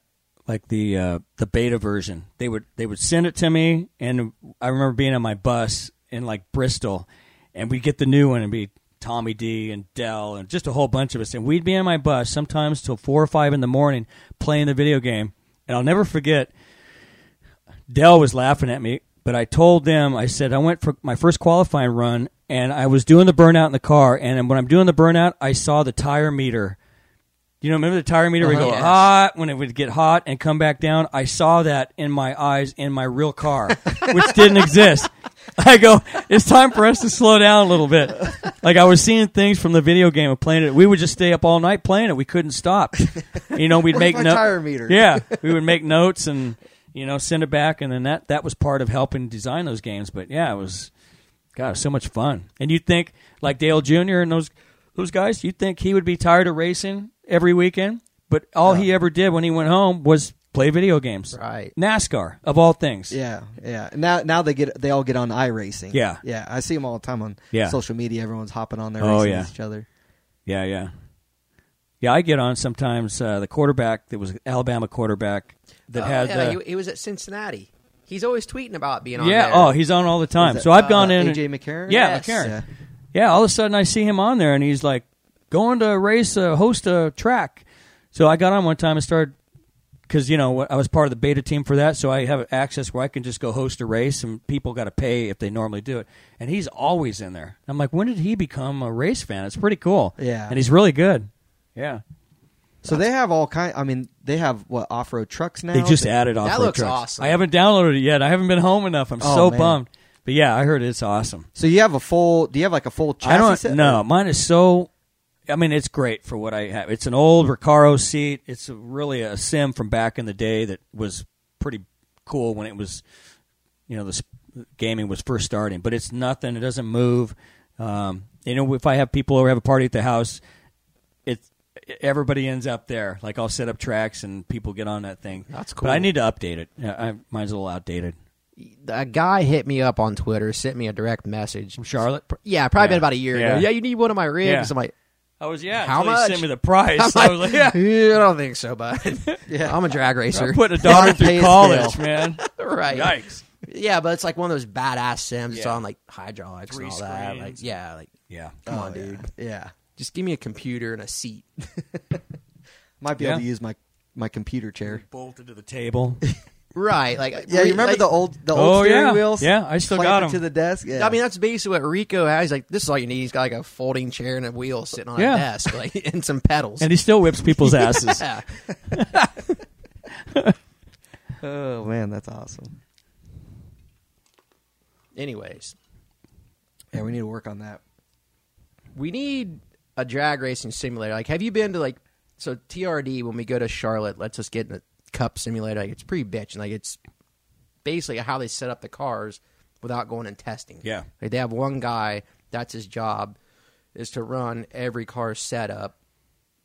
Speaker 3: like the uh, the beta version. They would they would send it to me, and I remember being on my bus in like Bristol, and we'd get the new one and be. Tommy D and Dell and just a whole bunch of us, and we'd be on my bus sometimes till four or five in the morning playing the video game. And I'll never forget Dell was laughing at me, but I told them, I said, I went for my first qualifying run and I was doing the burnout in the car. And when I'm doing the burnout, I saw the tire meter. You know, remember the tire meter? would
Speaker 2: Oh,
Speaker 1: Uh-huh.
Speaker 3: go
Speaker 1: Yes.
Speaker 3: hot when it would get hot and come back down. I saw that in my eyes in my real car, which didn't exist. I go, it's time for us to slow down a little bit. Like I was seeing things from the video game of playing it. We would just stay up all night playing it. We couldn't stop. You know, we'd make
Speaker 2: my
Speaker 3: no-
Speaker 2: tire meter?
Speaker 3: Yeah, we would make notes and you know send it back, and then that that was part of helping design those games. But yeah, it was God, it was so much fun. And you'd think like Dale Jr. and those those guys, you'd think he would be tired of racing every weekend, but all he ever did when he went home was play video games,
Speaker 1: Right.
Speaker 3: NASCAR of all things.
Speaker 2: Yeah, yeah. Now, now they get they all get on iRacing.
Speaker 3: Yeah.
Speaker 2: yeah. I see them all the time on
Speaker 3: Yeah.
Speaker 2: social media. Everyone's hopping on there
Speaker 3: Oh,
Speaker 2: racing
Speaker 3: yeah.
Speaker 2: with each other.
Speaker 3: Yeah, yeah. Yeah, I get on sometimes uh, the quarterback that was Alabama quarterback that
Speaker 1: Oh,
Speaker 3: had
Speaker 1: yeah,
Speaker 3: the-
Speaker 1: he, he was at Cincinnati. He's always tweeting about being on.
Speaker 3: yeah,
Speaker 1: there.
Speaker 3: oh, he's on all the time.
Speaker 2: Is
Speaker 3: So
Speaker 2: that,
Speaker 3: I've gone
Speaker 2: uh,
Speaker 3: in
Speaker 2: AJ
Speaker 3: and-
Speaker 2: McCarron.
Speaker 3: Yeah,
Speaker 1: Yes.
Speaker 3: McCarron.
Speaker 2: Yeah.
Speaker 3: Yeah, all of a sudden I see him on there, and he's like going to race, a host a track. So I got on one time and started because you know I was part of the beta team for that, so I have access where I can just go host a race, and people got to pay if they normally do it. And he's always in there. I'm like, when did he become a race fan? It's pretty cool.
Speaker 2: Yeah.
Speaker 3: and he's really good. Yeah,
Speaker 2: So they have all kind. I mean, they have what off road trucks now.
Speaker 3: they just added off.
Speaker 1: looks awesome.
Speaker 3: I haven't downloaded it yet. I haven't been home enough. I'm
Speaker 2: Oh,
Speaker 3: so
Speaker 2: man.
Speaker 3: bummed. But yeah, I heard it's awesome.
Speaker 2: So you have a full. Do you have like a full chassis?
Speaker 3: I don't
Speaker 2: set?
Speaker 3: know. Mine is so. I mean, it's great for what I have. It's an old Recaro seat. It's a, really a sim from back in the day that was pretty cool when it was, you know, this gaming was first starting. But it's nothing. It doesn't move. Um, you know, if I have people over, have a party at the house, it everybody ends up there. Like I'll set up tracks and people get on that thing.
Speaker 1: That's
Speaker 3: But I
Speaker 1: cool.
Speaker 3: need to update it. Yeah, I, mine's a little outdated.
Speaker 1: a guy hit me up on Twitter, sent me a direct message.
Speaker 3: From Charlotte,
Speaker 1: Yeah, probably been
Speaker 3: Yeah.
Speaker 1: about a year
Speaker 3: Yeah.
Speaker 1: ago. Yeah, you need one of my rigs.
Speaker 3: Yeah.
Speaker 1: I'm like,
Speaker 3: I was Oh, yeah.
Speaker 1: How
Speaker 3: until he
Speaker 1: much?
Speaker 3: sent me the price.
Speaker 1: I'm
Speaker 3: I
Speaker 1: like,
Speaker 3: was like, yeah.
Speaker 1: "Yeah, I don't think so, bud. I'm a drag racer.
Speaker 3: I'm putting a daughter
Speaker 2: Bottom pay
Speaker 3: through
Speaker 2: scale.
Speaker 3: college, man.
Speaker 1: right.
Speaker 3: Yikes.
Speaker 1: Yeah, but it's like one of those badass sims. It's
Speaker 3: Yeah.
Speaker 1: on like hydraulics
Speaker 3: Three
Speaker 1: and all that. Like,
Speaker 3: screens.
Speaker 1: yeah, like
Speaker 3: Yeah.
Speaker 1: come on, dude.
Speaker 2: Yeah,
Speaker 1: Just give me a computer and a seat.
Speaker 2: might be
Speaker 3: Yeah.
Speaker 2: able to use my my computer chair.
Speaker 3: Bolted to the table.
Speaker 1: right. Like,
Speaker 2: Yeah, you remember
Speaker 1: like-
Speaker 2: the old the old
Speaker 3: Oh,
Speaker 2: steering
Speaker 3: yeah.
Speaker 2: wheels?
Speaker 3: Yeah, I still
Speaker 2: Clamp
Speaker 3: got
Speaker 2: it
Speaker 3: 'em.
Speaker 2: to the desk. Yeah,
Speaker 1: I mean, that's basically what Rico has. He's like, this is all you need. He's got like a folding chair and a wheel sitting on
Speaker 3: Yeah.
Speaker 1: a desk, like, and some pedals.
Speaker 3: and he still whips people's asses.
Speaker 1: yeah.
Speaker 2: oh man, that's awesome.
Speaker 1: Anyways,
Speaker 2: Yeah, we need to work on that.
Speaker 1: we need a drag racing simulator. Like, have you been to like so TRD when we go to Charlotte? Let's us get in a cup simulator. Like, it's pretty bitching. Like, it's basically how they set up the cars without going and testing.
Speaker 3: Yeah.
Speaker 1: like they have one guy that's his job is to run every car setup,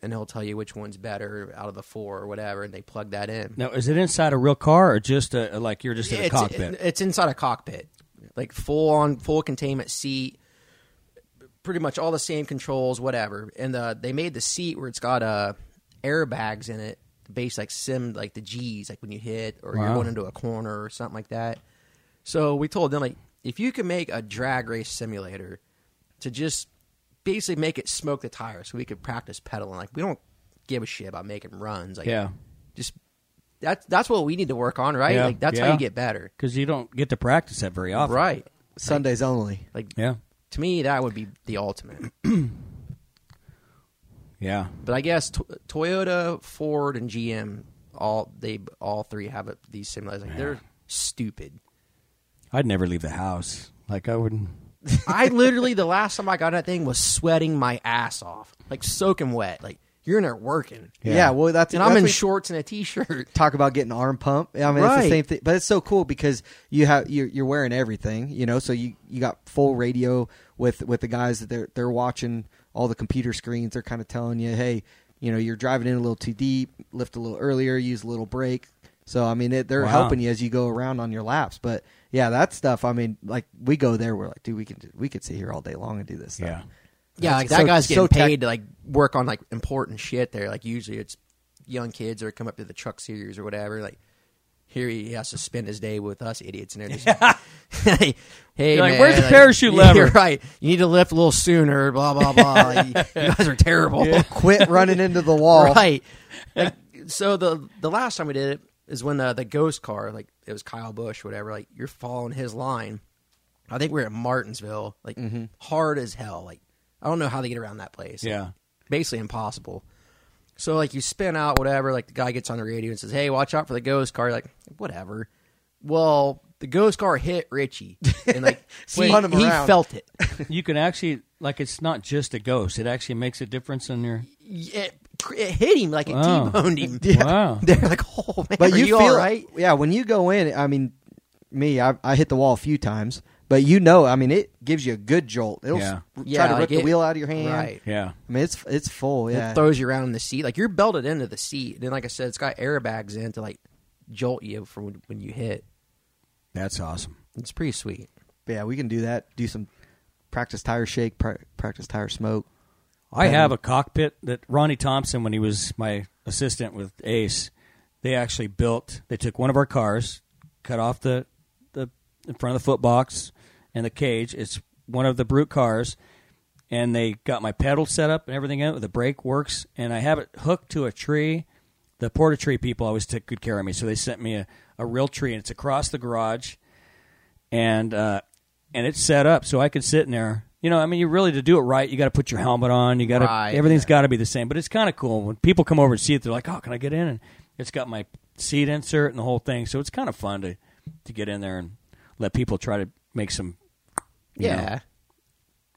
Speaker 1: and he'll tell you which one's better out of the four or whatever, and they plug that in.
Speaker 3: Now, is it inside a real car or just a, like you're just in a
Speaker 1: it's,
Speaker 3: cockpit?
Speaker 1: it's inside a cockpit, like full on full containment seat. Pretty much all the same controls, whatever. And uh, they made the seat where it's got uh, airbags in it, based like sim like the G's, like when you hit or
Speaker 3: Wow.
Speaker 1: you're going into a corner or something like that. So we told them like, if you can make a drag race simulator to just basically make it smoke the tires, so we could practice pedaling. Like we don't give a shit about making runs. Like
Speaker 3: Yeah.
Speaker 1: just that's that's what we need to work on, right?
Speaker 3: Yeah,
Speaker 1: Like that's how
Speaker 3: yeah.
Speaker 1: you get better,
Speaker 3: because you don't get to practice that very often.
Speaker 1: right?
Speaker 2: Sundays only.
Speaker 1: Like
Speaker 3: Yeah.
Speaker 1: to me, that would be the ultimate.
Speaker 3: Yeah.
Speaker 1: But I guess t- Toyota, Ford, and GM all they all three have a, these simulators. Like they're stupid.
Speaker 3: I'd never leave the house. Like I wouldn't.
Speaker 1: I literally the last time I got on that thing was sweating my ass off, like soaking wet. Like you're in there working,
Speaker 2: Yeah.
Speaker 3: Yeah.
Speaker 2: well, that's
Speaker 1: and I'm
Speaker 2: that's
Speaker 1: in
Speaker 2: what-
Speaker 1: shorts and a t-shirt.
Speaker 2: talk about getting arm pump. I mean, it's the
Speaker 1: Right.
Speaker 2: same thing, but it's so cool because you have you're, you're wearing everything, you know. So you you got full radio with with the guys that they're they're watching all the computer screens. They're kind of telling you, hey, you know, you're driving in a little too deep, lift a little earlier, use a little brake. So I mean, it, they're
Speaker 3: Wow.
Speaker 2: helping you as you go around on your laps. But yeah, that stuff. I mean, like we go there, we're like, dude, we can we could sit here all day long and do this. Stuff.
Speaker 3: Yeah.
Speaker 1: Yeah, like
Speaker 2: So-
Speaker 1: that guy's getting
Speaker 2: so tech-
Speaker 1: paid to like work on like important shit there. Like usually it's young kids or come up to the truck series or whatever. Like here he has to spend his day with us idiots and they're just hey, hey
Speaker 3: You're like,
Speaker 1: man,
Speaker 3: "Where's the parachute lever?"
Speaker 1: You're right. You need to lift a little sooner, blah blah blah. Like, you guys are terrible.
Speaker 2: Quit running into the wall.
Speaker 1: Right. Like, so the the last time we did it is when the the ghost car, like it was Kyle Bush, whatever. Like you're following his line. I think we were are at Martinsville, like
Speaker 2: Mm-hmm.
Speaker 1: hard as hell. Like I don't know how they get around that place.
Speaker 3: Yeah.
Speaker 1: basically impossible. So like you spin out, whatever. Like the guy gets on the radio and says, "Hey, watch out for the ghost car." You're like whatever. Well, the ghost car hit Richie, and like he,
Speaker 2: Spun him
Speaker 1: he
Speaker 2: around.
Speaker 1: felt it.
Speaker 3: you can actually like it's not just a ghost. It actually makes a difference in your.
Speaker 1: It, it hit him like it
Speaker 3: Wow.
Speaker 1: T-boned him.
Speaker 3: Wow.
Speaker 1: They're like, "Oh man,
Speaker 2: but
Speaker 1: are
Speaker 2: you,
Speaker 1: you
Speaker 2: feel
Speaker 1: all right?"
Speaker 2: Yeah, when you go in, I mean, me, I, I hit the wall a few times, but you know, I mean, it gives you a good jolt. It'll
Speaker 3: Yeah.
Speaker 2: s- try
Speaker 1: Yeah,
Speaker 2: to rip
Speaker 1: like
Speaker 2: the
Speaker 1: it-
Speaker 2: wheel out of your hand.
Speaker 1: Right.
Speaker 3: Yeah.
Speaker 2: I mean, it's it's full. Yeah,
Speaker 1: It throws you around in the seat. Like you're belted into the seat. And then, like I said, it's got airbags in to like jolt you from when, when you hit.
Speaker 3: That's awesome.
Speaker 1: It's pretty sweet.
Speaker 2: yeah, we can do that. Do some practice tire shake, pra- practice tire smoke.
Speaker 3: I have a cockpit that Ronnie Thompson, when he was my assistant with Ace, they actually built. They took one of our cars, cut off the the in front of the foot box and the cage. It's one of the brute cars, and they got my pedal set up and everything. out. The brake works, and I have it hooked to a tree. The porta tree people always took good care of me, so they sent me a, a real tree, and it's across the garage. and uh, and it's set up so I could sit in there. You know, I mean, you really to do it right, you got to put your helmet on. You got to
Speaker 1: Right,
Speaker 3: everything's got to be the same. But it's kind of cool when people come over and see it. They're like, "Oh, can I get in?" And it's got my seat insert and the whole thing. So it's kind of fun to to get in there and let people try to make some. you
Speaker 1: Yeah.
Speaker 3: know.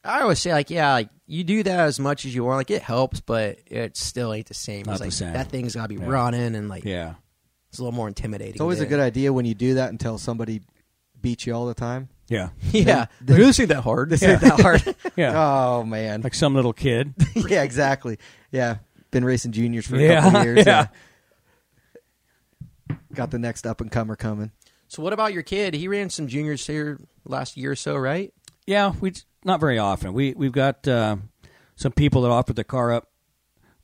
Speaker 1: I always say like, yeah, like you do that as much as you want. Like it helps, but it still ain't the same.
Speaker 3: Not
Speaker 1: It's
Speaker 3: the
Speaker 1: like,
Speaker 3: same.
Speaker 1: That thing's gotta be running and like
Speaker 3: yeah,
Speaker 1: it's a little more intimidating.
Speaker 2: It's always a
Speaker 1: than-
Speaker 2: good idea when you do that until somebody beats you all the time.
Speaker 3: yeah,
Speaker 1: yeah. Like, this ain't that hard. This ain't that hard.
Speaker 3: yeah.
Speaker 2: Oh man,
Speaker 3: like some little kid.
Speaker 2: yeah, exactly. Yeah, been racing juniors for a
Speaker 3: yeah,
Speaker 2: couple years.
Speaker 3: yeah.
Speaker 2: got the next up and comer coming.
Speaker 1: so what about your kid? He ran some juniors here last year or so, right?
Speaker 3: Yeah, we not very often. We we've got uh, some people that offered their car up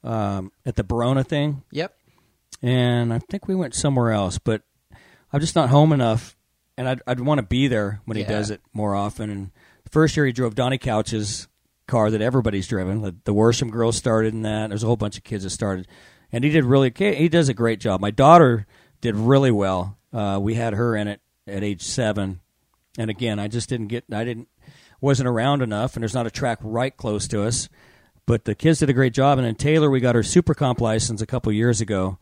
Speaker 3: um, at the Barona thing,
Speaker 1: Yep.
Speaker 3: and I think we went somewhere else. But I'm just not home enough, and I'd I'd want to be there when he
Speaker 1: Yeah.
Speaker 3: does it more often. And the first year he drove Donnie Couch's car that everybody's driven. The, the Worsham girls started in that. There's a whole bunch of kids that started, and he did really. He does a great job. My daughter did really well. Uh, we had her in it at age seven, and again, I just didn't get. I didn't wasn't around enough, and there's not a track right close to us. But the kids did a great job, and then Taylor, we got her super comp license a couple years ago,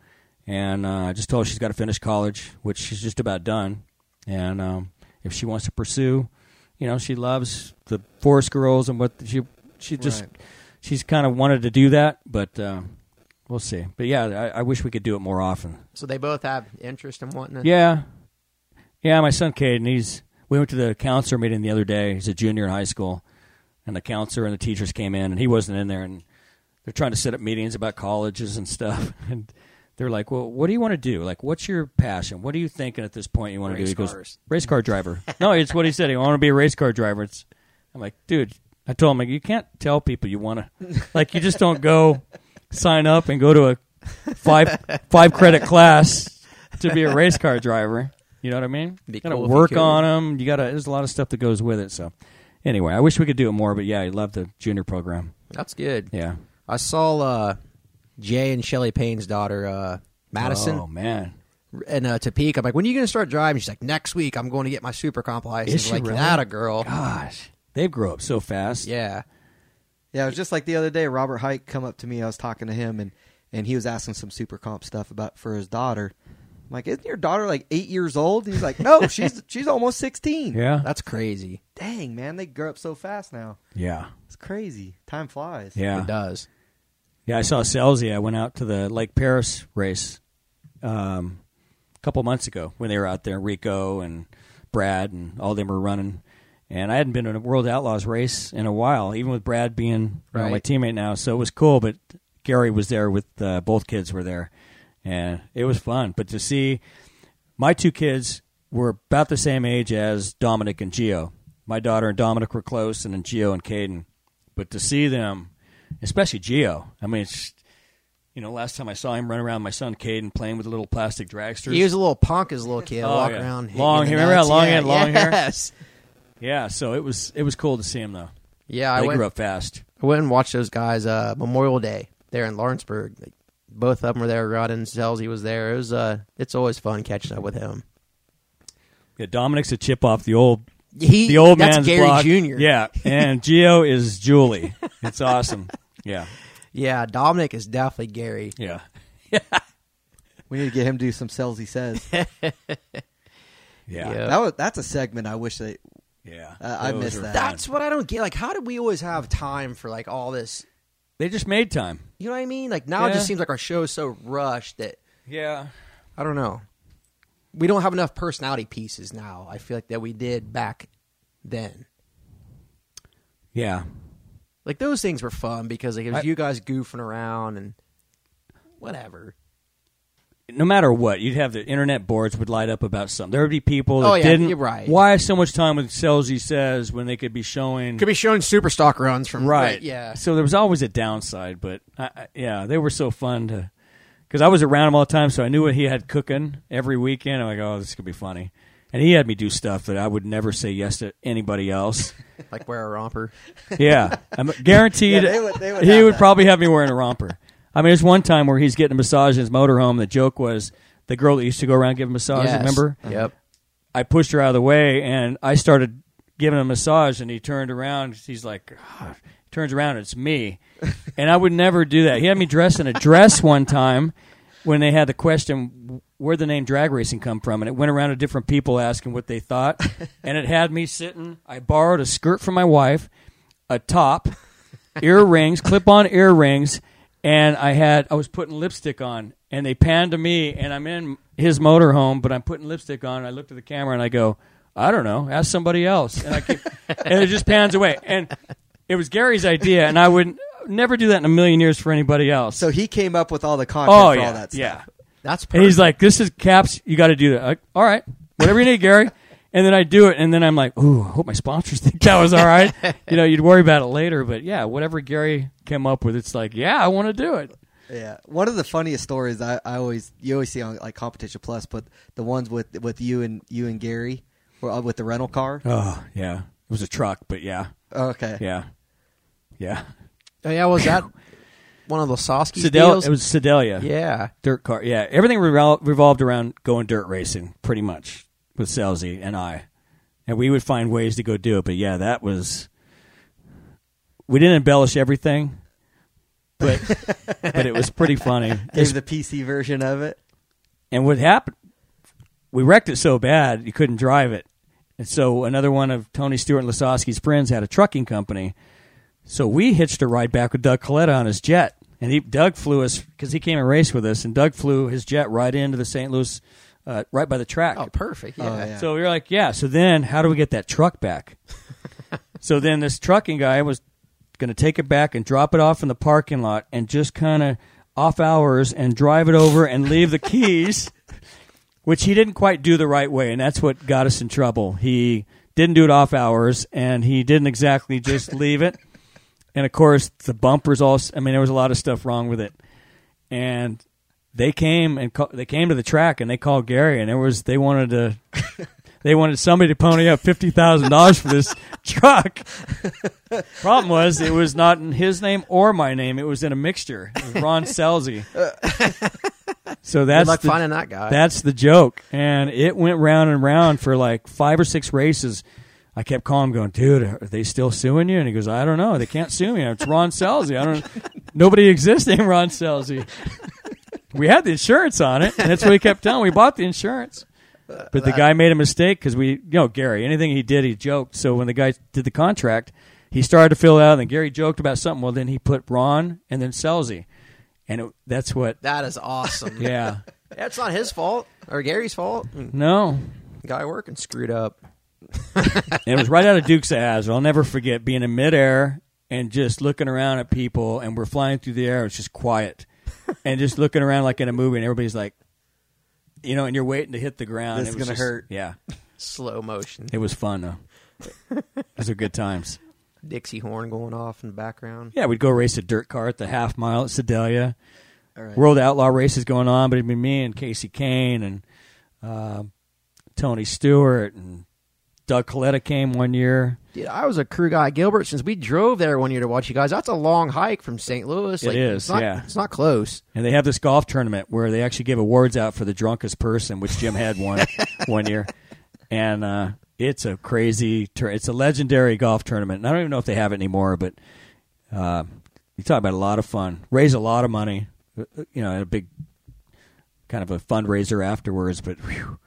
Speaker 3: and uh, I just told her she's got to finish college, which she's just about done. And um, if she wants to pursue, you know, she loves the Forest Girls and what she she just
Speaker 2: Right.
Speaker 3: she's kind of wanted to do that, but uh, we'll see. But yeah, I, I wish we could do it more often.
Speaker 1: So they both have interest in wanting to
Speaker 3: Yeah. Yeah, my son Caden, he's we went to the counselor meeting the other day. He's a junior in high school. And the counselor and the teachers came in and he wasn't in there and they're trying to set up meetings about colleges and stuff and they're like, Well, what do you want to do? Like what's your passion? What are you thinking at this point you want to do?
Speaker 1: Race
Speaker 3: He goes,
Speaker 1: cars.
Speaker 3: Race car driver. no, it's what he said. He wanna be a race car driver. It's I'm like, dude, I told him like you can't tell people you wanna like you just don't go sign up and go to a five five credit class to be a race car driver. You know what I mean?
Speaker 1: Be
Speaker 3: gotta
Speaker 1: cool if you
Speaker 3: work
Speaker 1: could.
Speaker 3: on them. You gotta. There's a lot of stuff that goes with it. So, anyway, I wish we could do it more, but yeah, I love the junior program.
Speaker 1: That's good.
Speaker 3: Yeah,
Speaker 1: I saw uh, Jay and Shelly Payne's daughter, uh, Madison,
Speaker 3: Oh man,
Speaker 1: in uh, Topeka. I'm like, when are you going to start driving? She's like, next week. I'm going to get my super comp license.
Speaker 3: Is she
Speaker 1: like,
Speaker 3: really?
Speaker 1: that a girl?
Speaker 3: gosh, they grow up so fast.
Speaker 1: Yeah.
Speaker 2: Yeah, it was just like the other day. Robert Hike come up to me. I was talking to him, and and he was asking some super comp stuff about for his daughter. I'm like, isn't your daughter like eight years old? And he's like, no, she's she's almost sixteen.
Speaker 3: yeah,
Speaker 1: That's crazy.
Speaker 2: Dang, man, they grow up so fast now.
Speaker 3: yeah,
Speaker 2: It's crazy. Time flies.
Speaker 3: yeah.
Speaker 1: It does.
Speaker 3: Yeah, I saw Selzy. I went out to the Lake Paris race um, a couple months ago when they were out there. Rico and Brad and all them were running. And I hadn't been in a World Outlaws race in a while, even with Brad being you know, my
Speaker 1: Right.
Speaker 3: teammate now. So it was cool. But Gary was there with uh, both kids were there, and it was fun. But to see my two kids were about the same age as Dominic and Gio. My daughter and Dominic were close, and then Gio and Caden. But to see them, especially Gio, I mean, it's, you know, last time I saw him run around my son Caden playing with little plastic dragsters.
Speaker 1: He was a little punk as a little kid.
Speaker 3: Oh,
Speaker 1: walk
Speaker 3: yeah.
Speaker 1: around. hitting
Speaker 3: Long
Speaker 1: the
Speaker 3: hair. Remember how
Speaker 1: nuts.
Speaker 3: long he
Speaker 1: yeah,
Speaker 3: had long hair?
Speaker 1: yes.
Speaker 3: yeah, so it was it was cool to see him though.
Speaker 1: Yeah, I
Speaker 3: They
Speaker 1: went,
Speaker 3: grew up fast.
Speaker 1: I went and watched those guys uh, Memorial Day there in Lawrenceburg. Like, both of them were there running. Zelzy was there. It was uh, it's always fun catching up with him.
Speaker 3: Yeah, Dominic's a chip off the old
Speaker 1: He
Speaker 3: the old
Speaker 1: that's
Speaker 3: man's
Speaker 1: Gary
Speaker 3: block.
Speaker 1: Jr.
Speaker 3: Yeah, and Gio is Julie. It's awesome. Yeah,
Speaker 1: yeah. Dominic is definitely Gary.
Speaker 3: yeah.
Speaker 2: We need to get him to do some sells. He says
Speaker 3: Yeah,
Speaker 1: Yeah.
Speaker 2: that was that's a segment. I wish they.
Speaker 3: yeah.
Speaker 2: Uh, I
Speaker 3: Those
Speaker 2: missed
Speaker 3: were
Speaker 2: that.
Speaker 3: fun.
Speaker 1: That's what I don't get. Like, how did we always have time for like all this?
Speaker 3: They just made time.
Speaker 1: You know what I mean? Like now, it
Speaker 3: Yeah.
Speaker 1: just seems like our show is so rushed that
Speaker 3: Yeah.
Speaker 1: I don't know. We don't have enough personality pieces now. I feel like that we did back then.
Speaker 3: Yeah.
Speaker 1: Like those things were fun because like it was
Speaker 3: I-
Speaker 1: you guys goofing around and whatever.
Speaker 3: No matter what, you'd have the internet boards would light up about something. There would be people that
Speaker 1: Oh, yeah,
Speaker 3: didn't.
Speaker 1: you're right.
Speaker 3: Why so much time with Selzy says when they could be showing
Speaker 1: Could be showing super stock runs from
Speaker 3: right?
Speaker 1: yeah.
Speaker 3: So there was always a downside, but I, I, yeah, they were so fun to because I was around him all the time, so I knew what he had cooking every weekend. I'm like, oh, this could be funny, and he had me do stuff that I would never say yes to anybody else.
Speaker 1: like wear a romper.
Speaker 3: Yeah, I'm guaranteed.
Speaker 2: Yeah, they would- they would
Speaker 3: he
Speaker 2: have
Speaker 3: would
Speaker 2: that.
Speaker 3: probably have me wearing a romper. I mean, there's one time where he's getting a massage in his motorhome. The joke was the girl that used to go around giving massages.
Speaker 1: Yes.
Speaker 3: Remember?
Speaker 1: Yep.
Speaker 3: I pushed her out of the way, and I started giving him a massage, and he turned around. He's like, "God." He turns around, it's me, and I would never do that. He had me dressed in a dress one time when they had the question where the name drag racing come from, and it went around to different people asking what they thought, and it had me sitting. I borrowed a skirt from my wife, a top, earrings, clip-on earrings, and I had I was putting lipstick on, and they panned to me, and I'm in his motorhome, but I'm putting lipstick on. And I looked at the camera and I go, I don't know, ask somebody else, and I keep, and it just pans away, and it was Gary's idea, and I would never do that in a million years for anybody else.
Speaker 2: So he came up with all the content
Speaker 3: oh
Speaker 2: for
Speaker 3: yeah,
Speaker 2: all that stuff.
Speaker 3: yeah.
Speaker 1: That's
Speaker 3: And
Speaker 1: perfect.
Speaker 3: he's like, "This is caps. You got to do that." Like, all right, whatever you need, Gary. And then I do it, and then I'm like, "Ooh, I hope my sponsors think that was all right." you know, you'd worry about it later, but yeah, whatever Gary came up with, it's like, yeah, I want to do it.
Speaker 2: Yeah, one of the funniest stories I, I always you always see on like Competition Plus, but the ones with with you and you and Gary, or uh, with the rental car.
Speaker 3: Oh yeah, it was a truck, but yeah,
Speaker 2: Okay,
Speaker 3: yeah, yeah.
Speaker 1: oh, yeah, was that one of those Sosky
Speaker 3: Sedel,
Speaker 1: deals?
Speaker 3: it was Sedalia.
Speaker 1: yeah.
Speaker 3: dirt car. Yeah, everything revol- revolved around going dirt racing, pretty much with Selzy and I, and we would find ways to go do it. But yeah, that was we didn't embellish everything, but but it was pretty funny.
Speaker 2: gave the PC version of it.
Speaker 3: And what happened? We wrecked it so bad you couldn't drive it. And so another one of Tony Stewart and Lasowski's friends had a trucking company. So we hitched a ride back with Doug Coletta on his jet. And he, Doug flew us because he came and raced with us. And Doug flew his jet right into the St. Louis, uh, right by the track.
Speaker 1: Oh, perfect. Yeah.
Speaker 2: Oh, yeah.
Speaker 3: So we were like, yeah. So then, how do we get that truck back? so then, this trucking guy was going to take it back and drop it off in the parking lot and just kind of off hours and drive it over and leave the keys, which he didn't quite do the right way, and that's what got us in trouble. He didn't do it off hours, and he didn't exactly just leave it. And of course, the bumpers all. I mean, there was a lot of stuff wrong with it, and they came and ca- they came to the track and they called Gary and there was they wanted to they wanted somebody to pony up fifty thousand dollars for this truck. Problem was it was not in his name or my name; it was in a mixture. It was Ron Selzy. So that's
Speaker 1: Good luck
Speaker 3: the,
Speaker 1: finding that guy.
Speaker 3: that's the joke. And it went round and round for like five or six races. I kept calling him, going, dude, are they still suing you? And he goes, I don't know. They can't sue me. It's Ron Selzy. I don't. Nobody exists named Ron Selzy. We had the insurance on it, and that's what he kept telling. We bought the insurance, but the guy made a mistake because we, you know, Gary. Anything he did, he joked. So when the guy did the contract, he started to fill it out, and then Gary joked about something. Well, then he put Ron and then Selzy, and it, that's what.
Speaker 1: that is awesome.
Speaker 3: Yeah,
Speaker 1: That's not his fault or Gary's fault.
Speaker 3: no,
Speaker 1: Guy working screwed up.
Speaker 3: And it was right out of Duke's eyes. I'll never forget being in midair and just looking around at people, and we're flying through the air. It's just quiet, and just looking around like in a movie, and everybody's like, you know, and you're waiting to hit the ground.
Speaker 2: This
Speaker 3: It
Speaker 2: is
Speaker 3: was
Speaker 2: gonna
Speaker 3: just-
Speaker 2: hurt.
Speaker 3: Yeah,
Speaker 1: Slow motion.
Speaker 3: it was fun though. Those are good times.
Speaker 1: Dixie horn going off in the background.
Speaker 3: Yeah, we'd go race a dirt car at the half mile at Sedalia.
Speaker 2: All right.
Speaker 3: World Outlaw races going on, but it'd be me and Casey Kane and uh, Tony Stewart and Doug Coletta came one year.
Speaker 1: Dude, I was a crew guy at Gilbert since we drove there one year to watch you guys. That's a long hike from St. Louis.
Speaker 3: It
Speaker 1: Like,
Speaker 3: is,
Speaker 1: it's not,
Speaker 3: yeah.
Speaker 1: It's not close.
Speaker 3: And they have this golf tournament where they actually give awards out for the drunkest person, which Jim had one one year. And uh, it's a crazy, tur- it's a legendary golf tournament. And I don't even know if they have it anymore, but uh, you talk about a lot of fun, raise a lot of money, uh, you know, and a big kind of a fundraiser afterwards. But whew,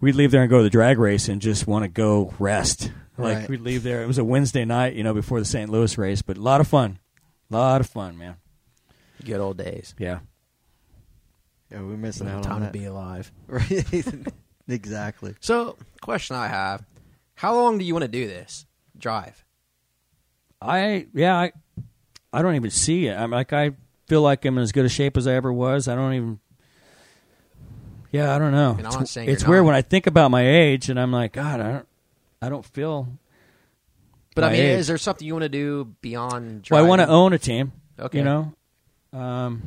Speaker 3: we'd leave there and go to the drag race and just want to go rest. Like
Speaker 2: Right.
Speaker 3: we'd leave there. It was a Wednesday night, you know, before the St. Louis race, but a lot of fun, a lot of fun, man.
Speaker 1: Good old days.
Speaker 3: Yeah.
Speaker 2: Yeah, we're missing out
Speaker 1: Time
Speaker 2: on
Speaker 1: to
Speaker 2: that.
Speaker 1: be alive.
Speaker 2: Right. exactly.
Speaker 1: So, question I have: How long do you want to do this drive?
Speaker 3: I yeah, I, I don't even see it. I'm like I feel like I'm in as good a shape as I ever was. I don't even. Yeah, I don't know.
Speaker 1: And I'm
Speaker 3: it's
Speaker 1: not saying you're
Speaker 3: it's weird
Speaker 1: not.
Speaker 3: when I think about my age and I'm like, God, I don't, I don't feel.
Speaker 1: But I
Speaker 3: my
Speaker 1: mean,
Speaker 3: age.
Speaker 1: is there something you want to do beyond?
Speaker 3: well,
Speaker 1: Driving?
Speaker 3: I want to own a team.
Speaker 1: Okay.
Speaker 3: you know, um,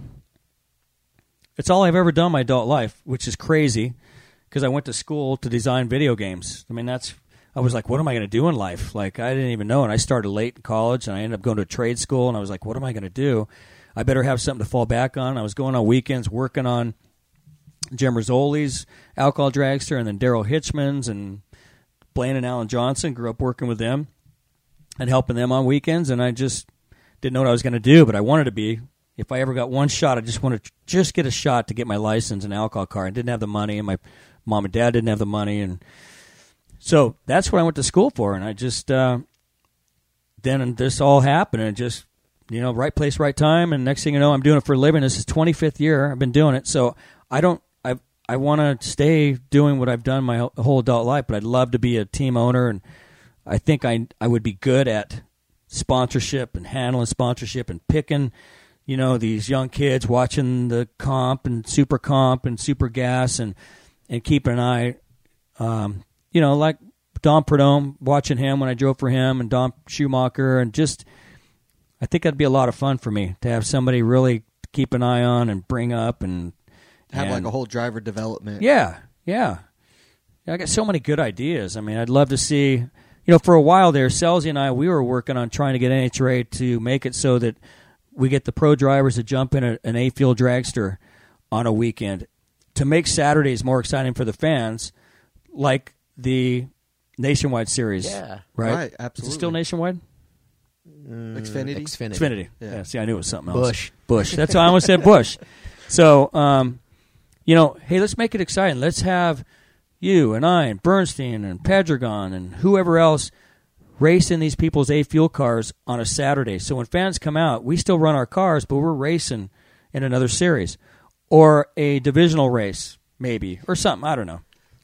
Speaker 3: it's all I've ever done my adult life, which is crazy because I went to school to design video games. I mean, that's I was like, what am I going to do in life? Like, I didn't even know, and I started late in college, and I ended up going to trade school, and I was like, what am I going to do? I better have something to fall back on. I was going on weekends working on Jim Rizzoli's Alcohol Dragster, and then Daryl Hitchman's and Blaine and Alan Johnson. Grew up working with them and helping them on weekends, and I just didn't know what I was going to do, but I wanted to be. If I ever got one shot, I just wanted to just get a shot to get my license and alcohol card. I didn't have the money, and my mom and dad didn't have the money, and so that's what I went to school for. And I just uh, then this all happened, and it just you know, right place, right time. And next thing you know, I'm doing it for a living. This is 25th year I've been doing it, so I don't I I want to stay doing what I've done my whole- whole adult life, but I'd love to be a team owner, and I think I I would be good at sponsorship and handling sponsorship and picking, you know, these young kids watching the comp and super comp and super gas and and keeping an eye, um, you know, like Don Prudhomme watching him when I drove for him and Don Schumacher and just I think that'd be a lot of fun for me to have somebody really keep an eye on and bring up and
Speaker 2: Have like
Speaker 3: and-
Speaker 2: a whole driver development.
Speaker 3: yeah, yeah. Yeah, I got so many good ideas. I mean, I'd love to see. You know, for a while there, Selzy and I we were working on trying to get NHRA to make it so that we get the pro drivers to jump in a, an A field dragster on a weekend to make Saturdays more exciting for the fans, like the nationwide series.
Speaker 1: Yeah.
Speaker 3: right.
Speaker 2: Right,
Speaker 3: Is it still
Speaker 2: absolutely.
Speaker 3: nationwide?
Speaker 2: Xfinity.
Speaker 1: Xfinity.
Speaker 3: Xfinity.
Speaker 2: Yeah.
Speaker 3: Yeah. See, I knew it was something else.
Speaker 1: Bush.
Speaker 3: Bush. That's why I almost said Bush. So, um, you know, hey, let's make it exciting. Let's have you and I and Bernstein and Pedregon and whoever else race in these people's A fuel cars on a Saturday. So when fans come out, we still run our cars, but we're racing in another series or a divisional race, maybe or something. I don't know.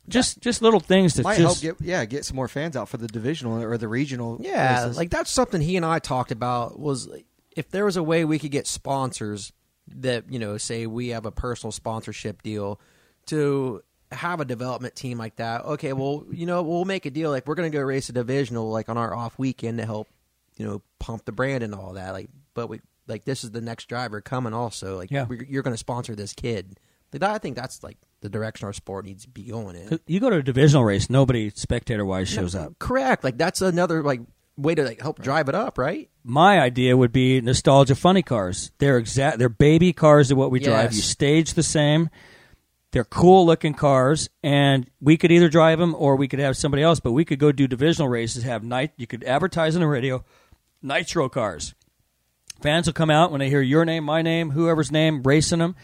Speaker 3: Just just little things to
Speaker 2: Might
Speaker 3: just
Speaker 2: help get yeah get some more fans out for the divisional or the regional.
Speaker 1: Yeah,
Speaker 2: races.
Speaker 1: like that's something he and I talked about was if there was a way we could get sponsors that, you know, say we have a personal sponsorship deal to have a development team like that. Okay, well, you know, we'll make a deal like we're going to go race a divisional like on our off weekend to help, you know, pump the brand and all that. Like but we like this is the next driver coming also like
Speaker 3: Yeah.
Speaker 1: we're- you're going to sponsor this kid like that, i think that's like the direction our sport needs to be going in
Speaker 3: You go to a divisional race, nobody spectator wise shows up.
Speaker 1: correct like that's another like way to like help drive it up right
Speaker 3: my idea would be nostalgia funny cars. They're exact. They're baby cars to what we drive.
Speaker 1: Yes.
Speaker 3: You stage the same. They're cool looking cars, and we could either drive them or we could have somebody else. But we could go do divisional races. Have night. You could advertise on the radio, nitro cars. Fans will come out when they hear your name, my name, whoever's name, racing them.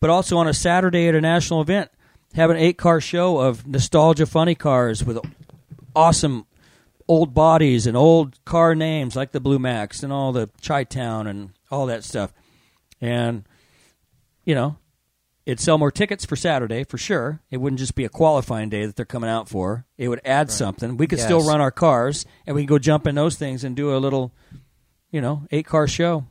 Speaker 3: But also on a Saturday at a national event, have an eight car show of nostalgia funny cars with awesome old bodies and old car names like the Blue Max and all the Chi Town and all that stuff. And, you know, it'd sell more tickets for Saturday for sure. It wouldn't just be a qualifying day that they're coming out for. It would add something. We could still
Speaker 1: Yes.
Speaker 3: run our cars and we can go jump in those things and do a little, you know, eight car show.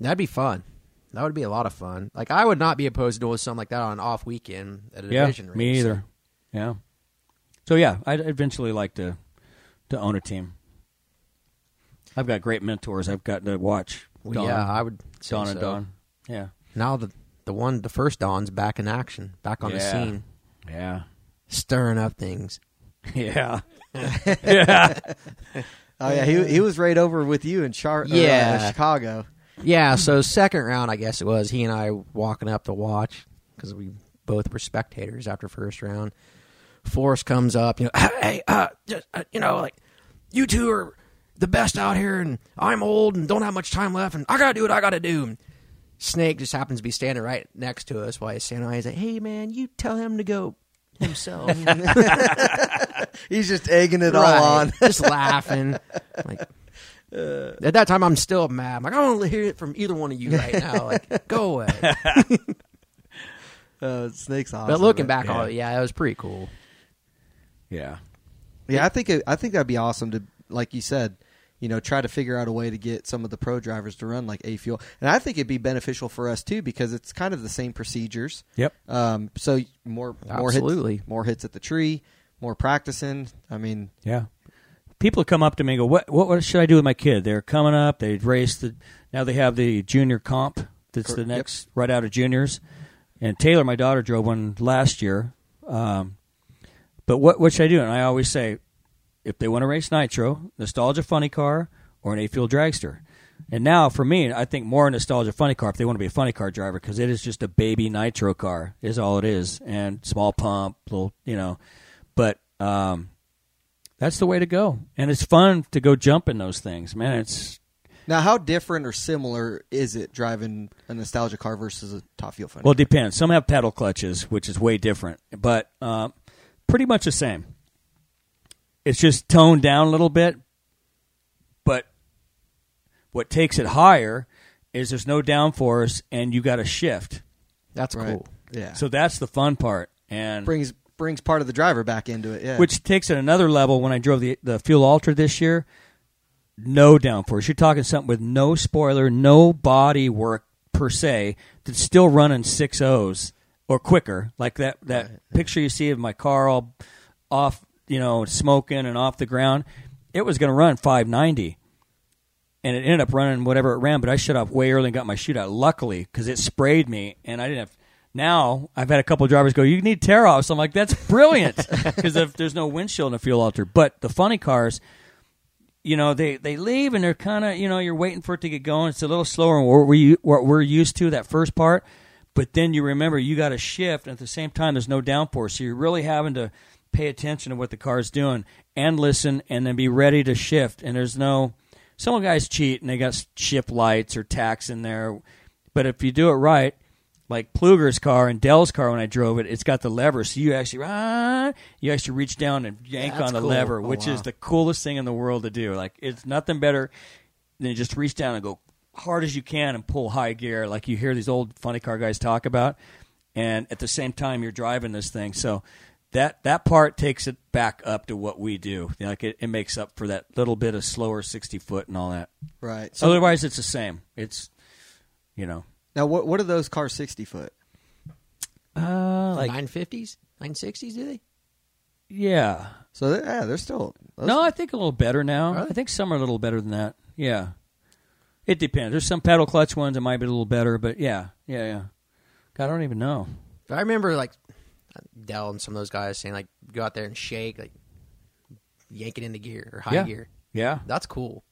Speaker 1: that'd be fun that would be a lot of fun like i would not be opposed to doing something like that on an off weekend at a division
Speaker 3: yeah,
Speaker 1: race
Speaker 3: me either. Yeah. So yeah, I'd eventually like to to own a team. I've got great mentors. I've got to watch.
Speaker 1: Well,
Speaker 3: Don,
Speaker 1: yeah i would say
Speaker 3: Don and
Speaker 1: so.
Speaker 3: Don. Yeah.
Speaker 1: now the the one the first don's back in action back on the
Speaker 3: Yeah.
Speaker 1: scene
Speaker 3: Yeah.
Speaker 1: stirring up things
Speaker 3: Yeah.
Speaker 2: Oh yeah, he he was right over with you in Char- or, uh,
Speaker 1: Yeah.
Speaker 2: Chicago.
Speaker 1: Yeah, so second round, I guess it was. He and I walking up to watch because we both were spectators after first round. Forrest comes up, you know, hey, uh, just, uh, you know, like you two are the best out here, and I'm old and don't have much time left, and I gotta do what I gotta do. And Snake just happens to be standing right next to us while he's standing. by. He's like, "Hey, man, you tell him to go himself."
Speaker 2: He's just egging it
Speaker 1: Right.
Speaker 2: all on.
Speaker 1: just laughing. Like at that time, I'm still mad. I'm like I don't want to hear it from either one of you right now. Like go away.
Speaker 2: Uh, Snake's awesome.
Speaker 1: but looking
Speaker 2: man.
Speaker 1: back on it, yeah, it was pretty cool.
Speaker 3: Yeah.
Speaker 2: yeah, I think it, I think that'd be awesome to, like you said, you know, try to figure out a way to get some of the pro drivers to run like A fuel, and I think it'd be beneficial for us too because it's kind of the same procedures.
Speaker 3: Yep.
Speaker 2: Um, so more more
Speaker 1: Absolutely.
Speaker 2: hits, more hits at the tree, more practicing. I mean,
Speaker 3: Yeah. People come up to me and go, what, what what should I do with my kid? They're coming up, they race the now they have the junior comp that's the
Speaker 2: Cor- yep.
Speaker 3: next right out of juniors. And Taylor, my daughter, drove one last year. Um, but what what should I do? And I always say, if they want to race Nitro, Nostalgia Funny Car, or an A Fuel Dragster. And now for me, I think more Nostalgia Funny Car if they want to be a funny car driver because it is just a baby Nitro car is all it is, and small pump, little you know. But um, that's the way to go, and it's fun to go jump in those things, man. It's
Speaker 2: now how different or similar is it driving a nostalgia car versus a top fuel funny?
Speaker 3: Well, it depends. Some have pedal clutches, which is way different, but uh, pretty much the same. It's just toned down a little bit, but what takes it higher is there's no downforce and you got to shift.
Speaker 1: That's
Speaker 2: Right.
Speaker 1: cool.
Speaker 2: Yeah.
Speaker 3: So that's the fun part. And
Speaker 2: brings brings part of the driver back into it. Yeah.
Speaker 3: which takes it another level when I drove the the fuel altar this year. No downforce. You're talking something with no spoiler, no body work per se that's still running six O's or quicker. Like that that picture you see of my car all off, you know, smoking and off the ground. It was going to run 590 and it ended up running whatever it ran. But I shut off way early and got my shootout. Luckily, because it sprayed me, and I didn't have. Now I've had a couple of drivers go, "You need tear offs." I'm like, "That's brilliant," because if there's no windshield in a fuel altar. But the funny cars, you know, they they leave and they're kind of, you know, you're waiting for it to get going. It's a little slower than what we what we're used to that first part. But then you remember you got to shift, and at the same time, there's no downforce, so you're really having to pay attention to what the car's doing and listen, and then be ready to shift. And there's no some guys cheat and they got shift lights or tacks in there, but if you do it right, like Pluger's car and Dell's car when I drove it, it's got the lever, so you actually ah, you actually reach down and yank
Speaker 1: That's
Speaker 3: on the
Speaker 1: cool.
Speaker 3: lever,
Speaker 1: Oh,
Speaker 3: which
Speaker 1: wow.
Speaker 3: is the coolest thing in the world to do. Like it's nothing better than just reach down and go hard as you can and pull high gear, like you hear these old funny car guys talk about. And at the same time, you're driving this thing, so that that part takes it back up to what we do. Like it, it makes up for that little bit of slower sixty foot and all that.
Speaker 2: right.
Speaker 3: So otherwise, it's the same. It's you know,
Speaker 2: Now, what what are those cars sixty foot?
Speaker 3: uh, like
Speaker 1: Nine fifties, nine sixties, do they?
Speaker 3: yeah.
Speaker 2: So they're, yeah, they're still those-
Speaker 3: No, I think a little better now.
Speaker 1: Really?
Speaker 3: I think some are a little better than that. Yeah. It depends. There's some pedal clutch ones that might be a little better, but yeah, yeah, yeah. God, I don't even know.
Speaker 1: I remember like Dell and some of those guys saying like go out there and shake, like yank it into gear or high
Speaker 3: yeah.
Speaker 1: gear.
Speaker 3: Yeah,
Speaker 1: That's cool.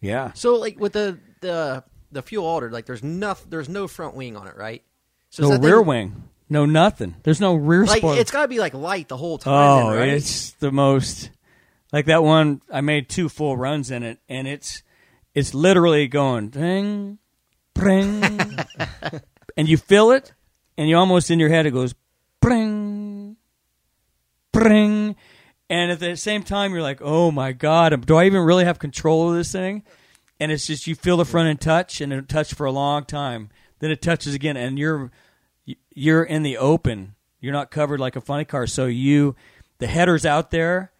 Speaker 3: yeah.
Speaker 1: So like with the the the fuel altered, like there's nothing, there's no front wing on it, right? So is
Speaker 3: No
Speaker 1: that thing-
Speaker 3: rear wing. No nothing. There's no rear
Speaker 1: Like
Speaker 3: spoiler.
Speaker 1: it's got to be like light the whole time.
Speaker 3: Oh,
Speaker 1: then, right?
Speaker 3: it's the most like that one. I made two full runs in it, and it's it's literally going ding, pring, and you feel it, and you almost in your head it goes pring, pring, and at the same time you're like, oh my god, do I even really have control of this thing? And it's just you feel the front end touch, and it touched for a long time. Then it touches again, and you're you're in the open. You're not covered like a funny car. So you, the header's out there.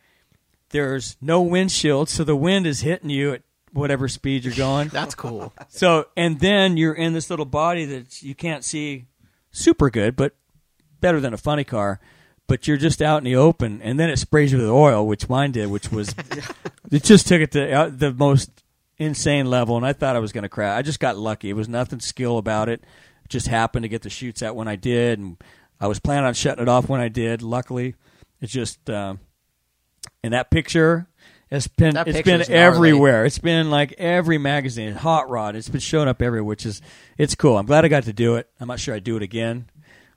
Speaker 3: There's no windshield, so the wind is hitting you at whatever speed you're going.
Speaker 1: that's cool.
Speaker 3: so and then you're in this little body that you can't see super good, but better than a funny car. But you're just out in the open, and then it sprays you with oil, which mine did, which was it just took it to uh, the most insane level, and I thought I was going to crash. I just got lucky. It was nothing skill about it. It just happened to get the shoots out when I did, and I was planning on shutting it off when I did. Luckily, it's just um, and that picture has been
Speaker 1: That
Speaker 3: it's
Speaker 1: picture's
Speaker 3: been
Speaker 1: gnarly.
Speaker 3: everywhere. It's been like every magazine, Hot Rod. It's been showing up everywhere, which is it's cool. I'm glad I got to do it. I'm not sure I'd do it again,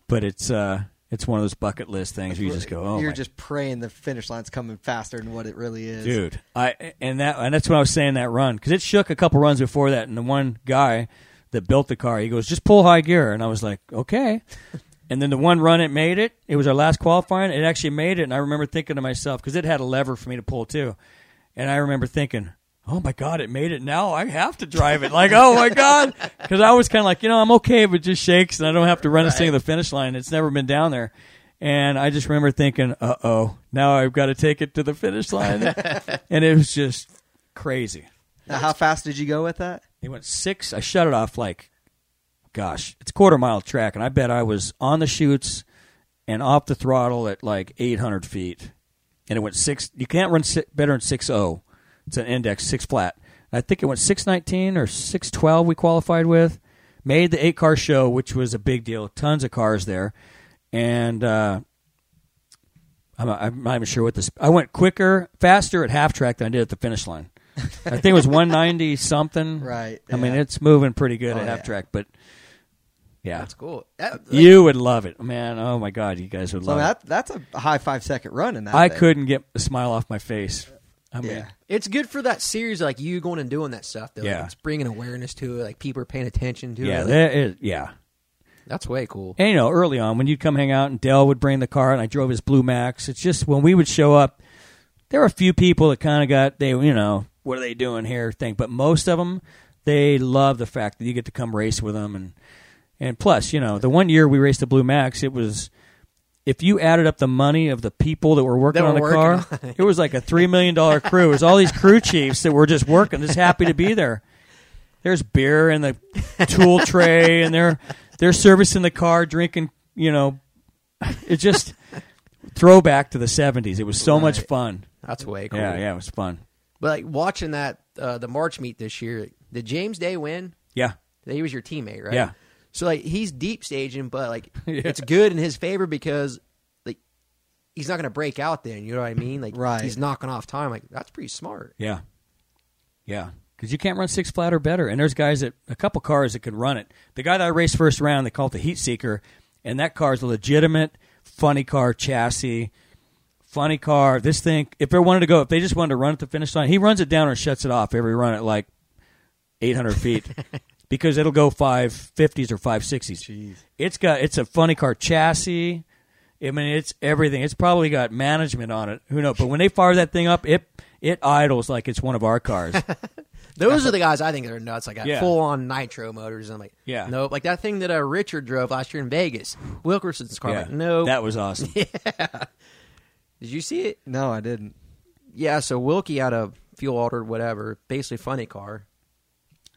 Speaker 3: but it's uh it's one of those bucket list things where you just go, oh,
Speaker 2: You're
Speaker 3: my
Speaker 2: just praying the finish line's coming faster than what it really is.
Speaker 3: dude. I and that and that's when I was saying that run because it shook a couple runs before that, and the one guy that built the car, he goes, "Just pull high gear," and I was like, "Okay." and then the one run it made it. It was our last qualifying. It actually made it, and I remember thinking to myself because it had a lever for me to pull too, and I remember thinking. Oh my God! It made it. Now I have to drive it. Like, oh my God, because I was kind of like, you know, I'm okay if it just shakes and I don't have to run this thing to the finish line. It's never been down there, and I just remember thinking, uh oh, now I've got to take it to the finish line and it was just crazy.
Speaker 2: Now, how fast did you go with that?
Speaker 3: It went six. I shut it off like, gosh, it's a quarter mile track, and I bet I was on the chutes and off the throttle at like 800 feet, and it went six. You can't run si better than six zero. It's an index six flat. And I think it went six nineteen or six twelve. We qualified with, made the eight car show, which was a big deal. Tons of cars there, and. uh I'm not, I'm not even sure what this. I went quicker, faster at half track than I did at the finish line. I think it was 190 something.
Speaker 2: Right,
Speaker 3: I mean,
Speaker 2: yeah.
Speaker 3: it's moving pretty good
Speaker 2: Oh,
Speaker 3: at half
Speaker 2: yeah.
Speaker 3: track, but yeah,
Speaker 1: That's cool. That- like,
Speaker 3: you would love it, man. Oh my god, you guys would
Speaker 2: So
Speaker 3: love it.
Speaker 2: that that's a high five second run in that.
Speaker 3: I
Speaker 2: thing.
Speaker 3: couldn't get a smile off my face. I mean,
Speaker 2: Yeah.
Speaker 1: It's good for that series, like you going and doing that stuff. Though. Like,
Speaker 3: Yeah.
Speaker 1: it's bringing awareness to it. Like people are paying attention to
Speaker 3: yeah,
Speaker 1: it.
Speaker 3: that is- yeah.
Speaker 1: that's way cool.
Speaker 3: And you know, early on when you'd come hang out and Dell would bring the car and I drove his Blue Max. It's just when we would show up, there were a few people that kind of got they you know what are they doing here thing, but most of them they love the fact that you get to come race with them and and plus you know the one year we raced the Blue Max it was. If you added up the money of the people that were working
Speaker 1: That
Speaker 3: on the
Speaker 1: were
Speaker 3: car, it was like a three million dollar crew. It was all these crew chiefs that were just working, just happy to be there there's beer in the tool tray and they're they're servicing the car drinking you know it just throwback to the 70s it was so much
Speaker 1: Right.
Speaker 3: fun
Speaker 1: That's way cool.
Speaker 3: yeah yeah it was fun
Speaker 1: But like watching that uh, the March meet this year, did James Day win?
Speaker 3: yeah
Speaker 1: He was your teammate, right?
Speaker 3: Yeah.
Speaker 1: So like he's deep staging, but like it's good in his favor because like he's not going to break out then. You know what I mean? Like
Speaker 2: Right.
Speaker 1: he's knocking off time. Like that's pretty smart.
Speaker 3: yeah yeah because you can't run six flat or better and there's guys that a couple cars that could run it the guy that i raced first round they call it the heat seeker and that car is a legitimate funny car chassis funny car this thing if they wanted to go if they just wanted to run at the finish line he runs it down or shuts it off every run at like 800 feet because it'll go 550s or 560s. It's got it's a funny car chassis. I mean, it's everything. It's probably got management on it. Who knows? But when they fire that thing up, it it idles like it's one of our cars.
Speaker 1: Those are the guys I think that are nuts. Like
Speaker 3: Yeah.
Speaker 1: full on nitro motors. I'm like,
Speaker 3: Yeah.
Speaker 1: nope. Like that thing that uh, Richard drove last year in Vegas, Wilkerson's car.
Speaker 3: yeah,
Speaker 1: Like, nope.
Speaker 3: that was awesome.
Speaker 1: Did you see it?
Speaker 2: No, I didn't.
Speaker 1: Yeah. So Wilkie had a fuel altered whatever, basically funny car.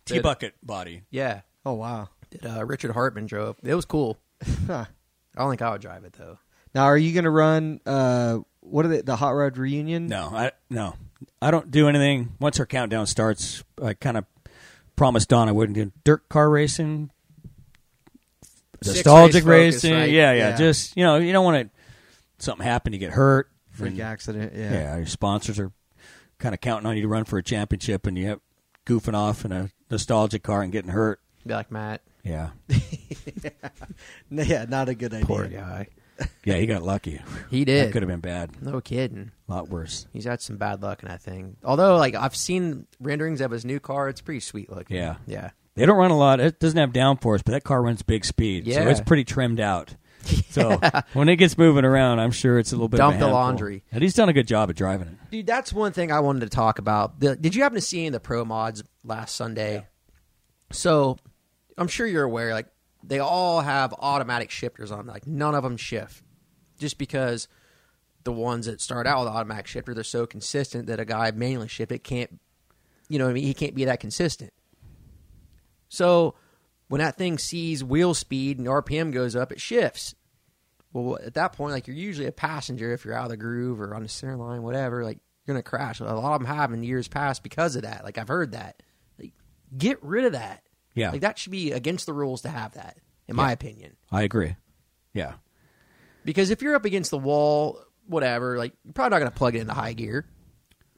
Speaker 3: T bucket body.
Speaker 1: Yeah.
Speaker 2: Oh wow.
Speaker 1: That uh, Richard Hartman drove. It was cool.
Speaker 2: Huh.
Speaker 1: I don't think I would drive it though.
Speaker 2: Now, are you going to run? Uh, what are they, the hot rod reunion?
Speaker 3: No, I no I don't do anything once our countdown starts. I kind of promised Don I wouldn't do dirt car racing,
Speaker 1: Six
Speaker 3: nostalgic
Speaker 1: race focus,
Speaker 3: racing.
Speaker 1: right?
Speaker 3: yeah, yeah,
Speaker 2: Yeah.
Speaker 3: Just you know, you don't want to something happen, you get hurt.
Speaker 2: freak
Speaker 3: and-
Speaker 2: accident.
Speaker 3: yeah.
Speaker 2: Yeah.
Speaker 3: your sponsors are kind of counting on you to run for a championship, and you have goofing off in a nostalgic car and getting hurt.
Speaker 1: Be like Matt.
Speaker 3: Yeah,
Speaker 2: yeah, not a good idea.
Speaker 1: Poor guy.
Speaker 3: yeah, he got lucky.
Speaker 1: He
Speaker 3: That
Speaker 1: did.
Speaker 3: could have been bad.
Speaker 1: No kidding.
Speaker 3: A lot worse.
Speaker 1: He's had some bad luck in that thing. Although, like I've seen renderings of his new car, it's pretty sweet looking.
Speaker 3: Yeah.
Speaker 1: yeah.
Speaker 3: They don't run a lot. It doesn't have downforce, but that car runs big speed, so
Speaker 1: Yeah.
Speaker 3: it's pretty trimmed out. So when it gets moving around, I'm sure it's a little bit. of a
Speaker 1: Dump the
Speaker 3: handful.
Speaker 1: laundry.
Speaker 3: and he's done a good job at driving it.
Speaker 1: Dude, that's one thing I wanted to talk about. The, did you happen to see any of the pro mods last Sunday? So, I'm sure you're aware, like they all have automatic shifters on. Like none of them shift, just because the ones that start out with automatic shifter they're so consistent that a guy manually shift it can't. You know, what I mean, he can't be that consistent. So, when that thing sees wheel speed and RPM goes up, it shifts well at that point like you're usually a passenger if you're out of the groove or on the center line whatever like you're gonna crash a lot of them have in years past because of that like i've heard that like get rid of that
Speaker 3: Yeah.
Speaker 1: like that should be against the rules to have that in my opinion
Speaker 3: I agree. Yeah,
Speaker 1: because if you're up against the wall whatever like you're probably not gonna plug it into high gear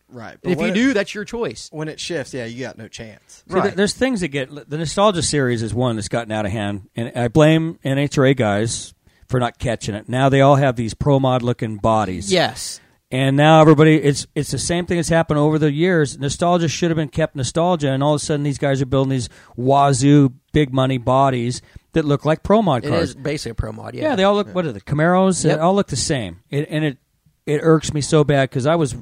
Speaker 2: Right.
Speaker 1: if
Speaker 2: when
Speaker 1: you
Speaker 2: it-
Speaker 1: do that's your choice
Speaker 2: when it shifts, yeah, you got no chance.
Speaker 3: See, there-
Speaker 1: Right.
Speaker 3: there's things that get the nostalgia series is one that's gotten out of hand, and I blame NHRA guys for not catching it. Now they all have these pro mod looking bodies.
Speaker 1: yes
Speaker 3: And now everybody, it's it's the same thing that's happened over the years. Nostalgia should have been kept nostalgia, and all of a sudden these guys are building these wazoo big money bodies that look like pro mod
Speaker 1: it
Speaker 3: cars.
Speaker 1: is basically a pro mod yeah,
Speaker 3: Yeah, they all look. What are the Camaros? They
Speaker 1: Yep.
Speaker 3: all look the same. It, and it it irks me so bad because I was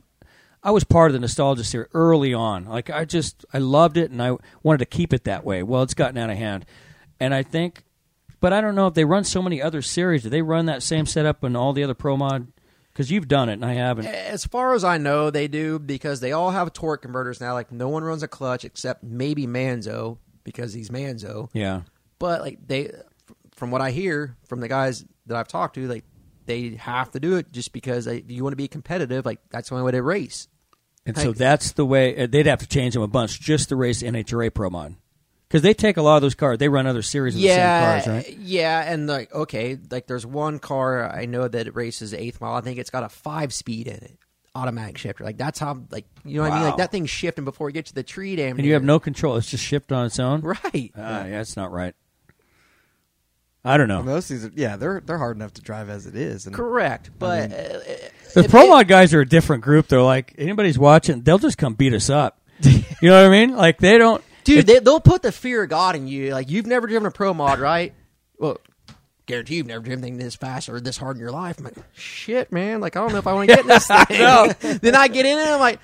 Speaker 3: I was part of the nostalgia series early on. Like I just I loved it and I wanted to keep it that way. Well, it's gotten out of hand, and I think, but I don't know if they run so many other series. Do they run that same setup in all the other pro mod? Because you've done it and I haven't.
Speaker 1: As far as I know, they do because they all have torque converters now. Like no one runs a clutch except maybe Manzo because he's Manzo.
Speaker 3: Yeah,
Speaker 1: But like they, from what I hear from the guys that I've talked to, like they have to do it just because they, if you want to be competitive. Like that's the only way to race.
Speaker 3: and so
Speaker 1: Like-
Speaker 3: that's the way uh, they'd have to change them a bunch just to race NHRA pro mod. Because they take a lot of those cars, they run other series of the same cars, right?
Speaker 1: yeah, and like okay, like there's one car I know that it races eighth mile. I think it's got a five speed in it, automatic shifter. Like that's how like you know what I mean.
Speaker 3: Wow.
Speaker 1: Like that thing's shifting before it gets to the tree. Damn,
Speaker 3: And you have
Speaker 1: near.
Speaker 3: no control; it's just shipped on its own.
Speaker 1: right.
Speaker 3: Ah, yeah, that's not right. I don't know.
Speaker 2: Most of these, are, yeah, they're they're hard enough to drive as it is. And
Speaker 1: Correct, but uh,
Speaker 3: The
Speaker 1: if
Speaker 3: pro
Speaker 1: it-
Speaker 3: mod guys are a different group. They're like anybody's watching, they'll just come beat us up. you know what I mean? Like they don't.
Speaker 1: dude, they, they'll put the fear of God in you. Like you've never driven a pro mod, right? Well, guarantee you've never driven anything this fast or this hard in your life. I'm like, shit, man. Like I don't know if I want to get in this thing. then I get in it. and I'm like.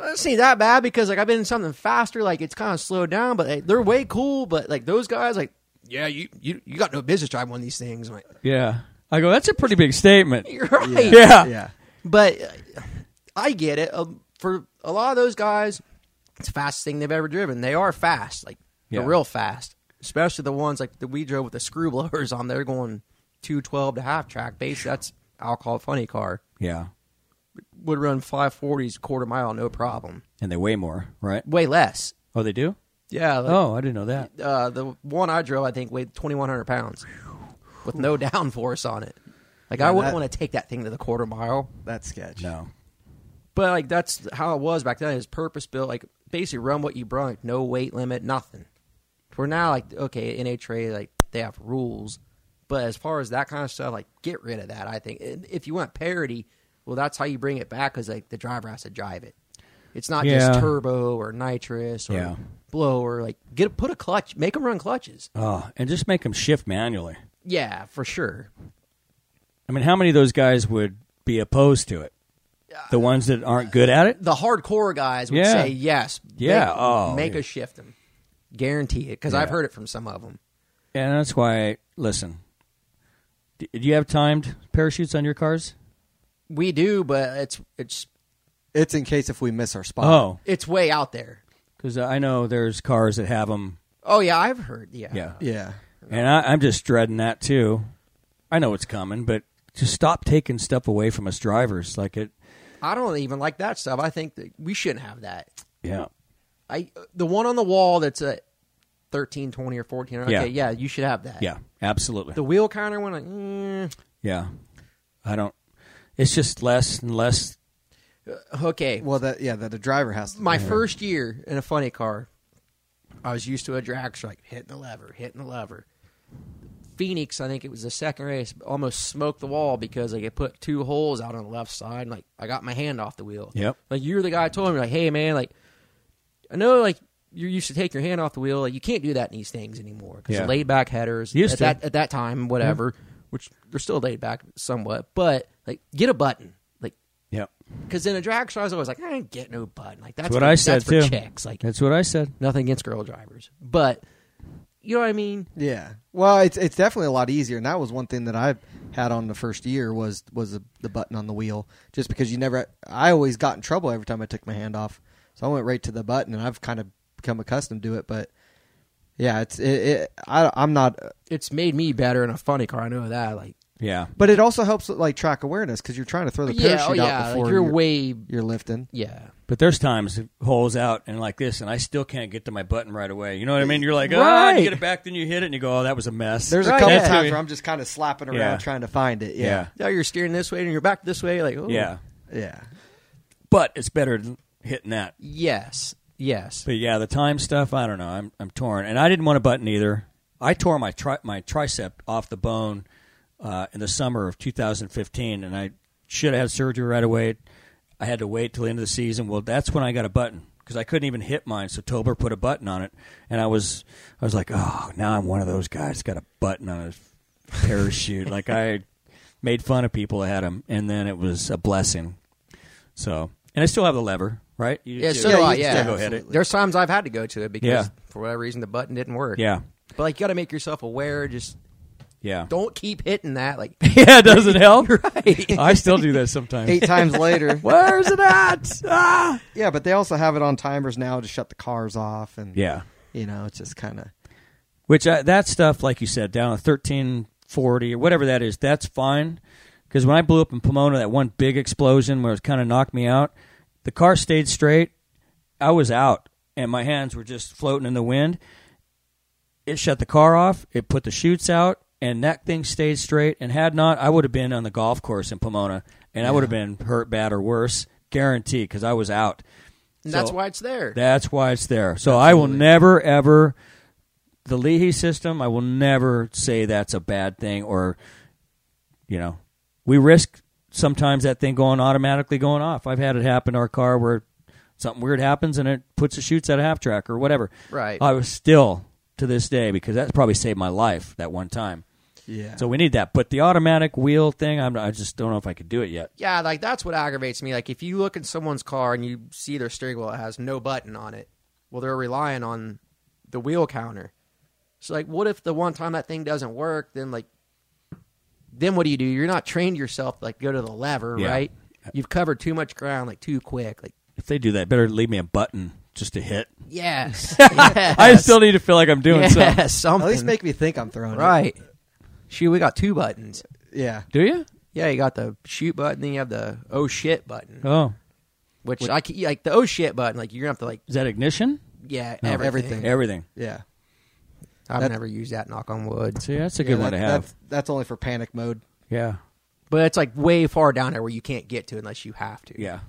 Speaker 1: It seems that bad because like I've been in something faster, like it's kind of slowed down, but like, they're way cool. But like those guys, like yeah, you you, you got no business driving one of these things. I'm like,
Speaker 3: Yeah, I go. That's a pretty big statement.
Speaker 1: you're right.
Speaker 3: Yeah.
Speaker 2: yeah,
Speaker 1: But uh, I get it. Um, for a lot of those guys, it's the fastest thing they've ever driven. They are fast, like
Speaker 3: Yeah.
Speaker 1: they're real fast. Especially the ones like that we drove with the screw blowers on. They're going two twelve to half track base. That's I'll call it funny car.
Speaker 3: Yeah,
Speaker 1: Would run five forties quarter mile no problem.
Speaker 3: and they weigh more, right?
Speaker 1: Way less.
Speaker 3: Oh, they do.
Speaker 1: Yeah. Like,
Speaker 3: Oh, I didn't know that.
Speaker 1: Uh, the one I drove, I think weighed twenty one hundred pounds with no downforce on it. Like I wouldn't
Speaker 2: that-
Speaker 1: want to take that thing to the quarter mile.
Speaker 2: that's sketch.
Speaker 3: No.
Speaker 1: But like that's how it was back then. It was purpose built, like basically run what you brung, like, no weight limit, nothing. We're now like okay, NHRA like they have rules, but as far as that kind of stuff, like get rid of that. I think And if you want parity, well, that's how you bring it back because like the driver has to drive it. It's not
Speaker 3: Yeah.
Speaker 1: just turbo or nitrous or
Speaker 3: Yeah.
Speaker 1: blower. Like get put a clutch, make them run clutches.
Speaker 3: Oh, and just make them shift manually.
Speaker 1: Yeah, for sure.
Speaker 3: I mean, how many of those guys would be opposed to it? The ones that aren't good at it.
Speaker 1: The hardcore guys would
Speaker 3: Yeah.
Speaker 1: say yes.
Speaker 3: Yeah,
Speaker 1: make,
Speaker 3: oh,
Speaker 1: make
Speaker 3: yeah.
Speaker 1: us shift them, guarantee it because I've
Speaker 3: Yeah.
Speaker 1: heard it from some of them.
Speaker 3: And that's why. Listen, do do you have timed parachutes on your cars?
Speaker 1: We do, but it's it's
Speaker 2: It's in case if we miss our spot.
Speaker 3: Oh,
Speaker 1: it's way out there.
Speaker 3: because I know there's cars that have them.
Speaker 1: Oh yeah, I've heard. Yeah,
Speaker 3: Yeah,
Speaker 2: yeah,
Speaker 3: and I, I'm just dreading that too. I know it's coming, but just stop taking stuff away from us drivers. Like it,
Speaker 1: I don't even like that stuff. I think that we shouldn't have that.
Speaker 3: Yeah.
Speaker 1: I the one on the wall that's a 13, 20, or fourteen. Okay,
Speaker 3: Yeah.
Speaker 1: yeah, you should have that.
Speaker 3: Yeah. Absolutely.
Speaker 1: The wheel counter one, like, mm,
Speaker 3: yeah. I don't. It's just less and less.
Speaker 1: mm, okay.
Speaker 2: Well, that yeah, that the driver has to.
Speaker 1: my first year in a funny car, I was used to a drag strike, hitting the lever, hitting the lever. Phoenix, I think it was the second race, almost smoked the wall because like it put two holes out on the left side. And, like I got my hand off the wheel.
Speaker 3: Yep.
Speaker 1: Like you're the guy who told me like, hey man, like I know like you're used to take your hand off the wheel. Like you can't do that in these things anymore because
Speaker 3: Yeah.
Speaker 1: laid back headers
Speaker 3: Used
Speaker 1: at
Speaker 3: to.
Speaker 1: that at that time, whatever, which they're still laid back somewhat. But like get a button, like
Speaker 3: Yeah.
Speaker 1: because in a drag show, I was always like, I didn't get no button. Like that's,
Speaker 3: That's what
Speaker 1: for-
Speaker 3: I said
Speaker 1: that's for
Speaker 3: too.
Speaker 1: Chicks, like
Speaker 3: That's what I said.
Speaker 1: nothing against girl drivers, but you know what I mean.
Speaker 2: Yeah. Well, it's it's definitely a lot easier, and that was one thing that I had on the first year was was the, the button on the wheel, just because you never. I always got in trouble every time I took my hand off, so I went right to the button, and I've kind of become accustomed to it. But yeah, it's it. it I, I'm not,
Speaker 1: It's made me better in a funny car. I know that. Like,
Speaker 3: Yeah.
Speaker 2: but it also helps like track awareness because you're trying to throw the parachute
Speaker 1: yeah, oh,
Speaker 2: out
Speaker 1: yeah,
Speaker 2: before
Speaker 1: like, you're
Speaker 2: you're,
Speaker 1: way,
Speaker 2: you're lifting.
Speaker 1: yeah.
Speaker 3: But there's times it holes out and like this, and I still can't get to my button right away. You know what I mean? You're like, oh,
Speaker 1: Right.
Speaker 3: you get it back, then you hit it, and you go, oh, that was a mess.
Speaker 2: There's a
Speaker 1: Right,
Speaker 2: couple
Speaker 1: yeah.
Speaker 2: times where I'm just kind of slapping around
Speaker 3: Yeah.
Speaker 2: trying to find it.
Speaker 3: yeah.
Speaker 2: Yeah,
Speaker 1: Now you're steering this way and you're back this way. Like, oh.
Speaker 3: Yeah.
Speaker 2: yeah.
Speaker 3: But it's better than hitting that.
Speaker 1: yes, yes.
Speaker 3: But yeah, the time stuff, I don't know. I'm I'm torn, and I didn't want a button either. I tore my tri- my tricep off the bone uh, in the summer of 2015, and I should have had surgery right away. I had to wait till the end of the season. Well, that's when I got a button because I couldn't even hit mine. So Tober put a button on it, and I was I was like, oh, now I'm one of those guys that's got a button on his parachute. like I made fun of people that had them, and then it was a blessing. So, and I still have the lever, right? You,
Speaker 1: yeah,
Speaker 3: you-
Speaker 1: so do
Speaker 2: you
Speaker 1: I,
Speaker 2: can
Speaker 1: yeah.
Speaker 3: still go hit it.
Speaker 1: There's times I've had to go to it because
Speaker 3: Yeah.
Speaker 1: for whatever reason the button didn't work.
Speaker 3: yeah,
Speaker 1: But like you got to make yourself aware. Just
Speaker 3: yeah.
Speaker 1: don't keep hitting that. Like
Speaker 3: yeah, does it help? right. I still do that sometimes.
Speaker 2: Eight times later.
Speaker 3: Where's it at? Ah!
Speaker 2: Yeah, but they also have it on timers now to shut the cars off and
Speaker 3: Yeah.
Speaker 2: you know, it's just kind of
Speaker 3: Which I, that stuff, like you said, down at thirteen forty or whatever that is, that's fine. Because when I blew up in Pomona, that one big explosion where it kind of knocked me out, the car stayed straight. I was out, and my hands were just floating in the wind. It shut the car off. It put the chutes out, and that thing stayed straight. And had not, I would have been on the golf course in Pomona, and I would have been hurt bad or worse, guaranteed, because I was out.
Speaker 1: and that's
Speaker 3: So-
Speaker 1: why it's there.
Speaker 3: That's why it's there. So I will never ever the Leahy system. I will never say that's a bad thing or you know we risk sometimes that thing going automatically going off. I've had it happen to our car where something weird happens and it puts a shoots at a half track or whatever.
Speaker 1: Right.
Speaker 3: I was still to this day because that probably saved my life that one time.
Speaker 2: yeah.
Speaker 3: So we need that. But the automatic wheel thing, I'm, I just don't know if I could do it yet.
Speaker 1: Yeah, like that's what aggravates me. Like if you look at someone's car and you see their steering wheel it has no button on it, well they're relying on the wheel counter. So like what if the one time that thing doesn't work, then like then what do you do? You're not trained yourself to like go to the lever,
Speaker 3: Yeah.
Speaker 1: right? You've covered too much ground like too quick. Like
Speaker 3: If they do that, better leave me a button just to hit.
Speaker 1: yes. yes
Speaker 3: I still need to feel like I'm doing
Speaker 1: yes,
Speaker 3: something.
Speaker 1: something.
Speaker 2: at least make me think I'm throwing it.
Speaker 1: right. Shoot, we got two buttons.
Speaker 2: Yeah.
Speaker 3: Do you?
Speaker 1: Yeah, you got the shoot button, then you have the oh shit button,
Speaker 3: Oh,
Speaker 1: which I c- like the oh shit button. Like you're gonna have to like
Speaker 3: is that ignition?
Speaker 1: yeah
Speaker 3: No,
Speaker 2: everything.
Speaker 3: Everything.
Speaker 2: Yeah.
Speaker 1: I've
Speaker 2: That-
Speaker 1: never used that knock on wood.
Speaker 3: See, that's a good
Speaker 2: Yeah,
Speaker 3: one
Speaker 2: that-
Speaker 3: to have.
Speaker 2: That's, that's only for panic mode.
Speaker 3: Yeah,
Speaker 1: But it's like way far down there where you can't get to unless you have to.
Speaker 3: yeah,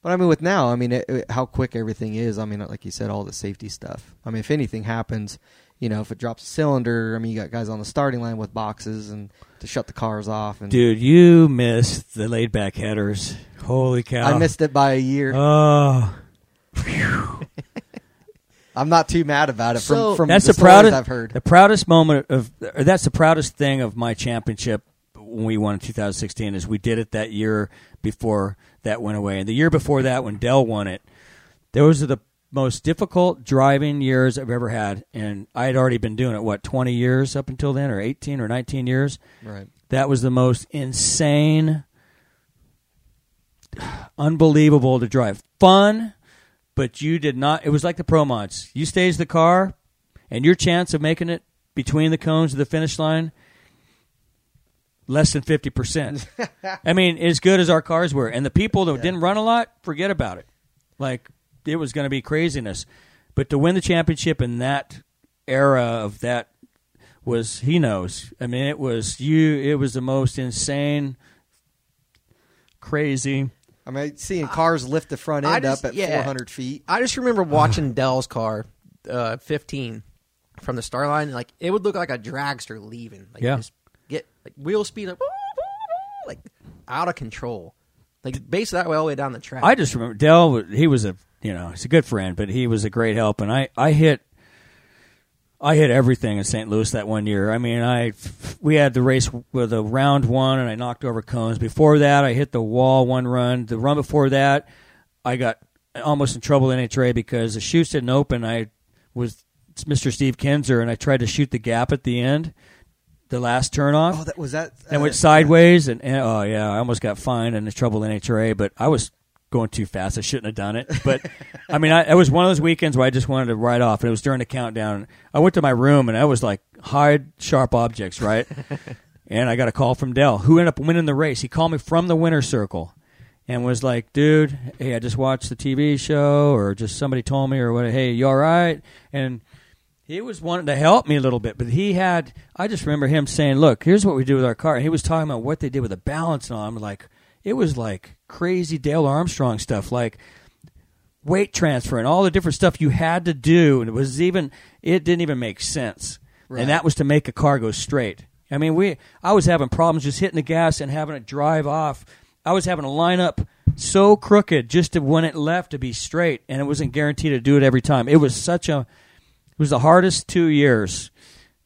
Speaker 2: But I mean, with now, I mean, it, it- how quick everything is. I mean, like you said, all the safety stuff. I mean, if anything happens, you know, if it drops a cylinder, I mean, you got guys on the starting line with boxes and to shut the cars off. And
Speaker 3: dude, you missed the laid back headers. Holy cow!
Speaker 2: I missed it by a year.
Speaker 3: Oh,
Speaker 2: I'm not too mad about it. From,
Speaker 1: So-
Speaker 2: from
Speaker 3: that's
Speaker 2: the,
Speaker 3: the, proudest
Speaker 2: stories I've heard.
Speaker 3: The proudest moment of or that's the proudest thing of my championship when we won in 2016 is we did it that year before that went away, and the year before that when Dell won it, those are the most difficult driving years I've ever had, and I had already been doing it what 20 years up until then, or 18 or 19 years.
Speaker 2: Right.
Speaker 3: That was the most insane, unbelievable to drive. Fun, but you did not. It was like the pro mods. You staged the car, and your chance of making it between the cones of the finish line less than 50%. I mean, as good as our cars were. And the people that didn't run a lot, forget about it. Like, it was going to be craziness. But to win the championship in that era of that was, he knows. I mean, it was you, it was the most insane, crazy.
Speaker 2: I mean, seeing
Speaker 3: Uh,
Speaker 2: cars lift the front
Speaker 1: I
Speaker 2: end
Speaker 1: just-
Speaker 2: up at
Speaker 1: yeah.
Speaker 2: 400 feet.
Speaker 1: I just remember watching Dell's car, uh, fifteen, from the star line. Like it would look like a dragster leaving. Like,
Speaker 3: Yeah.
Speaker 1: just get like wheel speed like, like out of control. Like basically that way all the way down the track.
Speaker 3: I just remember Dell. was- He was a you know he's a good friend, but he was a great help. And I I hit I hit everything in St. Louis that one year. I mean I we had the race with a round one, and I knocked over cones. Before that, I hit the wall one run. The run before that, I got almost in trouble in NHRA because the chutes didn't open. I was it's Mr. Steve Kinzer, and I tried to shoot the gap at the end, the last turnoff
Speaker 2: Oh, that was that.
Speaker 3: and
Speaker 2: uh,
Speaker 3: went sideways and, and oh yeah, I almost got fined and in trouble in HRA, but I was going too fast. I shouldn't have done it. But I mean, I, it was one of those weekends where I just wanted to ride off, and it was during the countdown. I went to my room and I was like, hide sharp objects, right? and I got a call from Dell, who ended up winning the race. He called me from the winner's circle. And was like, dude, hey, I just watched the TV show, or just somebody told me, or what? Hey, you all right? And he was wanting to help me a little bit, but he had. I just remember him saying, "Look, here's what we do with our car." And he was talking about what they did with the balance, and all. I'm like, it was like crazy Dale Armstrong stuff, like weight transfer and all the different stuff you had to do, and it was even it didn't even make sense.
Speaker 2: Right.
Speaker 3: And that was to make a car go straight. I mean, we I was having problems just hitting the gas and having it drive off. I was having a lineup so crooked just to when it left to be straight, and it wasn't guaranteed to do it every time. It was such a it was the hardest two years,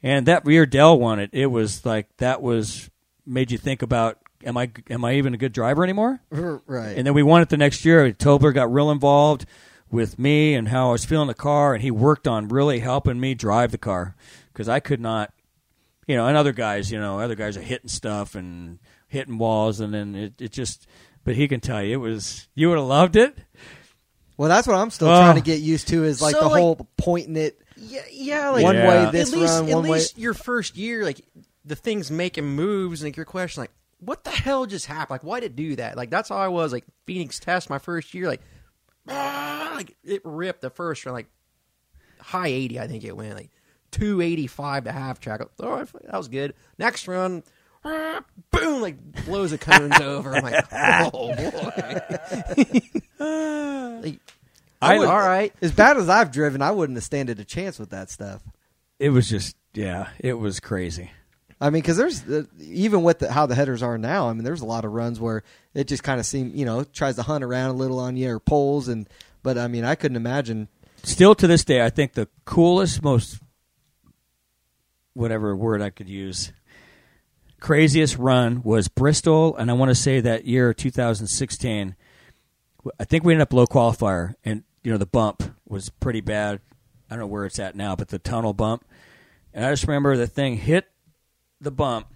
Speaker 3: and that year Dell won it. It was like that was made you think about am I am I even a good driver anymore?
Speaker 2: r- Right.
Speaker 3: And then we won it the next year. Tobler got real involved with me and how I was feeling the car, and he worked on really helping me drive the car because I could not, you know, and other guys, you know, other guys are hitting stuff and hitting walls, and then it, it just. But he can tell you it was you would have loved it.
Speaker 2: well, that's what I'm still
Speaker 3: Oh.
Speaker 2: trying to get used to is like
Speaker 1: So,
Speaker 2: the
Speaker 1: like-
Speaker 2: whole pointing it.
Speaker 1: yeah, yeah, like
Speaker 2: One
Speaker 3: way
Speaker 1: at
Speaker 2: this
Speaker 1: least,
Speaker 2: run,
Speaker 1: at
Speaker 2: one way-
Speaker 1: least your first year, like the things making moves, and like your question, like what the hell just happened? Like why did it do that? Like that's how I was. Like Phoenix test my first year, like, ah, like it ripped the first run, like high eighty, I think it went like two eighty five to half track. Oh, All right, that was good. Next run. ah, Boom! Like blows the cones over. I'm like, oh boy. Like,
Speaker 3: I-
Speaker 1: would- all right.
Speaker 2: As bad as I've driven, I wouldn't have standed a chance with that stuff.
Speaker 3: It was just yeah, it was crazy.
Speaker 2: I mean, because there's uh, even with the, how the headers are now. I mean, there's a lot of runs where it just kind of seems you know it tries to hunt around a little on you or poles and. But I mean, I couldn't imagine.
Speaker 3: still to this day, I think the coolest, most whatever word I could use, craziest run was Bristol, and I want to say that year 2016. I think we ended up low qualifier, and you know the bump was pretty bad. I don't know where it's at now, but the tunnel bump, and I just remember the thing hit the bump,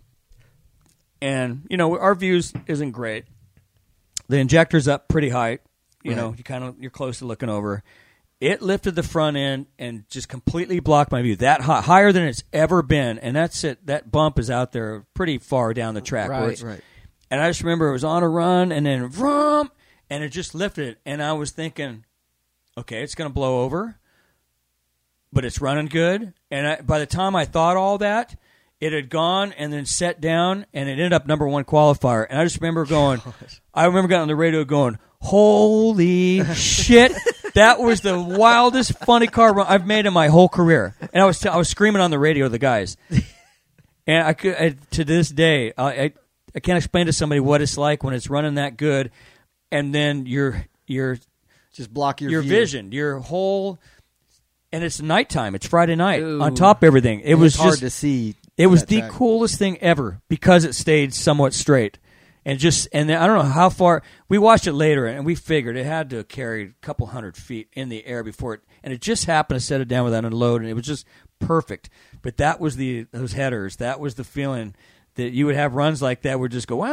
Speaker 3: and you know our views isn't great. The injector's up pretty high, you know. You kind of you're close to looking over. It lifted the front end and just completely blocked my view. That high, higher than it's ever been, and that's it. That bump is out there pretty far down the track. where
Speaker 1: Right,
Speaker 3: it's-
Speaker 2: right.
Speaker 3: and I just remember it was on a run and then vroom, and it just lifted. And I was thinking, okay, it's going to blow over, but it's running good. And I, by the time I thought all that, it had gone and then set down, and it ended up number one qualifier. And I just remember going, I remember getting on the radio going, holy shit. That was the wildest funny car run I've made in my whole career, and I was I was screaming on the radio to the guys, and I could I, to this day I, I I can't explain to somebody what it's like when it's running that good, and then your your
Speaker 2: Just block your
Speaker 3: your
Speaker 2: view.
Speaker 3: vision, your whole, and it's nighttime. It's Friday night.
Speaker 1: Ooh.
Speaker 3: On top of everything, it
Speaker 2: It's
Speaker 3: was
Speaker 2: hard
Speaker 3: just
Speaker 2: to see.
Speaker 3: it was
Speaker 2: that
Speaker 3: the
Speaker 2: track.
Speaker 3: coolest thing ever because it stayed somewhat straight. And just and then I don't know how far we watched it later and we figured it had to carry a couple hundred feet in the air before it and it just happened to set it down without a load and it was just perfect. But that was the those headers, that was the feeling that you would have runs like that would just go "Ah,"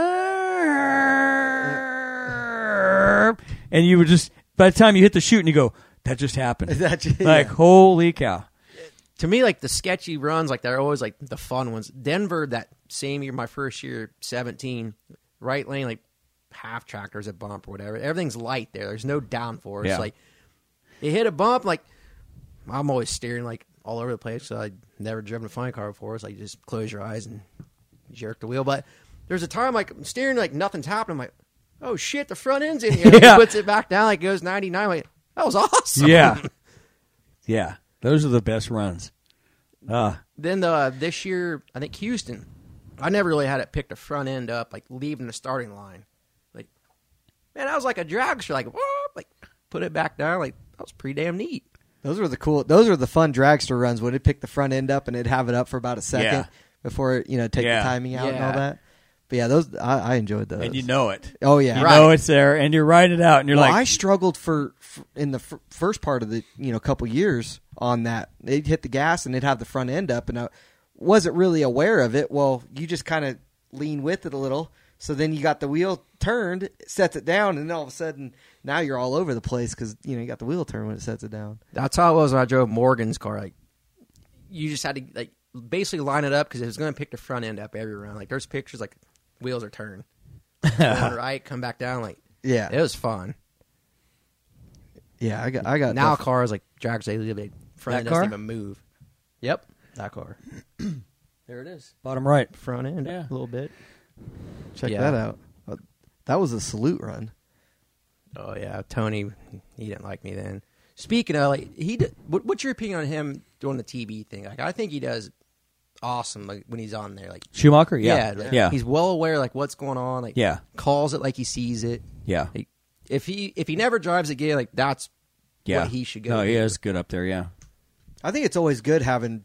Speaker 3: and you would just by the time you hit the shoot and you go, That just happened.
Speaker 2: That ju-
Speaker 3: like
Speaker 2: yeah.
Speaker 3: holy cow.
Speaker 1: to me, like the sketchy runs, like they're always like the fun ones. Denver, that same year, my first year, seventeen, right lane, like half track. There's a bump or whatever. Everything's light there. There's no downforce.
Speaker 3: Yeah.
Speaker 1: Like it hit a bump. Like I'm always steering like all over the place. So I never driven a funny car before. It's like just close your eyes and jerk the wheel. But there's a time like I'm steering like nothing's happening. I'm like, oh shit, the front end's in here.
Speaker 3: Yeah.
Speaker 1: He puts it back down. Like it goes 99. Like that was awesome.
Speaker 3: Yeah. yeah. Those are the best runs. Uh,
Speaker 1: Then the this year, I think Houston. I never really had it picked a front end up, like leaving the starting line. Like, man, I was like a dragster, like, whoop, like put it back down, like that was pretty damn neat.
Speaker 2: Those were the cool. Those were the fun dragster runs when it picked the front end up and it'd have it up for about a second
Speaker 3: Yeah.
Speaker 2: before it, you know take
Speaker 3: Yeah.
Speaker 2: the timing out and all
Speaker 1: Yeah.
Speaker 2: that. But yeah, those I, I enjoyed those.
Speaker 3: and you know it.
Speaker 2: oh yeah,
Speaker 3: You
Speaker 1: Right.
Speaker 3: know it's there, and you write it out, and you're
Speaker 2: Well,
Speaker 3: like,
Speaker 2: I struggled for, for in the f- first part of the you know couple years on that. They'd hit the gas and they'd have the front end up, and I wasn't really aware of it. Well, you just kind of lean with it a little, so then you got the wheel turned, sets it down, and then all of a sudden now you're all over the place because you know you got the wheel turned when it sets it down.
Speaker 1: That's how it was when I drove Morgan's car. Like, you just had to like basically line it up because it was going to pick the front end up every round. Like, there's pictures like wheels are turned, Going right, come back down. Like,
Speaker 2: Yeah,
Speaker 1: it was fun.
Speaker 2: yeah. I got I got
Speaker 1: now
Speaker 2: def-
Speaker 1: cars like dragsters, they leave it front
Speaker 3: That
Speaker 1: end
Speaker 3: car?
Speaker 1: doesn't even move. Yep, that car
Speaker 3: there it is, bottom right.
Speaker 1: front end
Speaker 3: Yeah.
Speaker 1: up a little bit.
Speaker 2: check
Speaker 1: yeah.
Speaker 2: that out. Uh, That was a salute run.
Speaker 1: Oh yeah, Tony, he didn't like me then. Speaking of, like, he, d- what, what's your opinion on him doing the TV thing? Like, I think he does awesome like, when he's on there. Like,
Speaker 3: Schumacher,
Speaker 1: yeah,
Speaker 3: yeah,
Speaker 1: like,
Speaker 3: yeah,
Speaker 1: he's well aware like what's going on. Like,
Speaker 3: Yeah.
Speaker 1: calls it like he sees it.
Speaker 3: yeah.
Speaker 1: Like, if he if he never drives again, like that's
Speaker 3: yeah.
Speaker 1: what he should go.
Speaker 3: No, he
Speaker 1: do.
Speaker 3: is good up there. Oh, Yeah,
Speaker 2: I think it's always good having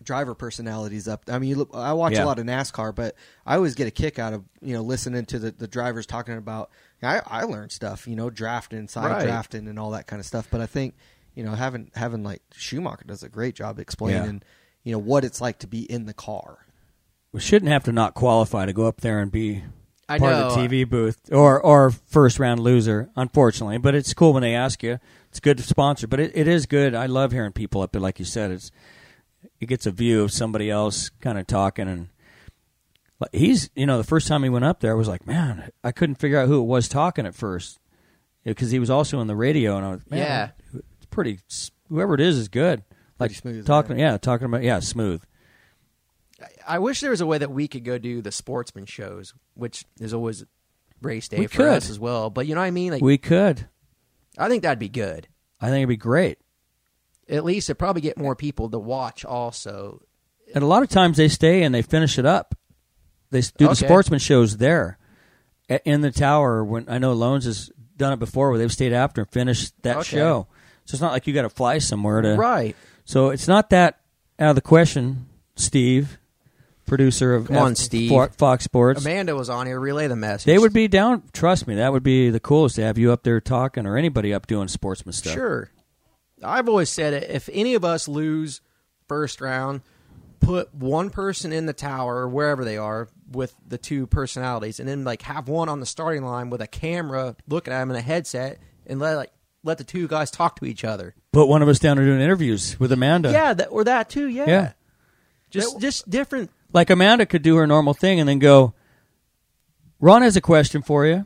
Speaker 2: driver personalities up. I mean, you look, I watch
Speaker 3: Yeah.
Speaker 2: a lot of NASCAR, but I always get a kick out of you know listening to the, the drivers talking about. I I learned stuff, you know, drafting, side
Speaker 1: Right.
Speaker 2: drafting, and all that kind of stuff. But I think you know having having like Schumacher does a great job explaining you know what it's like to be in the car.
Speaker 3: we shouldn't have to not qualify to go up there and be
Speaker 1: I
Speaker 3: part
Speaker 1: know,
Speaker 3: of the TV booth or or first round loser, unfortunately. But it's cool when they ask you. It's good to sponsor, but it, it is good. I love hearing people up there, like you said. It's it gets a view of somebody else kind of talking and. like, He's, you know, the first time he went up there, I was like, man, I couldn't figure out who it was talking at first because he was also on the radio, and I was, man,
Speaker 1: Yeah.
Speaker 3: it's pretty. s- Whoever it is is good, like
Speaker 2: Pretty smooth,
Speaker 3: talking, yeah, talking about, yeah, smooth.
Speaker 1: I, I wish there was a way that we could go do the sportsman shows, which is always race day
Speaker 3: We
Speaker 1: for
Speaker 3: could.
Speaker 1: us as well. But you know what I mean? Like,
Speaker 3: We could,
Speaker 1: I think that'd be good.
Speaker 3: I think it'd be great.
Speaker 1: at least it probably get more people to watch also
Speaker 3: And a lot of times they stay and they finish it up. They s- do the
Speaker 1: Okay.
Speaker 3: sportsman shows there A- in the tower. When I know Loans has done it before, where they've stayed after and finished that
Speaker 1: Okay.
Speaker 3: show. So it's not like you got to fly somewhere to.
Speaker 1: right
Speaker 3: So it's not that out of the question, Steve, producer of
Speaker 1: Come on,
Speaker 3: F-
Speaker 1: Steve.
Speaker 3: Fo- Fox Sports.
Speaker 1: amanda was on here relay the message
Speaker 3: They would be down. Trust me, that would be the coolest to have you up there talking or anybody up doing sportsman stuff.
Speaker 1: sure i've always said it if any of us lose first round put one person in the tower or wherever they are with the two personalities and then like have one on the starting line with a camera looking at him and a headset and let like let the two guys talk to each other
Speaker 3: Put one of us down there doing interviews with Amanda.
Speaker 1: yeah that, or that too yeah,
Speaker 3: Yeah.
Speaker 1: just just different
Speaker 3: Like Amanda could do her normal thing and then go, Ron has a question for you.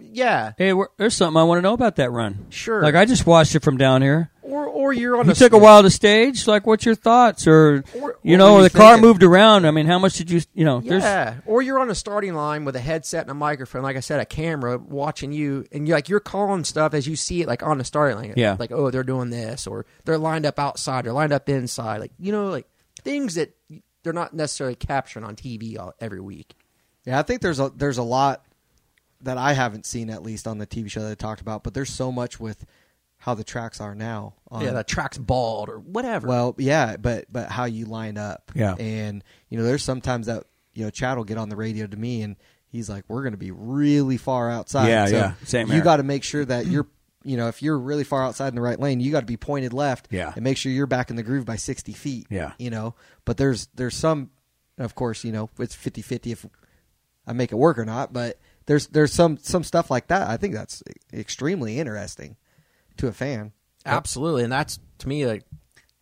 Speaker 1: yeah
Speaker 3: Hey, where, there's something I want to know about that run.
Speaker 1: Sure.
Speaker 3: Like I just watched it from down here.
Speaker 1: or or you're on
Speaker 3: You
Speaker 1: a
Speaker 3: took a while to stage. Like, what's your thoughts? Or,
Speaker 1: Or-
Speaker 3: you
Speaker 1: what
Speaker 3: know,
Speaker 1: were
Speaker 3: or
Speaker 1: you
Speaker 3: the car
Speaker 1: thinking?
Speaker 3: moved around. I mean, how much did you? You know, there's
Speaker 1: Yeah, or you're on a starting line with a headset and a microphone, like I said, a camera watching you, and you're like you're calling stuff as you see it, like on the starting line.
Speaker 3: Yeah.
Speaker 1: like oh, they're doing this, or they're lined up outside, or lined up inside, like you know, like things that they're not necessarily capturing on TV all, every week.
Speaker 2: Yeah, I think there's a there's a lot that I haven't seen at least on the TV show that I talked about, but there's so much with how the tracks are now. On,
Speaker 1: yeah, that Uh, track's bald or whatever.
Speaker 2: Well, yeah, but but how you line up.
Speaker 3: Yeah.
Speaker 2: And you know, there's sometimes that you know, Chad will get on the radio to me and he's like, We're gonna be really far outside.
Speaker 3: Yeah,
Speaker 2: So
Speaker 3: yeah. Same
Speaker 2: You
Speaker 3: here.
Speaker 2: gotta make sure that you're you know, if you're really far outside in the right lane, you gotta be pointed left
Speaker 3: Yeah.
Speaker 2: and make sure you're back in the groove by sixty feet.
Speaker 3: Yeah.
Speaker 2: You know. But there's there's some of course, you know, it's 50-50 if I make it work or not, but there's there's some some stuff like that. I think that's extremely interesting to a fan.
Speaker 1: Absolutely, and that's to me like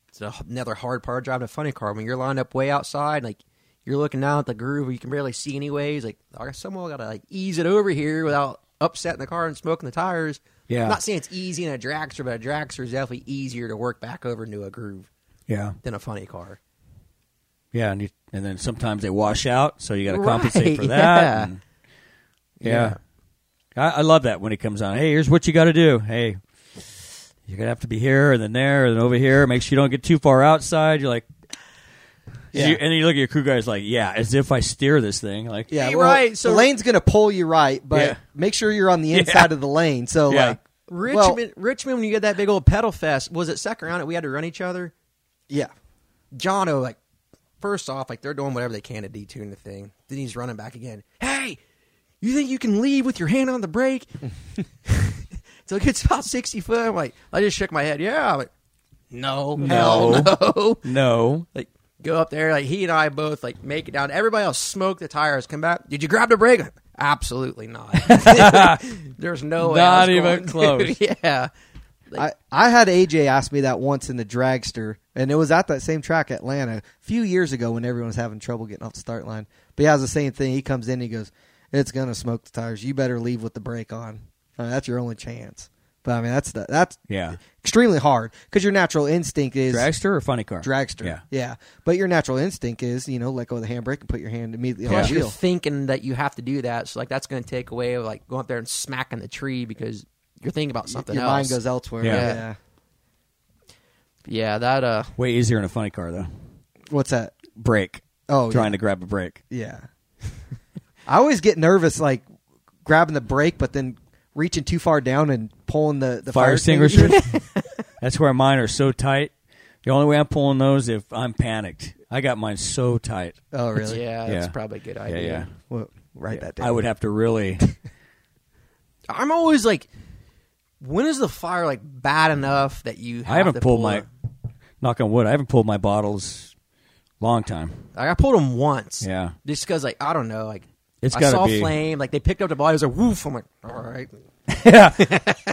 Speaker 1: it's a- another hard part of driving a funny car when you're lined up way outside, like you're looking down at the groove where you can barely see anyways. Like I guess someone got to like ease it over here without upsetting the car and smoking the tires.
Speaker 3: Yeah.
Speaker 1: I'm not saying it's easy in a dragster, but a dragster is definitely easier to work back over into a groove
Speaker 3: Yeah.
Speaker 1: than a funny car.
Speaker 3: Yeah, and you, and then sometimes they wash out, so you got to
Speaker 1: Right,
Speaker 3: compensate for that.
Speaker 1: yeah.
Speaker 3: and- yeah. I, I love that when it comes on. Hey, here's what you got to do. Hey, you're gonna have to be here and then there and then over here. Make sure you don't get too far outside. You're like,
Speaker 2: Yeah.
Speaker 3: You- and then you look at your crew guys like, yeah, as if I steer this thing. Like,
Speaker 2: Yeah,
Speaker 1: Hey,
Speaker 2: well,
Speaker 1: right, so-
Speaker 2: the lane's going to pull you right, but
Speaker 3: Yeah.
Speaker 2: make sure you're on the inside of the lane. So
Speaker 3: Yeah.
Speaker 2: like well,
Speaker 1: Richmond, Richmond, when you get that big old pedal fest, was it second round that we had to run each other?
Speaker 2: yeah,
Speaker 1: Jono, like, first off, like they're doing whatever they can to detune the thing. Then he's running back again. Hey, you think you can leave with your hand on the brake? so it gets about sixty foot. I'm like, I just shook my head. Yeah, I'm like, no, hell no.
Speaker 3: no,
Speaker 1: Like, go up there. Like he and I both like make it down. Everybody else smoke the tires. Come back. Did you grab the brake? Absolutely not. There's no way. I
Speaker 3: Not
Speaker 1: was
Speaker 3: even
Speaker 1: going to.
Speaker 3: close.
Speaker 1: yeah.
Speaker 2: I, I had AJ ask me that once in the dragster, and it was at that same track, Atlanta, a few years ago when everyone was having trouble getting off the start line. But yeah, it was the same thing. He comes in, he goes, "It's gonna smoke the tires. You better leave with the brake on. I mean, that's your only chance." But I mean, that's the, that's
Speaker 3: Yeah.
Speaker 2: extremely hard because your natural instinct is
Speaker 3: dragster or funny car?
Speaker 2: dragster.
Speaker 3: Yeah.
Speaker 2: But your natural instinct is you know let go of the handbrake and put your hand immediately on
Speaker 1: Plus,
Speaker 2: the
Speaker 1: you're
Speaker 2: wheel.
Speaker 1: thinking that you have to do that, so like that's going to take away like going up there and smacking the tree because you're thinking about something
Speaker 2: your
Speaker 1: else.
Speaker 2: mind goes elsewhere.
Speaker 3: Yeah.
Speaker 2: yeah.
Speaker 1: yeah, that uh,
Speaker 3: Way easier in a funny car though.
Speaker 2: What's that?
Speaker 3: Brake.
Speaker 2: Oh,
Speaker 3: trying
Speaker 2: yeah.
Speaker 3: to grab a brake.
Speaker 2: Yeah. I always get nervous like grabbing the brake but then reaching too far down and pulling the, the
Speaker 3: fire, extinguisher. That's where mine are so tight. The only way I'm pulling those if I'm panicked. I got mine so tight.
Speaker 2: oh, really?
Speaker 1: yeah,
Speaker 3: Yeah.
Speaker 1: that's probably a good idea.
Speaker 2: Well, write that down.
Speaker 3: I would have to really.
Speaker 1: I'm always like, when is the fire like bad enough that you? Have
Speaker 3: I haven't
Speaker 1: to
Speaker 3: pulled
Speaker 1: pull
Speaker 3: my.
Speaker 1: it?
Speaker 3: Knock on wood. I haven't pulled my bottles. Long time.
Speaker 1: Like, I pulled them once.
Speaker 3: Yeah.
Speaker 1: just because like I don't know, like
Speaker 3: It's
Speaker 1: I
Speaker 3: gotta
Speaker 1: saw
Speaker 3: be-
Speaker 1: flame. Like they picked up the body. It was like woof. I'm like, all right.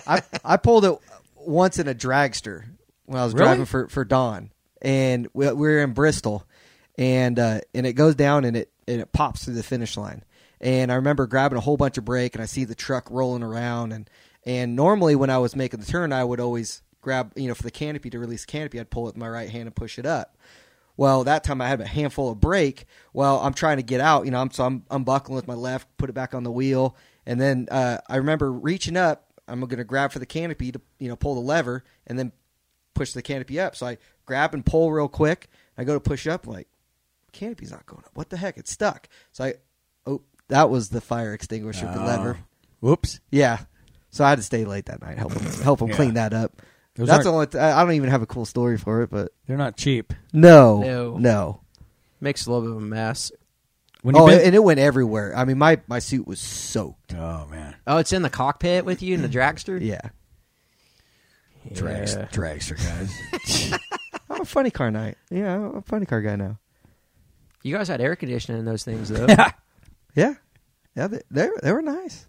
Speaker 2: I, I pulled it once in a dragster when I was
Speaker 3: Really?
Speaker 2: driving for, for Don, and we, we were in Bristol, and uh, and it goes down and it and it pops through the finish line, and I remember grabbing a whole bunch of brake, and I see the truck rolling around, and and normally when I was making the turn, I would always grab you know for the canopy to release the canopy, I'd pull it with my right hand and push it up. Well, that time I had a handful of brake. Well, I'm trying to get out, you know, I'm, so I'm unbuckling with my left, put it back on the wheel, and then uh, I remember reaching up. I'm going to grab for the canopy to, you know, pull the lever and then push the canopy up. So I grab and pull real quick. I go to push up, like canopy's not going up. What the heck? It's stuck. So I, oh, that was the fire extinguisher, the
Speaker 3: Oh.
Speaker 2: lever.
Speaker 3: Whoops.
Speaker 2: Yeah. So I had to stay late that night, help him, help him
Speaker 3: Yeah.
Speaker 2: clean that up.
Speaker 3: Those
Speaker 2: That's the
Speaker 3: aren't-
Speaker 2: only. Th- I I don't even have a cool story for it, but
Speaker 3: They're not cheap.
Speaker 2: no,
Speaker 1: No.
Speaker 2: no.
Speaker 1: Makes a little bit of a mess.
Speaker 3: When
Speaker 2: oh,
Speaker 3: been-
Speaker 2: and it went everywhere. I mean, my, my suit was soaked.
Speaker 3: oh man.
Speaker 1: Oh, it's in the cockpit with you in the dragster.
Speaker 2: Yeah.
Speaker 3: Drags,
Speaker 1: Yeah.
Speaker 3: Dragster guys.
Speaker 2: I'm a funny car night. Yeah, I'm a funny car guy now.
Speaker 1: You guys had air conditioning in those things though.
Speaker 2: Yeah. Yeah, they, they, they were nice.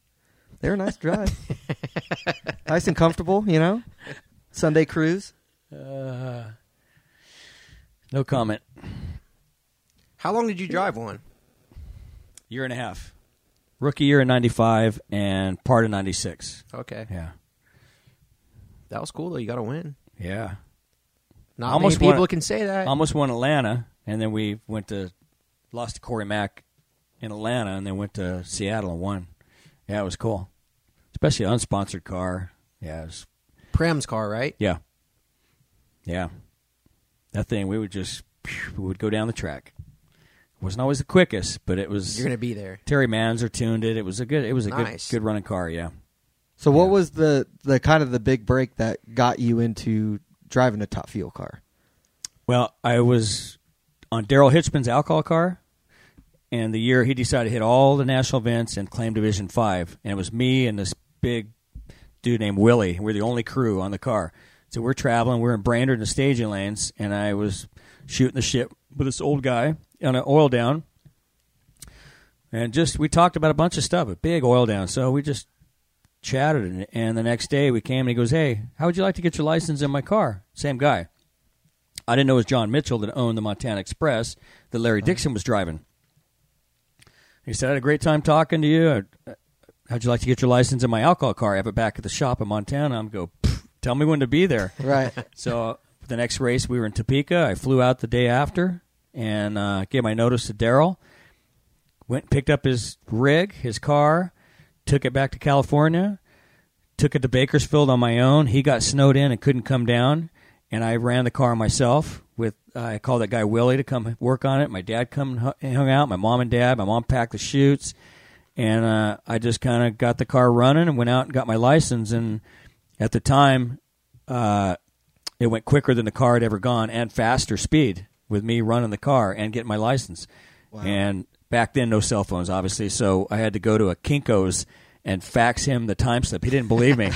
Speaker 2: They were nice to drive. nice and comfortable, you know? Sunday cruise.
Speaker 3: uh, no comment.
Speaker 1: How long did you drive one?
Speaker 3: Year and a half. Rookie year in '95 and part of '96.
Speaker 1: Okay,
Speaker 3: Yeah.
Speaker 1: that was cool though. You got to win.
Speaker 3: Yeah.
Speaker 1: Not
Speaker 3: Almost
Speaker 1: many people
Speaker 3: wanna-
Speaker 1: can say that.
Speaker 3: almost won Atlanta, and then we went to lost to Corey Mack in Atlanta, and then went to Seattle and won. Yeah, it was cool, especially an unsponsored car. Yeah, it was,
Speaker 1: Prem's car, right?
Speaker 3: yeah, yeah. That thing we would just we would go down the track. wasn't always the quickest, but it was.
Speaker 1: You're gonna be there.
Speaker 3: Terry Manzer tuned it. It was a good. It was a
Speaker 1: Nice.
Speaker 3: good good running car. Yeah.
Speaker 2: So, what
Speaker 3: Yeah.
Speaker 2: was the, the kind of the big break that got you into driving a top fuel car?
Speaker 3: Well, I was on Daryl Hitchman's alcohol car, and the year he decided to hit all the national events and claim Division Five, and it was me and this big dude named Willie. and We're the only crew on the car, so we're traveling. We're in Brainerd in the staging lanes, and I was shooting the shit with this old guy on an oil down, and just we talked about a bunch of stuff, a big oil down. So we just chatted, and, and the next day we came and he goes, "Hey, how would you like to get your license in my car?" Same guy. I didn't know it was John Mitchell that owned the Montana Express that Larry Dixon was driving. He said, I had a great time talking to you. I- How'd you like to get your license in my alcohol car? I have it back at the shop in Montana. I'm go, "Pff, tell me when to be there.
Speaker 2: Right.
Speaker 3: So the next race, we were in Topeka. I flew out the day after and uh, gave my notice to Daryl. Went and picked up his rig, his car, took it back to California, took it to Bakersfield on my own. He got snowed in and couldn't come down, and I ran the car myself. With I called that guy Willie to come work on it. My dad come and hu- and hung out. My mom and dad. My mom packed the chutes, and uh, I just kind of got the car running and went out and got my license. And at the time, uh, it went quicker than the car had ever gone and faster speed with me running the car and getting my license. And back then, no cell phones, obviously. So I had to go to a Kinko's and fax him the time slip. He didn't believe me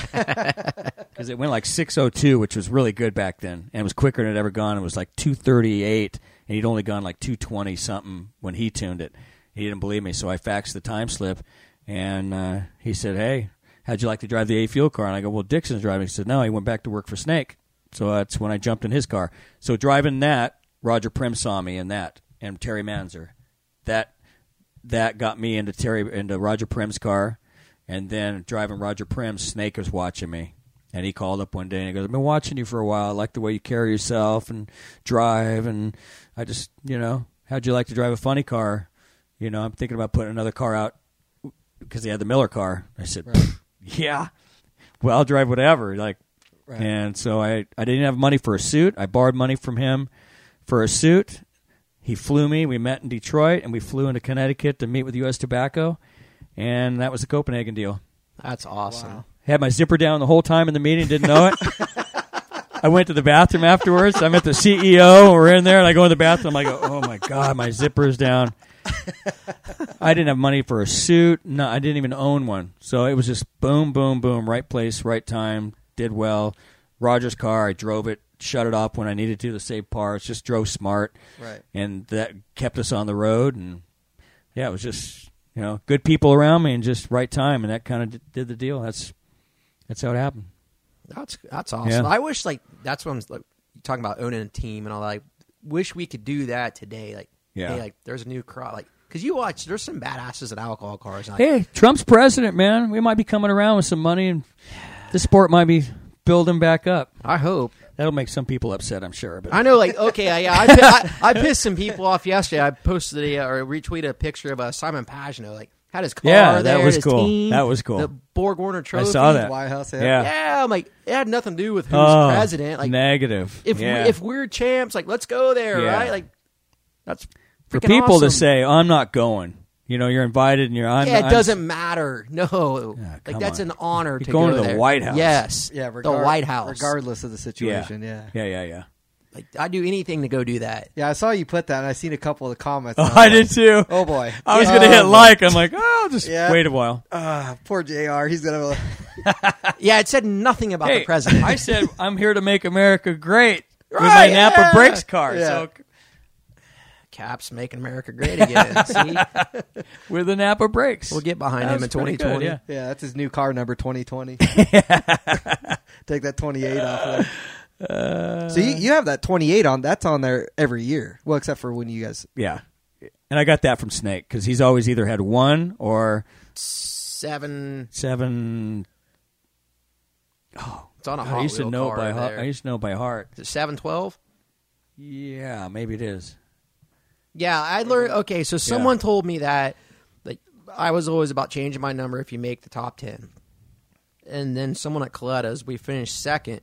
Speaker 3: because it went like 602, which was really good back then and it was quicker than it had ever gone. It was like 238, and he'd only gone like 220 something when he tuned it. He didn't believe me, so I faxed the time slip, and uh, he said, Hey, how'd you like to drive the A fuel car? And I go, Well, Dixon's driving. He said, No, he went back to work for Snake. So that's when I jumped in his car. So driving that, Roger Prim saw me in that, and Terry Manzer. That that got me into Terry into Roger Prim's car, and then driving Roger Prim's Snake was watching me, and he called up one day and he goes, "I've been watching you for a while. I like the way you carry yourself and drive, and I just you know, how'd you like to drive a funny car? You know, I'm thinking about putting another car out because they had the Miller car." I said, "Pff, "Yeah, well, I'll drive whatever." Like, and so I I didn't have money for a suit. I borrowed money from him for a suit. He flew me. We met in Detroit, and we flew into Connecticut to meet with U.S. Tobacco, and that was the Copenhagen deal.
Speaker 1: That's awesome.
Speaker 3: Had my zipper down the whole time in the meeting, didn't know it. I went to the bathroom afterwards. I met the CEO. We're in there, and I go in the bathroom. I go, "Oh my god, my zipper is down." I didn't have money for a suit. No, I didn't even own one. So it was just boom, boom, boom. Right place, right time. Did well. Roger's car. I drove it. Shut it off when I needed to to save parts. Just drove smart
Speaker 2: Right.
Speaker 3: and that kept us on the road and yeah it was just you know good people around me and just right time and that kind of d- did the deal that's that's how it happened
Speaker 1: That's that's awesome.
Speaker 3: Yeah.
Speaker 1: I wish like that's what I'm like talking about owning a team and all that. Like, wish we could do that today. Like,
Speaker 3: Yeah.
Speaker 1: hey, like there's a new crop. Like, because you watch, there's some badasses at alcohol cars. and, Like,
Speaker 3: hey trump's president man we might be coming around with some money and the sport might be building back up
Speaker 1: I hope.
Speaker 3: that'll make some people upset i'm sure but
Speaker 1: I know. Like, okay, I, yeah, I, pi- I, I pissed some people off yesterday. I posted a, uh, or retweeted a picture of uh, Simon Pagino. Like, had his car.
Speaker 3: Yeah, that
Speaker 1: there,
Speaker 3: was
Speaker 1: his
Speaker 3: cool.
Speaker 1: team,
Speaker 3: That was cool.
Speaker 1: The Borg Warner
Speaker 3: i
Speaker 1: Trophy.
Speaker 3: saw that
Speaker 2: White House, yeah.
Speaker 3: yeah,
Speaker 1: Yeah, I'm like, it had nothing to do with who's
Speaker 3: Oh,
Speaker 1: president. Like,
Speaker 3: negative
Speaker 1: if
Speaker 3: Yeah.
Speaker 1: we, if we're champs, like, let's go there,
Speaker 3: Yeah.
Speaker 1: right? Like, that's
Speaker 3: for
Speaker 1: freaking
Speaker 3: people
Speaker 1: awesome.
Speaker 3: to say i'm not going you know you're invited and you're I'm,
Speaker 1: yeah, it
Speaker 3: I'm-
Speaker 1: doesn't matter. No,
Speaker 3: Yeah,
Speaker 1: like
Speaker 3: come
Speaker 1: that's
Speaker 3: on.
Speaker 1: an honor to
Speaker 3: going
Speaker 1: go
Speaker 3: to the
Speaker 1: there.
Speaker 3: White House.
Speaker 1: Yes,
Speaker 2: Yeah.
Speaker 1: the
Speaker 2: regard-
Speaker 1: White House.
Speaker 2: Regardless of the situation. Yeah.
Speaker 3: yeah yeah yeah
Speaker 1: Like, I'd do anything to go do that.
Speaker 2: Yeah. I saw you put that, and I seen a couple of the comments.
Speaker 3: oh,
Speaker 2: and
Speaker 3: i
Speaker 2: was
Speaker 3: did
Speaker 2: like,
Speaker 3: too
Speaker 2: Oh boy.
Speaker 3: i was
Speaker 2: Yeah.
Speaker 3: gonna hit
Speaker 2: Oh,
Speaker 3: like i'm like oh I'll just
Speaker 2: Yeah.
Speaker 3: wait a while
Speaker 2: ah, poor Jr. He's gonna. Be like,
Speaker 1: Yeah, it said nothing about the president.
Speaker 3: I said I'm here to make America great with my
Speaker 1: Right,
Speaker 3: Napa
Speaker 1: yeah.
Speaker 3: Brakes car.
Speaker 2: Yeah.
Speaker 3: So
Speaker 1: Caps making America great again. See,
Speaker 3: with the Napa Brakes,
Speaker 1: we'll get behind
Speaker 3: That
Speaker 1: him in
Speaker 3: was pretty
Speaker 1: 2020.
Speaker 3: good, yeah.
Speaker 2: yeah, that's his new car number, twenty twenty. Take that twenty eight off. Of
Speaker 3: Uh,
Speaker 2: there. so you, you have that twenty eight on. That's on there every year. Well, except for when you guys.
Speaker 3: yeah. And I got that from Snake because he's always either had one or
Speaker 1: Seven.
Speaker 3: seven.
Speaker 1: It's on a Hot
Speaker 3: I used to
Speaker 1: Wheel
Speaker 3: know it
Speaker 1: car
Speaker 3: by
Speaker 1: over
Speaker 3: heart.
Speaker 1: there.
Speaker 3: I used to know by heart.
Speaker 1: Is it seven twelve?
Speaker 3: Yeah, maybe it is.
Speaker 1: Yeah, I learned. Okay, so someone told me that like I was always about changing my number if you make the top ten, and then someone at Coletta's we finished second.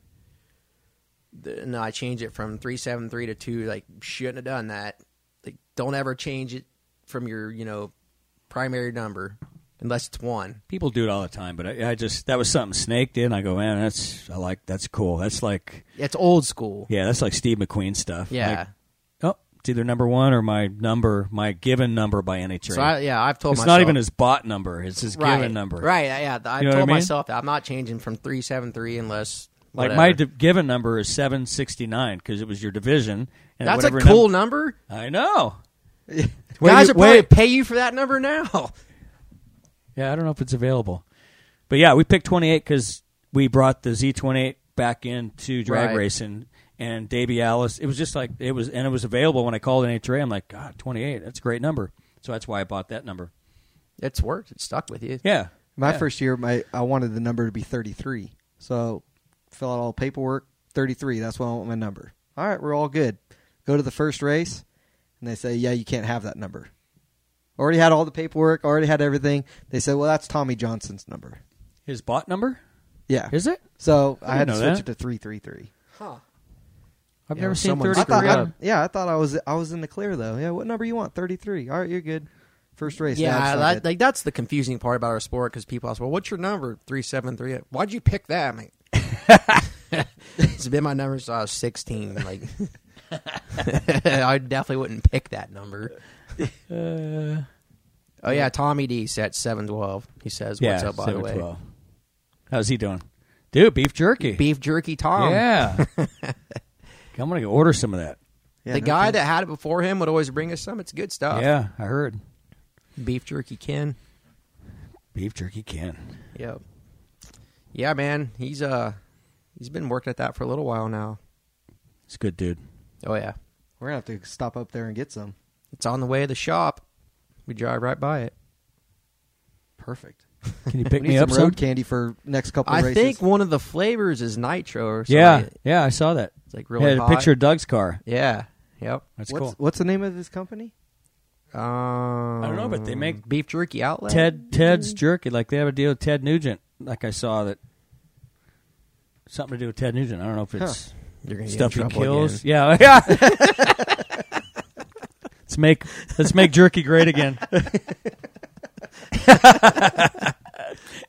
Speaker 1: The- No, I changed it from three seven three to two. Like shouldn't have done that. Like don't ever change it from your you know primary number unless it's one.
Speaker 3: People do it all the time, but I, I just that was something Snake did. And I go, man, that's I like that's cool. That's like
Speaker 1: It's old school.
Speaker 3: yeah, that's like Steve McQueen stuff.
Speaker 1: Yeah.
Speaker 3: Like, oh, it's either number one or my number, my given number by NHRA.
Speaker 1: So I, yeah, I've told
Speaker 3: It's
Speaker 1: myself
Speaker 3: not even his bot number. It's his
Speaker 1: right,
Speaker 3: given number.
Speaker 1: Right. Yeah. I
Speaker 3: You know what
Speaker 1: told
Speaker 3: I mean?
Speaker 1: myself that I'm not changing from three seven three unless
Speaker 3: Like
Speaker 1: whatever.
Speaker 3: my d- given number is seven sixty nine because it was your division. And
Speaker 1: That's a
Speaker 3: whatever
Speaker 1: cool
Speaker 3: num-
Speaker 1: number.
Speaker 3: I know. Where
Speaker 1: Guys
Speaker 3: you-
Speaker 1: are probably
Speaker 3: where-
Speaker 1: pay you for that number now.
Speaker 3: Yeah, I don't know if it's available, but yeah, we picked twenty eight because we brought the Z twenty eight back into drag
Speaker 1: Right.
Speaker 3: racing, and Davey Alice. It was just like it was, and it was available when I called in HRA. I'm like, God, 28. That's a great number. So that's why I bought that number.
Speaker 1: It's worked. It's stuck with you.
Speaker 3: Yeah,
Speaker 2: My
Speaker 3: Yeah.
Speaker 2: first year, my I wanted the number to be 33. So fill out all the paperwork, 33. That's what I want my number. All right, we're all good. Go to the first race, and they say, yeah, you can't have that number. Already had all the paperwork, already had everything. They said, well, that's Tommy Johnson's number.
Speaker 3: his bot number
Speaker 2: Yeah.
Speaker 3: is it?
Speaker 2: so
Speaker 3: I
Speaker 2: I, had to
Speaker 3: didn't
Speaker 2: switch
Speaker 3: know
Speaker 2: it to 333.
Speaker 3: I've
Speaker 1: Yeah,
Speaker 3: never seen
Speaker 1: someone's-
Speaker 2: I
Speaker 3: 33
Speaker 2: thought,
Speaker 3: up.
Speaker 2: I, yeah, I thought I was I was in the clear though. Yeah, what number you want? 33. All right, you're good. First race. No,
Speaker 1: Yeah,
Speaker 2: it's not
Speaker 1: that,
Speaker 2: good.
Speaker 1: like that's the confusing part about our sport because people ask, "Well, what's your number?" Three seven three. Why'd you pick that? I'm like, it's been my number since I was sixteen. Like, I definitely wouldn't pick that number.
Speaker 3: Uh,
Speaker 1: Oh yeah, Tommy D set seven twelve. He says,
Speaker 3: yeah,
Speaker 1: "What's up?" By the way,
Speaker 3: 712. How's he doing, dude? Beef jerky.
Speaker 1: beef jerky Tom.
Speaker 3: Yeah. I'm gonna go order some of that.
Speaker 2: Yeah,
Speaker 1: the
Speaker 2: no
Speaker 1: guy
Speaker 2: kidding.
Speaker 1: that had it before him would always bring us some. It's good stuff.
Speaker 3: yeah, I heard
Speaker 1: beef jerky Ken.
Speaker 3: beef jerky can.
Speaker 1: Yep. Yeah, man, he's uh, he's been working at that for a little while now.
Speaker 3: It's good, dude.
Speaker 1: Oh yeah,
Speaker 2: we're gonna have to stop up there and get some.
Speaker 1: it's on the way to the shop. We drive right by it.
Speaker 2: Perfect.
Speaker 3: Can you pick
Speaker 2: we
Speaker 3: me
Speaker 2: need
Speaker 3: up
Speaker 2: some
Speaker 3: some?
Speaker 2: road candy for next couple
Speaker 1: I
Speaker 2: races.
Speaker 1: think one of the flavors is nitro or something.
Speaker 3: Yeah, yeah, I saw that.
Speaker 1: It's like really
Speaker 3: had a
Speaker 1: hot.
Speaker 3: picture of Doug's car.
Speaker 1: Yeah. Yep.
Speaker 3: That's
Speaker 2: what's,
Speaker 3: cool.
Speaker 2: what's the name of this company?
Speaker 1: Um,
Speaker 3: don't know, but they make-
Speaker 1: beef jerky outlet.
Speaker 3: Ted Ted's jerky, like they have a deal with Ted Nugent. Like I saw that something to do with Ted Nugent. I don't know if it's
Speaker 1: You're gonna
Speaker 3: stuff
Speaker 1: get
Speaker 3: he
Speaker 1: in trouble
Speaker 3: kills.
Speaker 1: again.
Speaker 3: Yeah, yeah. let's make let's make jerky great again.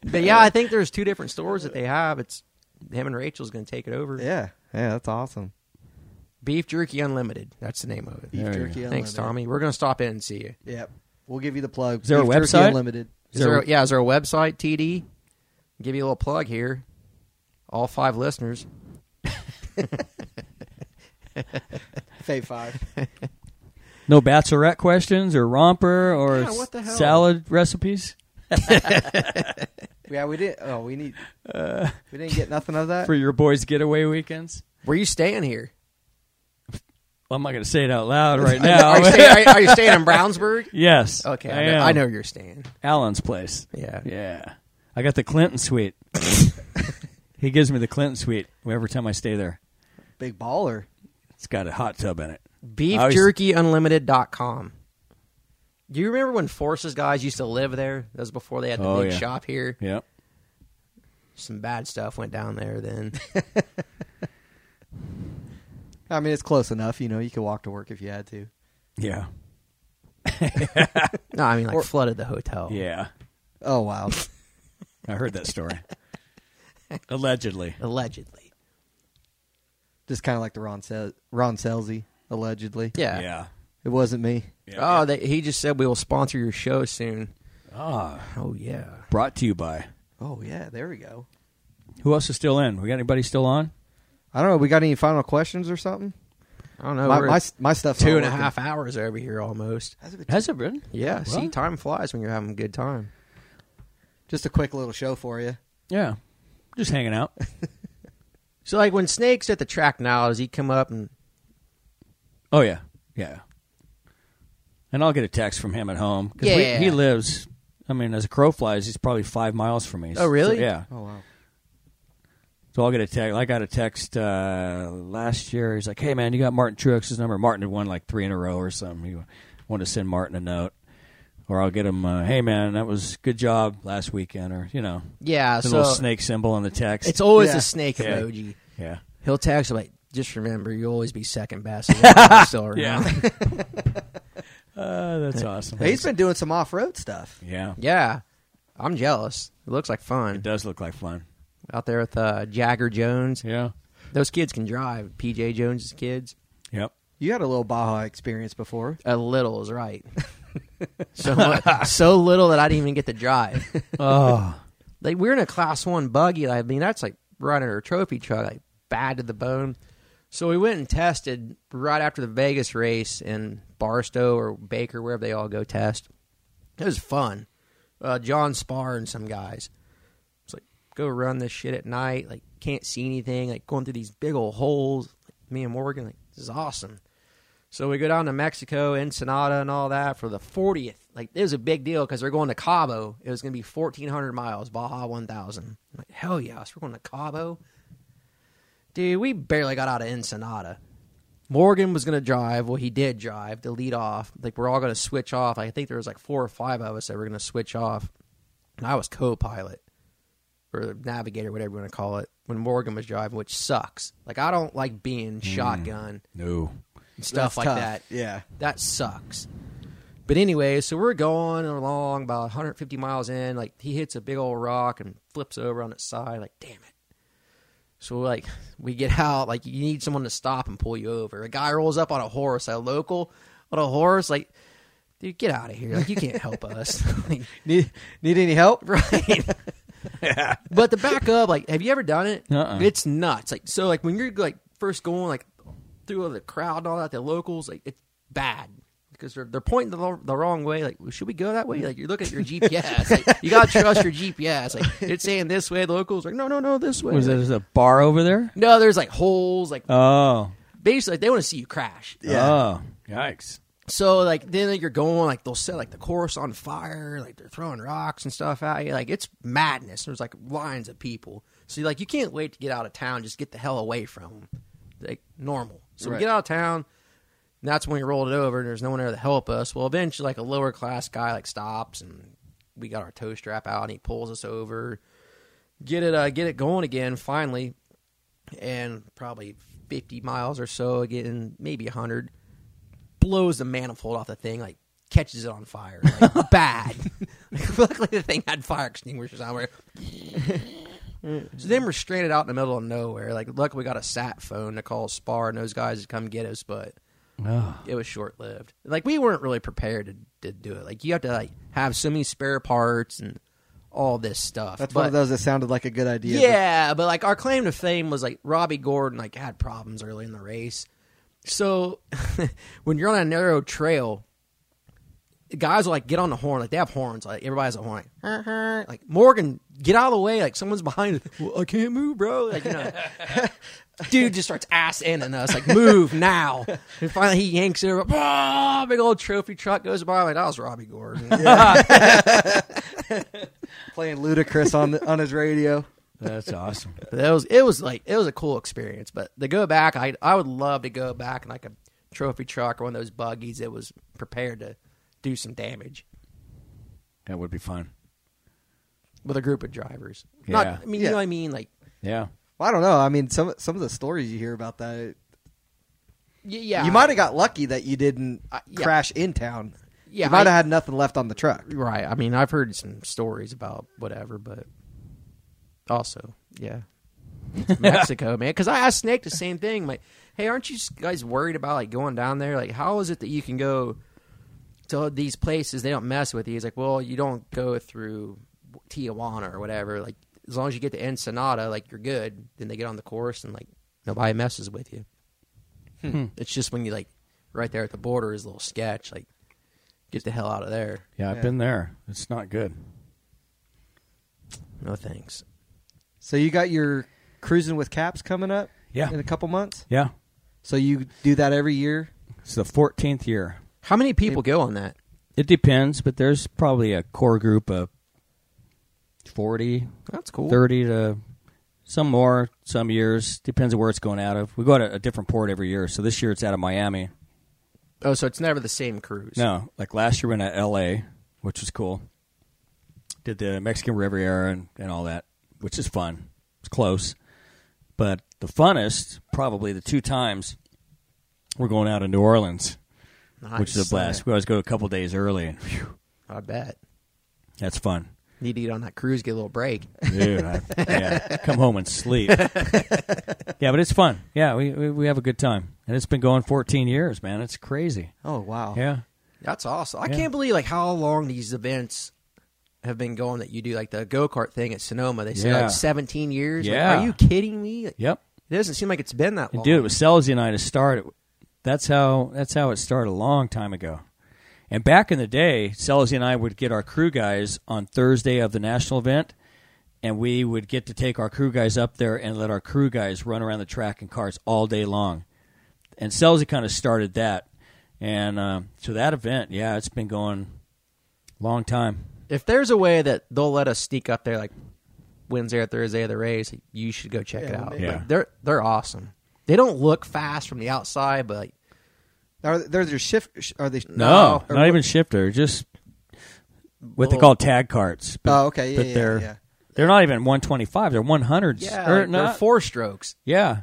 Speaker 1: But yeah, I think there's two different stores that they have. It's him and Rachel's gonna take it over.
Speaker 2: Yeah, yeah, that's awesome.
Speaker 1: Beef jerky unlimited. That's the name of it.
Speaker 2: Beef
Speaker 3: There you
Speaker 2: jerky.
Speaker 3: go.
Speaker 1: Thanks,
Speaker 2: Unlimited.
Speaker 1: Tommy. We're gonna stop in and see you.
Speaker 2: Yep, we'll give you the plug.
Speaker 3: Is there a
Speaker 2: Beef Jerky
Speaker 3: website?
Speaker 2: Unlimited.
Speaker 1: Is
Speaker 3: there
Speaker 1: there,
Speaker 3: a-
Speaker 1: yeah, is there a website, TD? Give you a little plug here. All five listeners.
Speaker 2: Fave five.
Speaker 3: No bachelorette questions or romper or
Speaker 2: Yeah, what the hell?
Speaker 3: salad recipes
Speaker 2: yeah, we didn't. Oh, we need.
Speaker 3: Uh,
Speaker 2: we didn't get nothing of that.
Speaker 3: for your boys' getaway weekends.
Speaker 1: Where you staying here?
Speaker 3: Well, I'm not going to say it out loud right
Speaker 1: Are you
Speaker 3: now.
Speaker 1: staying, are, are you staying in Brownsburg?
Speaker 3: yes.
Speaker 1: Okay,
Speaker 3: I,
Speaker 1: I, know,
Speaker 3: am.
Speaker 1: I know where you're staying.
Speaker 3: Alan's place.
Speaker 1: Yeah.
Speaker 3: Yeah. I got the Clinton suite. he gives me the Clinton suite every time I stay there.
Speaker 2: Big baller.
Speaker 3: It's got a hot tub in it. always-
Speaker 1: BeefJerkyUnlimited.com. Do you remember when Forces guys used to live there? That was before they had the
Speaker 3: Oh,
Speaker 1: big
Speaker 3: yeah.
Speaker 1: shop here.
Speaker 3: Yep.
Speaker 1: Some bad stuff went down there then.
Speaker 2: I mean, it's close enough. You know, you could walk to work if you had to.
Speaker 3: Yeah.
Speaker 1: no, I mean like flooded the hotel.
Speaker 3: Yeah.
Speaker 2: Oh wow.
Speaker 3: I heard that story. Allegedly.
Speaker 1: Allegedly.
Speaker 2: Just kind of like the Ron Se- Ron Selzy allegedly.
Speaker 1: Yeah.
Speaker 3: Yeah.
Speaker 2: It wasn't me.
Speaker 1: Oh, they, he just said we will sponsor your show soon.
Speaker 3: Ah,
Speaker 1: Oh yeah.
Speaker 3: brought to you by.
Speaker 2: Oh yeah, there we go.
Speaker 3: Who else is still in? We got anybody still on?
Speaker 2: I don't know. We got any final questions or something?
Speaker 1: I don't know.
Speaker 2: my,
Speaker 1: we're
Speaker 2: my
Speaker 1: at
Speaker 2: my stuff's
Speaker 1: two
Speaker 2: not
Speaker 1: and a
Speaker 2: working.
Speaker 1: half hours over here almost.
Speaker 2: Has it been
Speaker 3: Has it been?
Speaker 1: Yeah. See,
Speaker 3: What?
Speaker 1: time flies when you're having a good time.
Speaker 2: Just a quick little show for you.
Speaker 3: Yeah. Just hanging out.
Speaker 1: So like when Snake's at the track now, does he come up and
Speaker 3: Oh yeah, yeah. And I'll get a text from him at home because
Speaker 1: Yeah.
Speaker 3: he lives. I mean, as a crow flies, he's probably five miles from me.
Speaker 1: Oh, really?
Speaker 3: So, yeah.
Speaker 2: Oh wow.
Speaker 3: So I'll get a text. I got a text uh, last year. He's like, "Hey man, you got Martin Truex's number." Martin had won like three in a row or something. He wanted to send Martin a note, or I'll get him, uh, "Hey man, that was good job last weekend," or you know,
Speaker 1: yeah,
Speaker 3: the
Speaker 1: Uh, so
Speaker 3: little snake symbol on the text.
Speaker 1: it's always
Speaker 2: Yeah.
Speaker 1: a snake
Speaker 3: Yeah.
Speaker 1: emoji.
Speaker 3: yeah,
Speaker 1: He'll text him, like, just remember, you'll always be second best. as long as I'm still around.
Speaker 3: yeah. uh, that's awesome.
Speaker 2: Hey, he's been doing some off road stuff.
Speaker 3: yeah,
Speaker 1: Yeah. I'm jealous. It looks like
Speaker 3: it
Speaker 1: fun
Speaker 3: does look like fun.
Speaker 1: out there with uh, Jagger Jones.
Speaker 3: Yeah.
Speaker 1: Those kids can drive. PJ Jones's kids,
Speaker 3: Yep.
Speaker 2: You had a little Baja experience before.
Speaker 1: a little is right. so much, so little that I didn't even get to drive.
Speaker 3: Oh.
Speaker 1: Like we're in a class one buggy. I mean, that's like running a trophy truck, like bad to the bone. So we went and tested right after the Vegas race in Barstow or Baker, wherever they all go test. It was fun. Uh, John Spar and some guys. It's like go run this shit at night. Like can't see anything. Like going through these big old holes. me and Morgan, like, this is awesome. So we go down to Mexico, Ensenada, and all that for the 40th. Like, it was a big deal because they're going to Cabo. It was going to be 1,400 miles, Baja 1,000. I'm like, hell yes, we're going to Cabo. Dude, we barely got out of Ensenada. Morgan was going to drive. Well, he did drive to lead off. Like, we're all going to switch off. I think there was like four or five of us that were going to switch off. And I was co pilot or navigator, whatever you want to call it, when Morgan was driving, which sucks. Like, I don't like being shotgun
Speaker 3: No.
Speaker 1: and stuff
Speaker 2: Hmm. That's
Speaker 1: like
Speaker 2: tough.
Speaker 1: that.
Speaker 2: Yeah.
Speaker 1: That sucks. But anyway, so we're going along about 150 miles in. Like he hits a big old rock and flips over on its side. Like damn it. So like we get out. Like you need someone to stop and pull you over. A guy rolls up on a horse, a local on a horse. Like dude, get out of here. Like you can't help us. Like,
Speaker 2: Need need any help?
Speaker 1: right. But the back up, like, have you ever done it?
Speaker 3: Uh-uh.
Speaker 1: It's nuts. Like, so, like, when you're like first going, like, through all the crowd and all that, the locals, like, it's bad because they're they're pointing the, lo- the wrong way. Like, should we go that way? Like, you look at your GPS. Like, you gotta trust your GPS. Like, it's saying this way. The locals are like, no, no, no, this way.
Speaker 3: Was
Speaker 1: Like,
Speaker 3: there a bar over there?
Speaker 1: no, there's like holes. Like,
Speaker 3: Oh.
Speaker 1: basically, like, they want to see you crash.
Speaker 3: Oh. Yikes.
Speaker 1: So like then like, you're going like they'll set like the course on fire, like they're throwing rocks and stuff at you. Like it's madness. There's like lines of people. So like you can't wait to get out of town. Just get the hell away from them. Like normal. So
Speaker 2: Right.
Speaker 1: we get out of town. And that's when we rolled it over, and there's no one there to help us. Well, eventually, like a lower class guy, like stops, and we got our tow strap out, and he pulls us over, get it, uh, get it going again. Finally, and probably 50 miles or so, getting maybe 100, blows the manifold off the thing, like catches it on fire, like bad. Like, luckily, the thing had fire extinguishers on. Where so then we're stranded out in the middle of nowhere. Like, luckily, we got a sat phone to call Spar and those guys to come get us, but
Speaker 3: Oh.
Speaker 1: it was short lived. Like we weren't really prepared to, to do it. Like you have to like have so many spare parts and all this stuff.
Speaker 2: That's
Speaker 1: but,
Speaker 2: one of those that sounded like a good idea. but-
Speaker 1: yeah, but like our claim to fame was like Robbie Gordon like had problems early in the race. So when you're on a narrow trail, guys will like get on the horn, like they have horns, like everybody has a horn. Like, "Uh-huh." Like, Morgan, get out of the way, like someone's behind. us. Well, I can't move, bro. Like you know, dude just starts ass ending us, like move now. And finally he yanks it over. Ah, big old trophy truck goes by. I'm like that was Robbie Gordon.
Speaker 2: Playing Ludacris on the, on his radio.
Speaker 3: That's awesome.
Speaker 1: That was it was like it was a cool experience, but to go back, I I would love to go back in like a trophy truck or one of those buggies that was prepared to do some damage
Speaker 3: That would be fun.
Speaker 1: with a group of drivers.
Speaker 3: Yeah.
Speaker 1: Not I mean you
Speaker 2: Yeah.
Speaker 1: know what I mean like
Speaker 3: Yeah.
Speaker 2: Well, I don't know. I mean, some some of the stories you hear about that, it-
Speaker 1: y- yeah Uh,
Speaker 2: you might have got lucky that you didn't
Speaker 1: yeah.
Speaker 2: crash in town.
Speaker 1: Yeah,
Speaker 2: you might have
Speaker 1: I-
Speaker 2: had nothing left on the truck.
Speaker 1: right. I mean I've heard some stories about whatever, but also yeah Mexico man because I asked Snake the same thing like hey aren't you guys worried about like going down there like how is it that you can go to these places they don't mess with you. He's like, well, you don't go through Tijuana or whatever. Like as long as you get to Ensenada, like you're good. Then they get on the course and like nobody messes with you. It's just when you like right there at the border is a little sketch. Like get the hell out of there.
Speaker 3: Yeah, I've
Speaker 2: Yeah.
Speaker 3: been there. It's not good.
Speaker 1: No thanks.
Speaker 2: So you got your cruising with caps coming up.
Speaker 3: Yeah.
Speaker 2: in a couple months.
Speaker 3: Yeah.
Speaker 2: So you do that every year.
Speaker 3: It's the 14th year.
Speaker 1: How many people go on that?
Speaker 3: It depends, but there's probably a core group of 40,
Speaker 1: That's cool.
Speaker 3: 30 to some more, some years. Depends on where it's going out of. We go to a different port every year. So this year it's out of Miami.
Speaker 1: Oh, so it's never the same cruise.
Speaker 3: No, like last year we went to L.A., which was cool. Did the Mexican Riviera and, and all that, which is fun. It's close. But the funnest, probably the two times, we're going out to New Orleans,
Speaker 1: Nice.
Speaker 3: which is a blast. We always go a couple days early, and phew,
Speaker 1: I bet.
Speaker 3: that's fun.
Speaker 1: Need to get on that cruise, get a little break.
Speaker 3: Dude, I, yeah, come home and sleep. yeah, but it's fun. Yeah, we, we we have a good time, and it's been going 14 years, man. It's crazy.
Speaker 2: Oh wow!
Speaker 3: Yeah,
Speaker 1: That's awesome. I
Speaker 3: Yeah.
Speaker 1: can't believe like how long these events have been going that you do like the go kart thing at Sonoma. They say
Speaker 3: Yeah.
Speaker 1: like seventeen years. Like,
Speaker 3: Yeah.
Speaker 1: are you kidding me? Like,
Speaker 3: yep.
Speaker 1: It doesn't seem like it's been that long.
Speaker 3: And dude, it was Selzy and I to start. It, that's how that's how it started a long time ago. And back in the day, Selzy and I would get our crew guys on Thursday of the national event, and we would get to take our crew guys up there and let our crew guys run around the track in cars all day long. and Selzy kind of started that, and uh, so that event, yeah, it's been going a long time.
Speaker 1: If there's a way that they'll let us sneak up there, like Wednesday or Thursday of the race, you should go check it
Speaker 2: Yeah,
Speaker 1: out.
Speaker 3: maybe.
Speaker 1: Like, they're they're awesome. They don't look fast from the outside, but like,
Speaker 2: Are there's your shift? sh- Are they?
Speaker 3: No,
Speaker 2: or
Speaker 3: not
Speaker 2: what-
Speaker 3: even shifter, just what they
Speaker 1: Bull-
Speaker 3: call tag carts.
Speaker 2: Oh, okay. Yeah,
Speaker 3: but
Speaker 2: yeah,
Speaker 3: they're
Speaker 2: yeah.
Speaker 3: they're not even 125; they're 100s.
Speaker 1: yeah,
Speaker 3: Or
Speaker 1: like, they're
Speaker 3: not-
Speaker 1: four strokes.
Speaker 3: Yeah,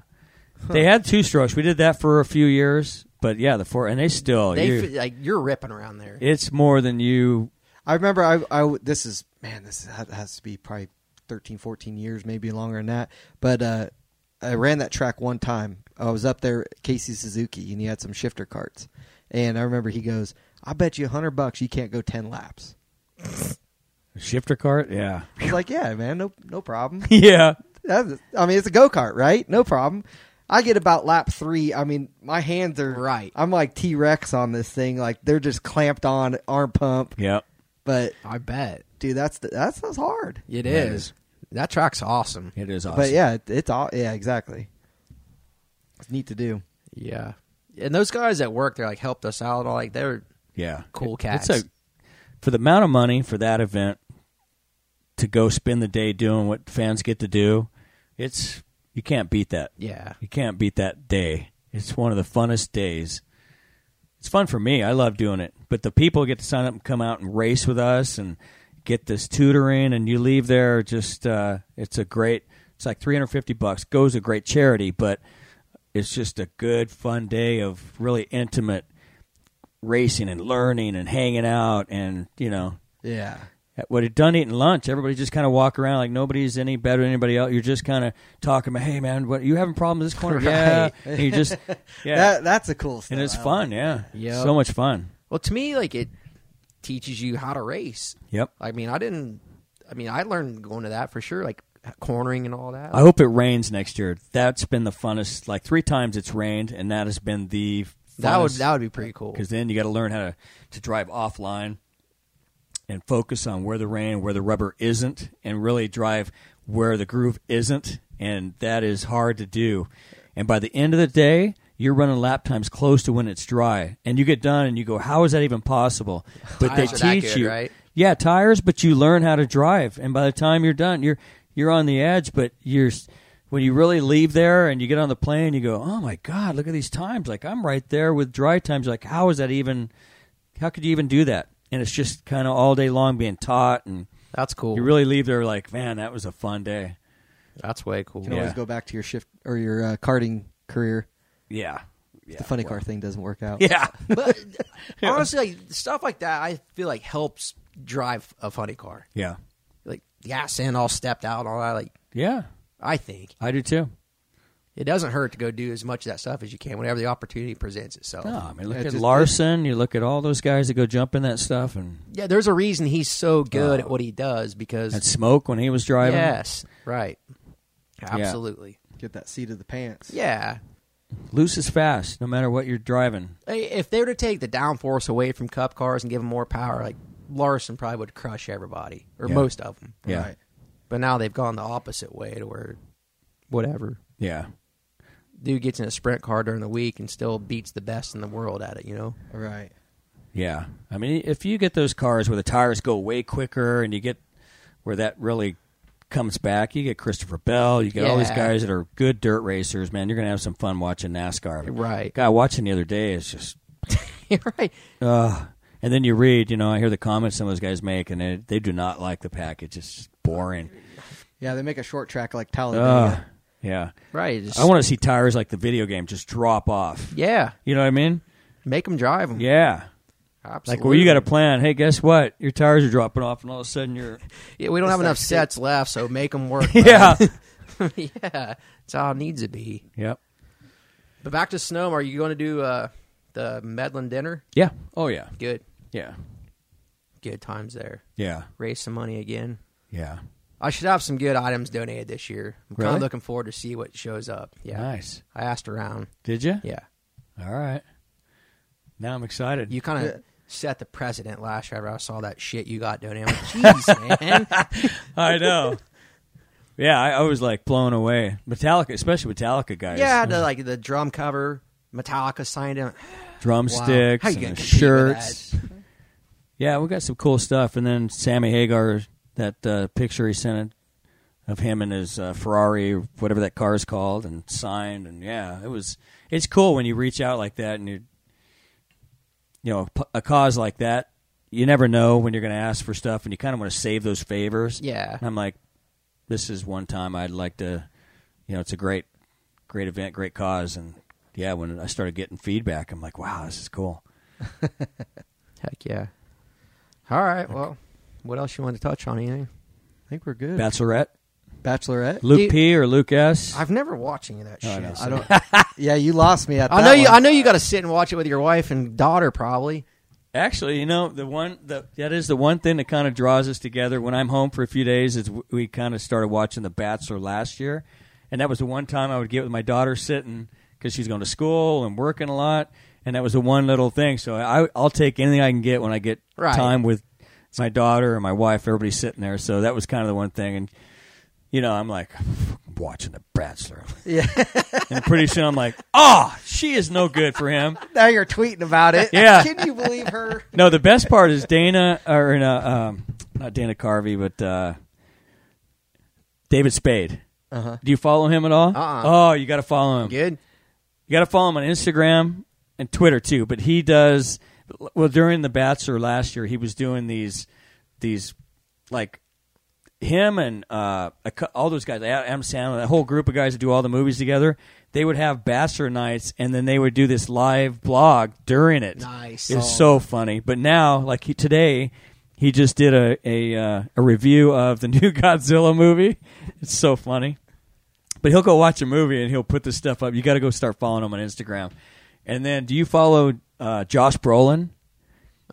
Speaker 3: they had two strokes. We did that for a few years, but yeah, the four and they still.
Speaker 1: They
Speaker 3: you-
Speaker 1: feel like you're ripping around there.
Speaker 3: it's more than you.
Speaker 2: I remember I, I this is man this ha- has to be probably 13 14 years maybe longer than that but uh, I ran that track one time I was up there at Casey Suzuki and he had some shifter carts and I remember he goes I bet you 100 bucks you can't go 10 laps
Speaker 3: Shifter cart, yeah,
Speaker 2: I was like yeah man no no problem
Speaker 3: yeah.
Speaker 2: That's- I mean it's a go-kart right no problem I get about lap 3 I mean my hands are
Speaker 1: Right.
Speaker 2: I'm like T-Rex on this thing like they're just clamped on arm pump
Speaker 3: Yep.
Speaker 2: but
Speaker 1: I bet
Speaker 2: dude that's the, that's, that's hard
Speaker 1: it
Speaker 3: Yeah, it
Speaker 1: is.
Speaker 3: is.
Speaker 1: That track's awesome.
Speaker 3: It is awesome.
Speaker 2: But yeah, it- it's all yeah, exactly. It's neat to do.
Speaker 1: Yeah, and those guys at work, they like helped us out. and All like they're
Speaker 3: yeah,
Speaker 1: cool
Speaker 3: It's
Speaker 1: cats.
Speaker 3: a for the amount of money for that event to go spend the day doing what fans get to do. It's you can't beat that.
Speaker 1: yeah,
Speaker 3: You can't beat that day. It's one of the funnest days. It's fun for me. I love doing it. But the people get to sign up and come out and race with us and get this tutoring and you leave there just uh it's a great it's like 350 bucks goes a great charity, but it's just a good fun day of really intimate racing and learning and hanging out and you know
Speaker 2: Yeah,
Speaker 3: what had done eating lunch, everybody just kind of walk around like nobody's any better than anybody else. You're just kind of talking about, hey man, what you having problems with this corner? Yeah,
Speaker 1: Right.
Speaker 3: and you just yeah,
Speaker 2: that that's a cool. Stuff.
Speaker 3: and it's
Speaker 2: I like
Speaker 3: fun. Yeah,
Speaker 1: Yep.
Speaker 3: so much fun.
Speaker 1: well, to me, like it teaches you how to race.
Speaker 3: Yep.
Speaker 1: I mean, I didn't. I mean, I learned going to that for sure, like cornering and all that.
Speaker 3: I hope it rains next year. That's been the funnest. Like three times it's rained, and that has been the
Speaker 1: that would that would be pretty cool.
Speaker 3: because then you got to learn how to to drive offline and focus on where the rain, where the rubber isn't, and really drive where the groove isn't, and that is hard to do. And by the end of the day, you're running lap times close to when it's dry, and you get done and you go, "How is that even possible?" But they
Speaker 1: Tires are that
Speaker 3: teach
Speaker 1: good,
Speaker 3: you,
Speaker 1: right?
Speaker 3: yeah, tires, but you learn how to drive, and by the time you're done, you're you're on the edge, but you're when you really leave there and you get on the plane, you go, "Oh my God, look at these times! Like I'm right there with dry times. Like how is that even? How could you even do that?" And it's just kind of all day long being taught, and
Speaker 1: That's cool.
Speaker 3: you really leave there like, "Man, that was a fun day."
Speaker 1: That's way cool.
Speaker 2: You can always
Speaker 3: Yeah.
Speaker 2: go back to your shift or your uh, karting career.
Speaker 3: Yeah, yeah,
Speaker 2: the funny car thing doesn't work out.
Speaker 3: yeah,
Speaker 1: But honestly, like stuff like that, I feel like helps drive a funny car.
Speaker 3: yeah,
Speaker 1: Like gas in, all stepped out, all that. Like
Speaker 3: yeah.
Speaker 1: I think
Speaker 3: I do too.
Speaker 1: it doesn't hurt to go do as much of that stuff as you can whenever the opportunity presents itself.
Speaker 3: No, I mean, look
Speaker 2: It
Speaker 3: at
Speaker 2: Oh, just-
Speaker 3: Larson. You look at all those guys that go jump in that stuff, and
Speaker 1: Yeah, there's a reason he's so good
Speaker 3: Oh.
Speaker 1: at what he does because
Speaker 3: and smoke when he was driving.
Speaker 1: yes, right, absolutely,
Speaker 2: Get that seat of the pants.
Speaker 1: yeah.
Speaker 3: Loose is fast, no matter what you're driving.
Speaker 1: Hey, If they were to take the downforce away from Cup cars and give them more power, like Larson probably would crush everybody or
Speaker 3: Yeah.
Speaker 1: most of them.
Speaker 3: Yeah.
Speaker 2: Right.
Speaker 1: But now they've gone the opposite way to where, whatever
Speaker 3: Yeah.
Speaker 1: dude gets in a sprint car during the week and still beats the best in the world at it. You know,
Speaker 2: right.
Speaker 3: Yeah. I mean, if you get those cars where the tires go way quicker and you get where that really comes back, you get Christopher Bell, you get all these
Speaker 1: Yeah.
Speaker 3: guys that are good dirt racers, man, you're going to have some fun watching NASCAR. But
Speaker 1: Right.
Speaker 3: Guy watching the other day is just,
Speaker 1: You're right?
Speaker 3: uh, and then you read, you know, I hear the comments some of those guys make, and they, they do not like the package. It's just boring.
Speaker 2: Yeah, they make a short track like
Speaker 3: Uh,
Speaker 2: Talladega.
Speaker 3: yeah.
Speaker 1: Right? Just,
Speaker 3: I want to see tires like the video game just drop off.
Speaker 1: yeah,
Speaker 3: You know what I mean?
Speaker 1: make them drive them.
Speaker 3: Yeah.
Speaker 1: absolutely.
Speaker 3: Like, well, you got a plan. Hey, guess what? Your tires are dropping off, and all of a sudden you're.
Speaker 1: Yeah, we don't have
Speaker 2: It's like
Speaker 1: enough
Speaker 2: shit.
Speaker 1: sets left, so make them work. bud.
Speaker 3: yeah.
Speaker 1: yeah, it's how it needs to be.
Speaker 3: yep.
Speaker 1: But back to Snow, are you going to do uh, the Medlin dinner?
Speaker 3: Yeah. Oh, yeah.
Speaker 1: Good,
Speaker 3: Yeah.
Speaker 1: good times there.
Speaker 3: Yeah.
Speaker 1: Raise some money again.
Speaker 3: Yeah.
Speaker 1: I should have some good items donated this year. I'm kind
Speaker 3: Really?
Speaker 1: of looking forward to see what shows up. Yeah,
Speaker 3: Nice.
Speaker 1: I asked around.
Speaker 3: Did you?
Speaker 1: Yeah,
Speaker 3: All right. Now I'm excited.
Speaker 1: you kind of.
Speaker 2: Yeah.
Speaker 1: Set the precedent last year. After I saw that shit you got donated. I'm like, Jeez, man.
Speaker 3: I know. yeah, I, I was like blown away. Metallica, especially Metallica guys.
Speaker 1: Yeah, the like the drum cover. Metallica signed him.
Speaker 3: drumsticks,
Speaker 1: How you gonna
Speaker 3: and the
Speaker 1: compete with
Speaker 3: shirts. Yeah, we got some cool stuff. And then Sammy Hagar, that uh, picture he sent of him in his uh, Ferrari, whatever that car's called, and signed. And yeah, it was. It's cool when you reach out like that and you, you know, p- a cause like that. You never know when you're going to ask for stuff, and you kind of want to save those favors.
Speaker 1: Yeah.
Speaker 3: And I'm like, this is one time I'd like to, you know, it's a great, great event, great cause, and yeah, when I started getting feedback, I'm like, wow, this is cool.
Speaker 1: Heck yeah. All right. Well, what else you want to touch on? Anything?
Speaker 2: I think we're good.
Speaker 3: Bachelorette,
Speaker 2: Bachelorette.
Speaker 3: Luke
Speaker 1: Do-
Speaker 3: P or Luke S.
Speaker 1: I've never watched any of that
Speaker 3: Oh, I
Speaker 1: shit.
Speaker 3: know.
Speaker 1: so-
Speaker 2: I don't. yeah, you lost me at.
Speaker 1: I
Speaker 2: that
Speaker 1: know you.
Speaker 2: one.
Speaker 1: I know you got to sit and watch it with your wife and daughter, probably.
Speaker 3: Actually, you know, the one the, that is the one thing that kind of draws us together. When I'm home for a few days, is w- we kind of started watching The Bachelor last year, and that was the one time I would get with my daughter sitting because she's going to school and working a lot, and that was the one little thing. So I, I'll take anything I can get when I get
Speaker 1: Right.
Speaker 3: time with my daughter and my wife. Everybody's sitting there, so that was kind of the one thing. And you know, I'm like watching The Bachelor,
Speaker 2: Yeah.
Speaker 3: and pretty soon I'm like, ah, she is no good for him.
Speaker 2: now you're tweeting about it.
Speaker 3: Yeah.
Speaker 2: Can you believe her?
Speaker 3: No, the best part is Dana, or no, um, not Dana Carvey, but uh, David Spade.
Speaker 2: Uh-huh.
Speaker 3: Do you follow him at all?
Speaker 1: Uh-uh.
Speaker 3: Oh, you got to follow him.
Speaker 1: Good.
Speaker 3: You got to follow him on Instagram and Twitter too. But he does well during the Bachelor last year. He was doing these these like him and uh, a cou- all those guys, Adam Sandler, that whole group of guys that do all the movies together. They would have Bachelor nights, and then they would do this live blog during it.
Speaker 1: Nice.
Speaker 3: It's so funny. But now, like he, today, he just did a a, uh, a review of the new Godzilla movie. It's so funny. But he'll go watch a movie and he'll put this stuff up. You got to go start following him on Instagram. And then, do you follow uh, Josh Brolin?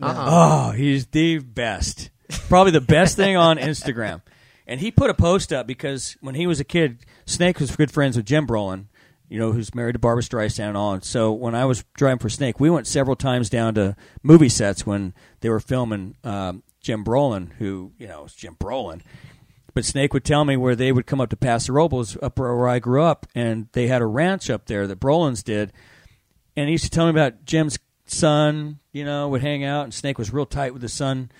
Speaker 1: Uh-uh.
Speaker 3: Oh, he's the best. Probably the best thing on Instagram. And he put a post up because when he was a kid, Snake was good friends with Jim Brolin, you know, who's married to Barbara Streisand and all. And so when I was driving for Snake, we went several times down to movie sets when they were filming um, Jim Brolin, who, you know, is Jim Brolin. But Snake would tell me where they would come up to Paso Robles, up where I grew up, and they had a ranch up there that Brolin's did and he used to tell me about Jim's son, you know, would hang out, and Snake was real tight with his son.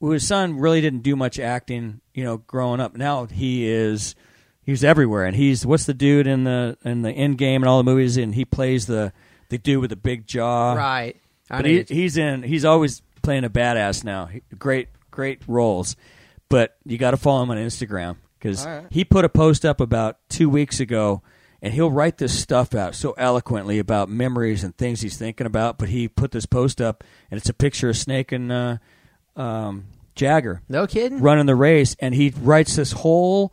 Speaker 3: Well, his son really didn't do much acting, you know, growing up. Now he is, he's everywhere, and he's what's the dude in the in the end game and all the movies, and he plays the the dude with the big jaw,
Speaker 1: right. I
Speaker 3: Uh, but he,
Speaker 1: mean,
Speaker 3: he's in. He's always playing a badass now. He- Great, great roles. But you got to follow him on Instagram because
Speaker 2: All right.
Speaker 3: he put a post up about two weeks ago, and he'll write this stuff out so eloquently about memories and things he's thinking about. But he put this post up, and it's a picture of Snake and uh, um, Jagger
Speaker 1: no kidding.
Speaker 3: Mm-hmm. running the race, and he writes this whole.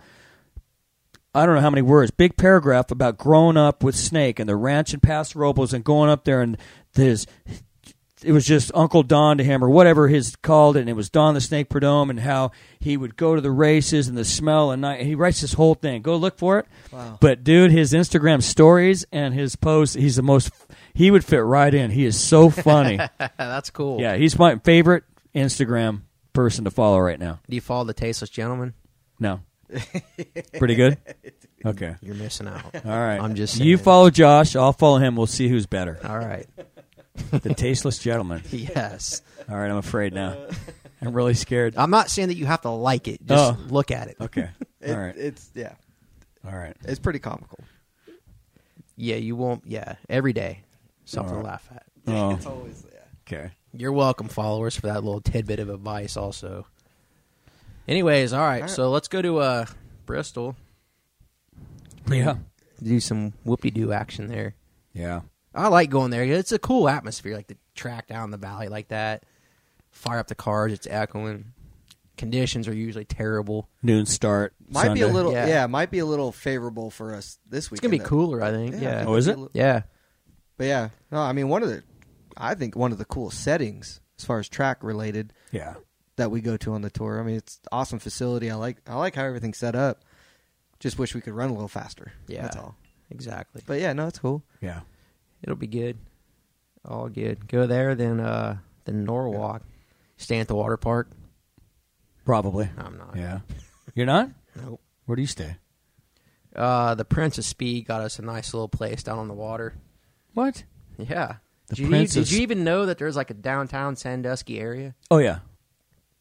Speaker 3: I don't know how many words, big paragraph about growing up with Snake and the ranch in Paso Robles and going up there and this. It was just Uncle Don to him or whatever his called it, and it was Don the Snake Perdome and how he would go to the races and the smell and night. And he writes this whole thing. Go look for it.
Speaker 2: Wow.
Speaker 3: But dude, his Instagram stories and his posts, he's the most. He would fit right in. He is so funny.
Speaker 1: That's cool.
Speaker 3: yeah, he's my favorite Instagram person to follow right now.
Speaker 1: Do you follow the tasteless gentleman?
Speaker 3: No. Pretty good? Okay.
Speaker 1: You're missing out.
Speaker 3: All right.
Speaker 1: I'm just
Speaker 3: You
Speaker 1: saying.
Speaker 3: follow Josh, I'll follow him. We'll see who's better.
Speaker 1: All right.
Speaker 3: The tasteless gentleman.
Speaker 1: Yes.
Speaker 3: All right, I'm afraid now. I'm really scared.
Speaker 1: I'm not saying that you have to like it. Just
Speaker 3: Oh.
Speaker 1: look at it.
Speaker 3: Okay.
Speaker 2: It,
Speaker 3: All right.
Speaker 2: It's yeah.
Speaker 3: All right.
Speaker 2: It's pretty comical.
Speaker 1: Yeah, you won't. Yeah, every day, something
Speaker 3: All
Speaker 1: to
Speaker 3: right.
Speaker 1: laugh at.
Speaker 3: Oh,
Speaker 2: It's always yeah.
Speaker 3: okay.
Speaker 1: You're welcome, followers, for that little tidbit of advice, also. Anyways, all right,
Speaker 2: All right.
Speaker 1: so let's go to uh, Bristol.
Speaker 3: Yeah.
Speaker 1: Do some whoopie doo action there.
Speaker 3: Yeah.
Speaker 1: I like going there. It's a cool atmosphere, like the track down the valley like that. Fire up the cars, it's echoing. Conditions are usually terrible.
Speaker 3: Noon start.
Speaker 2: Might be a
Speaker 3: Sunday.
Speaker 2: little
Speaker 1: Yeah.
Speaker 2: yeah. might be a little favorable for us this week.
Speaker 1: It's gonna be cooler, I think. uh, Yeah.
Speaker 3: Oh, is it?
Speaker 1: Yeah.
Speaker 2: But yeah, no, I mean one of the, I think one of the coolest settings as far as track related
Speaker 3: Yeah.
Speaker 2: that we go to on the tour. I mean, it's an awesome facility. I like I like how everything's set up. Just wish we could run a little faster.
Speaker 1: Yeah.
Speaker 2: that's all.
Speaker 1: Exactly.
Speaker 2: But yeah, no, it's cool.
Speaker 3: Yeah.
Speaker 1: It'll be good. All good. Go there, then uh then Norwalk. Stay at the water park.
Speaker 3: Probably.
Speaker 1: I'm not.
Speaker 3: Yeah. You're not?
Speaker 1: Nope.
Speaker 3: Where do you stay?
Speaker 1: Uh, the Prince of Speed got us a nice little place down on the water.
Speaker 3: What?
Speaker 1: Yeah.
Speaker 3: The
Speaker 1: Did you,
Speaker 3: Prince
Speaker 1: did
Speaker 3: is-
Speaker 1: you even know that there's like a downtown Sandusky area?
Speaker 3: Oh yeah,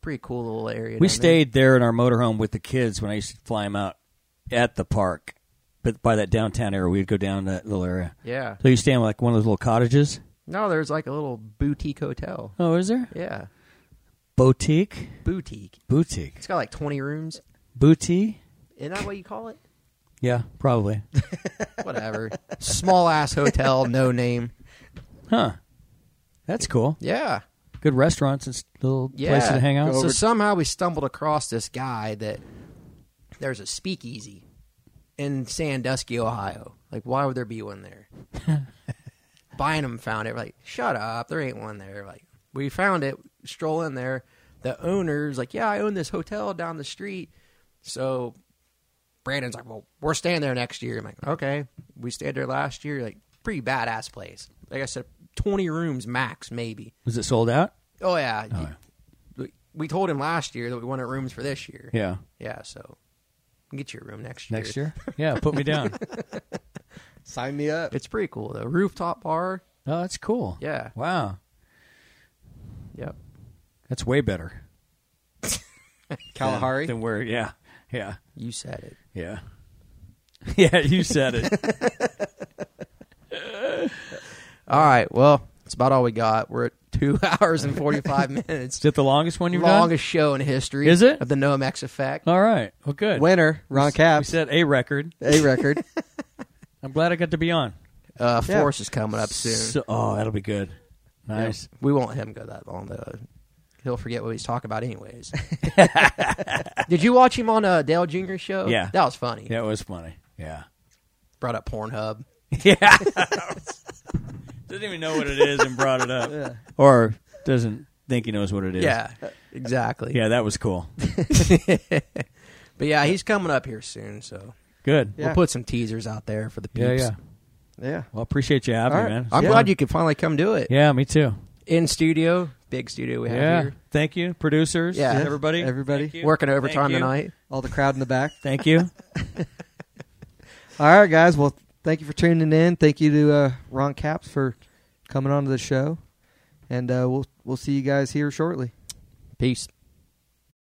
Speaker 1: Pretty cool little area.
Speaker 3: we
Speaker 1: down there.
Speaker 3: stayed there in our motorhome with the kids when I used to fly them out at the park, but by that downtown area, we'd go down that little area.
Speaker 1: Yeah.
Speaker 3: So you stay in like one of those little cottages?
Speaker 1: No, there's like a little boutique hotel.
Speaker 3: Oh, is there
Speaker 1: Yeah.
Speaker 3: boutique?
Speaker 1: Boutique.
Speaker 3: Boutique?
Speaker 1: It's got like 20 rooms.
Speaker 3: Boutique?
Speaker 1: Isn't that what you call it?
Speaker 3: Yeah, probably.
Speaker 1: Whatever. Small ass hotel, no name.
Speaker 3: Huh. That's cool.
Speaker 1: Yeah.
Speaker 3: Good restaurants and s- little
Speaker 1: Yeah.
Speaker 3: places to hang out.
Speaker 1: So
Speaker 3: So-
Speaker 1: somehow we stumbled across this guy that there's a speakeasy in Sandusky, Ohio. Like, why would there be one there? Bynum found it. We're like, shut up, there ain't one there. Like, we found it. Stroll in there. The owner's like, yeah, I own this hotel down the street. So Brandon's like, well, we're staying there next year. I'm like, okay. We stayed there last year. Like, pretty badass place. Like I said, 20 rooms max, maybe.
Speaker 3: was it sold out?
Speaker 1: Oh yeah. We- We told him last year that we wanted rooms for this year.
Speaker 3: Yeah.
Speaker 1: Yeah, so get your room next year.
Speaker 3: Next year? Yeah, put me down.
Speaker 2: Sign me up.
Speaker 1: It's pretty cool though. Rooftop bar.
Speaker 3: oh, that's cool.
Speaker 1: Yeah.
Speaker 3: Wow.
Speaker 1: Yep.
Speaker 3: That's way better.
Speaker 2: Kalahari.
Speaker 3: Than where yeah. Yeah.
Speaker 1: You said it.
Speaker 3: Yeah. Yeah, you said it.
Speaker 1: All right. Well, that's about all we got. We're at two hours and forty five minutes.
Speaker 3: Is it the longest one you've done?
Speaker 1: Longest show in history.
Speaker 3: Is it?
Speaker 1: Of the Nomex effect.
Speaker 3: All right. Well, good.
Speaker 2: Winner, Ron
Speaker 3: we
Speaker 2: Caps.
Speaker 3: said a record.
Speaker 2: A record.
Speaker 3: I'm glad I got to be on.
Speaker 1: Uh
Speaker 2: Yeah.
Speaker 1: Force is coming up soon.
Speaker 3: So- oh, that'll be good. Nice.
Speaker 1: We won't let him go that long though. He'll forget what he's talking about anyways. Did you watch him on uh Dale Jr. show?
Speaker 3: Yeah.
Speaker 1: That was funny.
Speaker 3: That was funny. Yeah.
Speaker 1: Brought up Pornhub.
Speaker 3: Yeah. doesn't even know what it is and brought it up. Or doesn't think he knows what it is.
Speaker 1: Yeah, exactly.
Speaker 3: Yeah, that was cool.
Speaker 1: But yeah, he's coming up here soon, so
Speaker 3: Good.
Speaker 2: Yeah.
Speaker 1: we'll put some teasers out there for the peeps.
Speaker 3: Yeah, yeah.
Speaker 2: yeah.
Speaker 3: Well, appreciate you having
Speaker 2: All
Speaker 3: me,
Speaker 2: right.
Speaker 3: man.
Speaker 1: I'm
Speaker 2: Yeah.
Speaker 1: glad you could finally come do it
Speaker 3: yeah, me too.
Speaker 1: in studio, big studio we have
Speaker 3: Yeah.
Speaker 1: here.
Speaker 3: Thank you, producers.
Speaker 1: Yeah. Yeah.
Speaker 3: Everybody.
Speaker 2: Everybody.
Speaker 3: Thank you.
Speaker 1: Working
Speaker 3: Thank
Speaker 1: overtime
Speaker 3: you.
Speaker 1: tonight.
Speaker 2: All the crowd in the back.
Speaker 3: Thank you.
Speaker 2: All right, guys. Well, thank you for tuning in. Thank you to uh, Ron Caps for coming on to the show, and uh, we'll we'll see you guys here shortly.
Speaker 1: Peace.